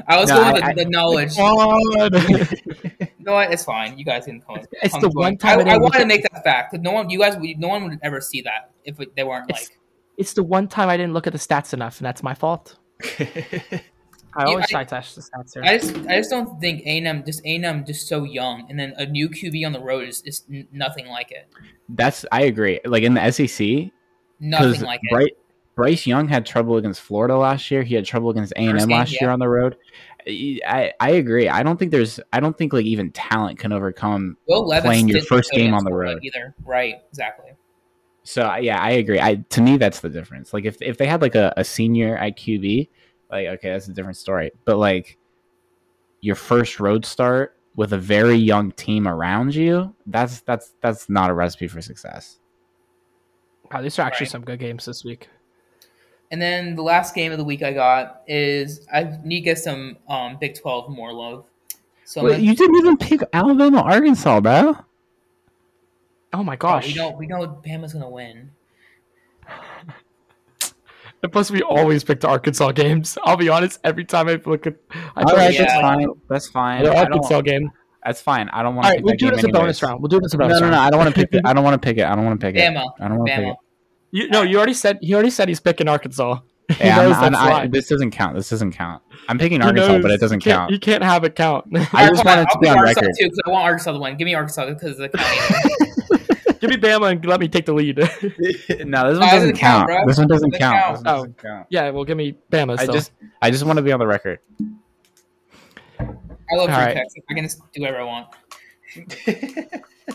[SPEAKER 1] I was
[SPEAKER 3] No,
[SPEAKER 1] going
[SPEAKER 3] I-
[SPEAKER 1] with the,
[SPEAKER 3] I-
[SPEAKER 1] the knowledge.
[SPEAKER 2] God.
[SPEAKER 1] No, what? it's fine. You guys can come.
[SPEAKER 2] It's
[SPEAKER 1] come
[SPEAKER 2] the
[SPEAKER 1] join.
[SPEAKER 2] one time it
[SPEAKER 1] I, I
[SPEAKER 2] ain't-
[SPEAKER 1] wanted to make that fact. 'cause No one, you guys, no one would ever see that if they weren't
[SPEAKER 2] It's-
[SPEAKER 1] like.
[SPEAKER 2] it's the one time I didn't look at the stats enough, and that's my fault. I
[SPEAKER 1] You-
[SPEAKER 2] always
[SPEAKER 1] I-
[SPEAKER 2] try to touch the stats here.
[SPEAKER 1] I just, I just don't think A and M, just A and M, just so young, and then a new QB on the road is, is n- nothing like it.
[SPEAKER 3] That's I agree. Like in the SEC,
[SPEAKER 1] Nothing like it.
[SPEAKER 3] Bryce, Bryce Young had trouble against Florida last year. He had trouble against A and
[SPEAKER 1] First
[SPEAKER 3] M
[SPEAKER 1] game,
[SPEAKER 3] last
[SPEAKER 1] yeah.
[SPEAKER 3] year on the road. I I agree. I don't think there's. I don't think like even talent can overcome.
[SPEAKER 1] Will Levis
[SPEAKER 3] playing your
[SPEAKER 1] didn't
[SPEAKER 3] first
[SPEAKER 1] play
[SPEAKER 3] game
[SPEAKER 1] against
[SPEAKER 3] on the
[SPEAKER 1] Florida
[SPEAKER 3] road.
[SPEAKER 1] either. Right, exactly.
[SPEAKER 3] So I- yeah, I agree. I to me that's the difference. Like if if they had like a, a senior at QB, like okay, that's a different story. But like your first road start with a very young team around you, that's that's that's not a recipe for success.
[SPEAKER 2] Wow, these are actually
[SPEAKER 1] Right.
[SPEAKER 2] some good games this week.
[SPEAKER 1] And then the last game of the week I got is I need to get some um, Big Twelve more love. So I'm
[SPEAKER 3] Wait,
[SPEAKER 1] gonna-
[SPEAKER 3] you didn't even pick Alabama, Arkansas, bro.
[SPEAKER 2] Oh my
[SPEAKER 1] oh,
[SPEAKER 2] gosh!
[SPEAKER 1] we know we know Bama's gonna win.
[SPEAKER 2] And plus, we always pick the Arkansas games. I'll be honest. Every time I look at, I
[SPEAKER 3] All right,
[SPEAKER 1] yeah.
[SPEAKER 3] that's fine. Oh, That's fine.
[SPEAKER 2] the
[SPEAKER 3] I don't-
[SPEAKER 2] Arkansas game.
[SPEAKER 3] That's fine. I don't want
[SPEAKER 2] All
[SPEAKER 3] to.
[SPEAKER 2] right, we'll do it as a bonus round. We'll do it as a
[SPEAKER 3] No,
[SPEAKER 2] bonus
[SPEAKER 3] no, no.
[SPEAKER 2] round.
[SPEAKER 3] I don't want to pick. It. I don't want to pick it. I don't want to pick it.
[SPEAKER 1] Bama,
[SPEAKER 3] I don't want to pick
[SPEAKER 1] Bama.
[SPEAKER 3] it.
[SPEAKER 2] You, no, you already said he already said he's picking Arkansas.
[SPEAKER 3] Hey, I'm-
[SPEAKER 2] knows
[SPEAKER 3] I'm-
[SPEAKER 2] that's
[SPEAKER 3] I-
[SPEAKER 2] why.
[SPEAKER 3] this doesn't count. This doesn't count. I'm picking
[SPEAKER 2] He
[SPEAKER 3] Arkansas,
[SPEAKER 2] knows
[SPEAKER 3] but it doesn't
[SPEAKER 2] you can't-
[SPEAKER 3] count.
[SPEAKER 2] You can't have it count.
[SPEAKER 3] I just
[SPEAKER 1] All right,
[SPEAKER 3] want it to
[SPEAKER 1] I'll
[SPEAKER 3] be
[SPEAKER 1] pick
[SPEAKER 3] on
[SPEAKER 1] Arkansas
[SPEAKER 3] record.
[SPEAKER 1] too, 'cause I want Arkansas to win. Give me Arkansas because the county.
[SPEAKER 2] Give me Bama and let me take the lead.
[SPEAKER 3] no, this
[SPEAKER 1] No,
[SPEAKER 3] one
[SPEAKER 1] it
[SPEAKER 3] doesn't
[SPEAKER 1] doesn't count,
[SPEAKER 3] count.
[SPEAKER 1] bro.
[SPEAKER 3] This one
[SPEAKER 1] Doesn't
[SPEAKER 3] doesn't count.
[SPEAKER 1] count.
[SPEAKER 2] Oh.
[SPEAKER 3] This one doesn't count.
[SPEAKER 2] yeah, well, give me Bama.
[SPEAKER 3] I
[SPEAKER 2] Still.
[SPEAKER 3] just, I just want to be on the record.
[SPEAKER 1] I love free
[SPEAKER 2] All right.
[SPEAKER 1] picks. I can just do whatever I want.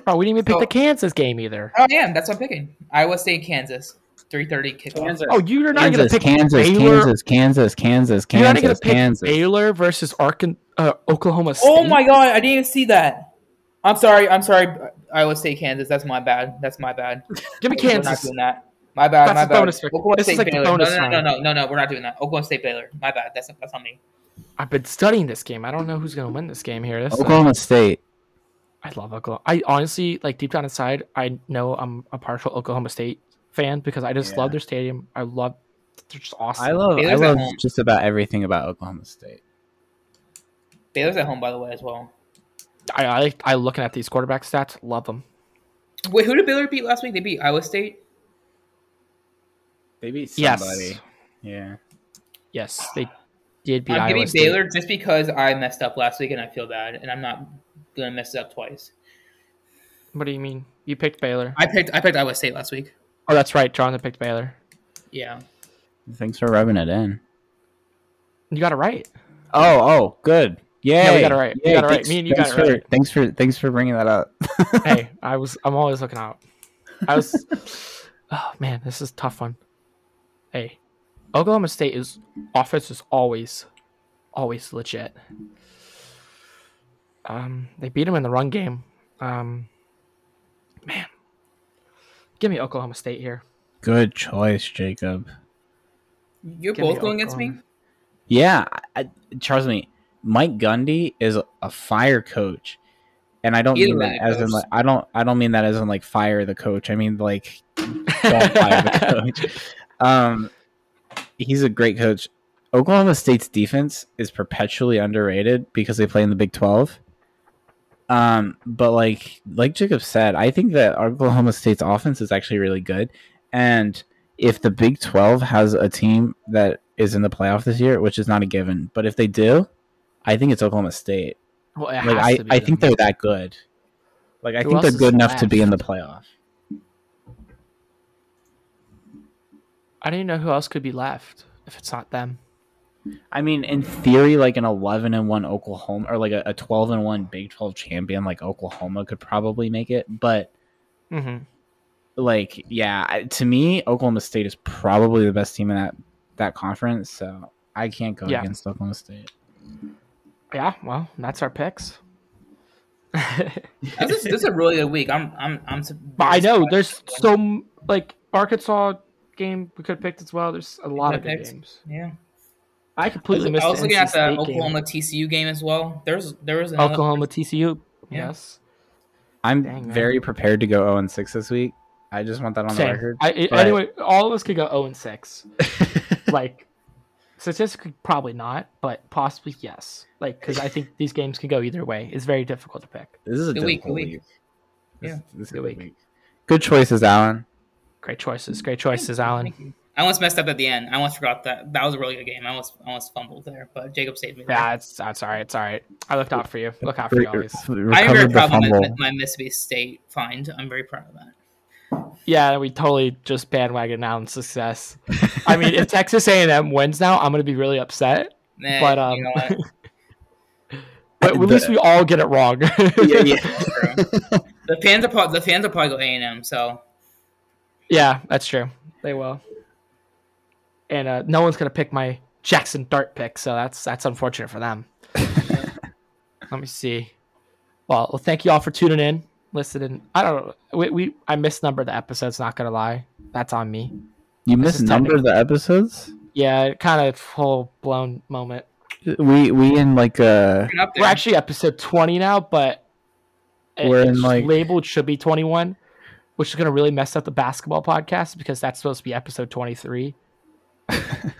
[SPEAKER 2] oh, we didn't even pick
[SPEAKER 1] So-
[SPEAKER 2] the Kansas game either.
[SPEAKER 1] Oh, yeah, that's what I'm picking. Iowa State, Kansas, three thirty kickoff.
[SPEAKER 2] Oh, you're not
[SPEAKER 3] Kansas,
[SPEAKER 2] gonna pick
[SPEAKER 3] Kansas,
[SPEAKER 2] Baylor.
[SPEAKER 3] Kansas, Kansas, Kansas,
[SPEAKER 2] you're not gonna
[SPEAKER 3] Kansas,
[SPEAKER 2] pick
[SPEAKER 3] Kansas.
[SPEAKER 2] Baylor versus Arkan, uh, Oklahoma State.
[SPEAKER 1] Oh my god, I didn't even see that. I'm sorry. I'm sorry. Iowa State, Kansas. That's my bad. That's my bad.
[SPEAKER 2] Give me
[SPEAKER 1] We're not
[SPEAKER 2] Kansas.
[SPEAKER 1] doing that. My bad.
[SPEAKER 2] That's
[SPEAKER 1] my
[SPEAKER 2] a
[SPEAKER 1] bad.
[SPEAKER 2] bonus pick.
[SPEAKER 1] Oklahoma
[SPEAKER 2] This is
[SPEAKER 1] State
[SPEAKER 2] like the
[SPEAKER 1] Baylor.
[SPEAKER 2] bonus
[SPEAKER 1] no, no, no,
[SPEAKER 2] round.
[SPEAKER 1] no, no, no. We're not doing that. Oklahoma State Baylor. My bad. That's that's on me.
[SPEAKER 2] I've been studying this game. I don't know who's gonna win this game here. This
[SPEAKER 3] Oklahoma State.
[SPEAKER 2] I love Oklahoma. I honestly, like deep down inside, I know I'm a partial Oklahoma State fan because I just
[SPEAKER 3] Yeah.
[SPEAKER 2] love their stadium. I love they're just awesome.
[SPEAKER 3] I love, I
[SPEAKER 1] Baylor's at
[SPEAKER 3] love
[SPEAKER 1] home.
[SPEAKER 3] just about everything about Oklahoma State.
[SPEAKER 1] Baylor's at home, by the way, as well.
[SPEAKER 2] I, I like I looking at these quarterback stats. Love them.
[SPEAKER 1] Wait, who did Baylor beat last week? They beat Iowa State.
[SPEAKER 3] They beat
[SPEAKER 2] Yes.
[SPEAKER 3] somebody. Yeah.
[SPEAKER 2] Yes, they did beat
[SPEAKER 1] I'm
[SPEAKER 2] Iowa
[SPEAKER 1] giving
[SPEAKER 2] State.
[SPEAKER 1] Baylor just because I messed up last week and I feel bad, and I'm not gonna mess it up twice.
[SPEAKER 2] What do you mean? You picked Baylor.
[SPEAKER 1] I picked I picked Iowa State last week.
[SPEAKER 2] Oh, that's right. Jonathan picked Baylor.
[SPEAKER 1] Yeah.
[SPEAKER 3] Thanks for rubbing it in.
[SPEAKER 2] You got it right.
[SPEAKER 3] Oh, oh, good. Yeah,
[SPEAKER 2] Yeah, we got it right. We got it right. Me and you
[SPEAKER 3] thanks
[SPEAKER 2] got it
[SPEAKER 3] for,
[SPEAKER 2] right.
[SPEAKER 3] Thanks for thanks for bringing that up.
[SPEAKER 2] hey, I was. I'm always looking out. I was. oh man, this is a tough one. Hey, Oklahoma State is offense is always, always legit. Um, they beat him in the run game. Um, man, give me Oklahoma State here.
[SPEAKER 3] Good choice, Jacob.
[SPEAKER 1] You're
[SPEAKER 2] Give me
[SPEAKER 1] both going against me?
[SPEAKER 2] Oklahoma.
[SPEAKER 3] Yeah, I, I- trust me. Mike Gundy is a fire coach, and I don't
[SPEAKER 1] Either
[SPEAKER 3] mean
[SPEAKER 1] way
[SPEAKER 3] that
[SPEAKER 1] it
[SPEAKER 3] as in
[SPEAKER 1] goes.
[SPEAKER 3] like I don't I don't mean that as in like fire the coach. I mean like don't fire the coach. Um, he's a great coach. Oklahoma State's defense is perpetually underrated because they play in the Big Twelve. Um, but like like Jacob said, I think that Oklahoma State's offense is actually really good, and if the Big 12 has a team that is in the playoff this year, which is not a given, but if they do, I think it's Oklahoma State.
[SPEAKER 2] Well, it
[SPEAKER 3] Like
[SPEAKER 2] has
[SPEAKER 3] I,
[SPEAKER 2] to be
[SPEAKER 3] I
[SPEAKER 2] them.
[SPEAKER 3] think they're that good. Like I
[SPEAKER 2] Who
[SPEAKER 3] think they're
[SPEAKER 2] else is
[SPEAKER 3] good enough to be in the
[SPEAKER 2] left?
[SPEAKER 3] playoff.
[SPEAKER 2] I don't even know who else could be left if it's not them.
[SPEAKER 3] I mean, in theory, like an 11 and 1 Oklahoma or like a, a 12 and 1 Big 12 champion like Oklahoma could probably make it, but
[SPEAKER 2] hmm
[SPEAKER 3] Mm-hmm. like yeah, I- to me Oklahoma State is probably the best team in that that conference, so I can't go
[SPEAKER 2] Yeah.
[SPEAKER 3] against Oklahoma State.
[SPEAKER 2] Yeah, well, that's our picks.
[SPEAKER 1] This is, this is a really good week. I'm I'm I'm su-
[SPEAKER 2] But I know there's so m- like Arkansas game we could have picked as well. There's a lot of
[SPEAKER 1] Could've
[SPEAKER 2] good
[SPEAKER 1] picked.
[SPEAKER 2] games.
[SPEAKER 1] yeah.
[SPEAKER 2] I completely missed
[SPEAKER 1] I was
[SPEAKER 2] the
[SPEAKER 1] looking
[SPEAKER 2] NC
[SPEAKER 1] at the
[SPEAKER 2] State game.
[SPEAKER 1] Oklahoma TCU game as well. There's there was another
[SPEAKER 2] Oklahoma TCU.
[SPEAKER 1] Yeah.
[SPEAKER 2] Yes,
[SPEAKER 3] I'm
[SPEAKER 2] Dang, man.
[SPEAKER 3] very prepared to go 0 and 6 this week. I just want that on the
[SPEAKER 2] same.
[SPEAKER 3] record.
[SPEAKER 2] I, it-
[SPEAKER 3] but-
[SPEAKER 2] Anyway, all of us could go zero and six. like statistically, probably not, but possibly yes. Like because I think these games could go either way. It's very difficult to pick.
[SPEAKER 3] This is a
[SPEAKER 1] Good
[SPEAKER 3] difficult
[SPEAKER 1] week,
[SPEAKER 3] week.
[SPEAKER 1] good week.
[SPEAKER 3] This-
[SPEAKER 1] Yeah.
[SPEAKER 3] this is
[SPEAKER 2] Good
[SPEAKER 3] a
[SPEAKER 2] week.
[SPEAKER 3] Good choices, Alan.
[SPEAKER 2] Great choices. Great choices, Alan.
[SPEAKER 1] Thank you. I almost messed up at the end. I almost forgot that that was a really good game. I almost I almost fumbled there, but Jacob saved me. there.
[SPEAKER 2] Yeah, it's that's all right. It's all right. I looked out for you. Look out for you always.
[SPEAKER 1] I'm
[SPEAKER 3] Recovered
[SPEAKER 1] very
[SPEAKER 3] the
[SPEAKER 1] proud of my,
[SPEAKER 3] fumble.
[SPEAKER 1] my Mississippi State find. I'm very proud of that.
[SPEAKER 2] Yeah, we totally just bandwagon Allen's success. I mean, if Texas A&M wins now, I'm gonna be really upset.
[SPEAKER 1] Nah,
[SPEAKER 2] But,
[SPEAKER 1] you
[SPEAKER 2] um,
[SPEAKER 1] know what?
[SPEAKER 2] But at
[SPEAKER 3] The-
[SPEAKER 2] least we all get it wrong.
[SPEAKER 3] yeah, yeah.
[SPEAKER 1] That's true. the fans are probably the fans will probably go A and M. So
[SPEAKER 2] Yeah, that's true. They will. And uh, no one's gonna pick my Jackson Dart pick, so that's that's unfortunate for them. Let me see. Well, well, thank you all for tuning in, listening. I don't know. We, we I misnumbered the episodes. Not gonna lie, that's on me.
[SPEAKER 3] You
[SPEAKER 2] This
[SPEAKER 3] missed
[SPEAKER 2] is
[SPEAKER 3] number of the episodes.
[SPEAKER 2] Yeah, kind of full blown moment.
[SPEAKER 3] We we in like uh
[SPEAKER 1] we're up there.
[SPEAKER 2] We're actually episode 20 now, but it-
[SPEAKER 3] We're in,
[SPEAKER 2] it's
[SPEAKER 3] like-
[SPEAKER 2] labeled should be 21, which is going to really mess up the basketball podcast because that's supposed to be episode 23.
[SPEAKER 1] Mm.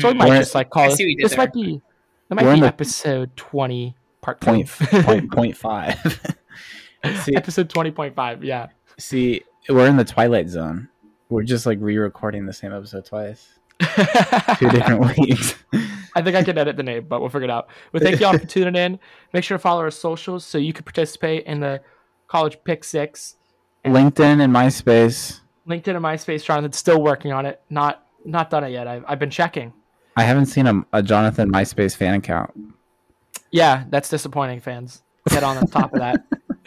[SPEAKER 2] So we might
[SPEAKER 3] We're-
[SPEAKER 2] just like call
[SPEAKER 1] I
[SPEAKER 2] this.
[SPEAKER 1] see what you did
[SPEAKER 2] This
[SPEAKER 1] there.
[SPEAKER 2] might be that might
[SPEAKER 3] We're in
[SPEAKER 2] be
[SPEAKER 3] the-
[SPEAKER 2] episode 20 part
[SPEAKER 3] point
[SPEAKER 2] 20.
[SPEAKER 3] point point five. see,
[SPEAKER 2] episode 20.5. Yeah.
[SPEAKER 3] see, we're in the twilight zone. We're just like re-recording the same episode twice, two different weeks.
[SPEAKER 2] I think I can edit the name, but we'll figure it out. But thank you all for tuning in. Make sure to follow our socials so you can participate in the college pick six.
[SPEAKER 3] LinkedIn and MySpace.
[SPEAKER 2] LinkedIn and MySpace, Jonathan's still working on it. Not not done it yet. I've, I've been checking.
[SPEAKER 3] I haven't seen a, a Jonathan MySpace fan account.
[SPEAKER 2] Yeah, that's disappointing, fans. Get on the top of that.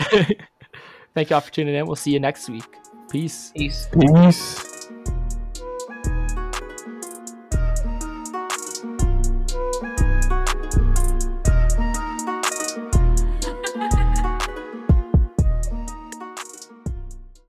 [SPEAKER 2] Thank y'all for tuning in. We'll see you next week. Peace.
[SPEAKER 1] Peace.
[SPEAKER 3] Peace.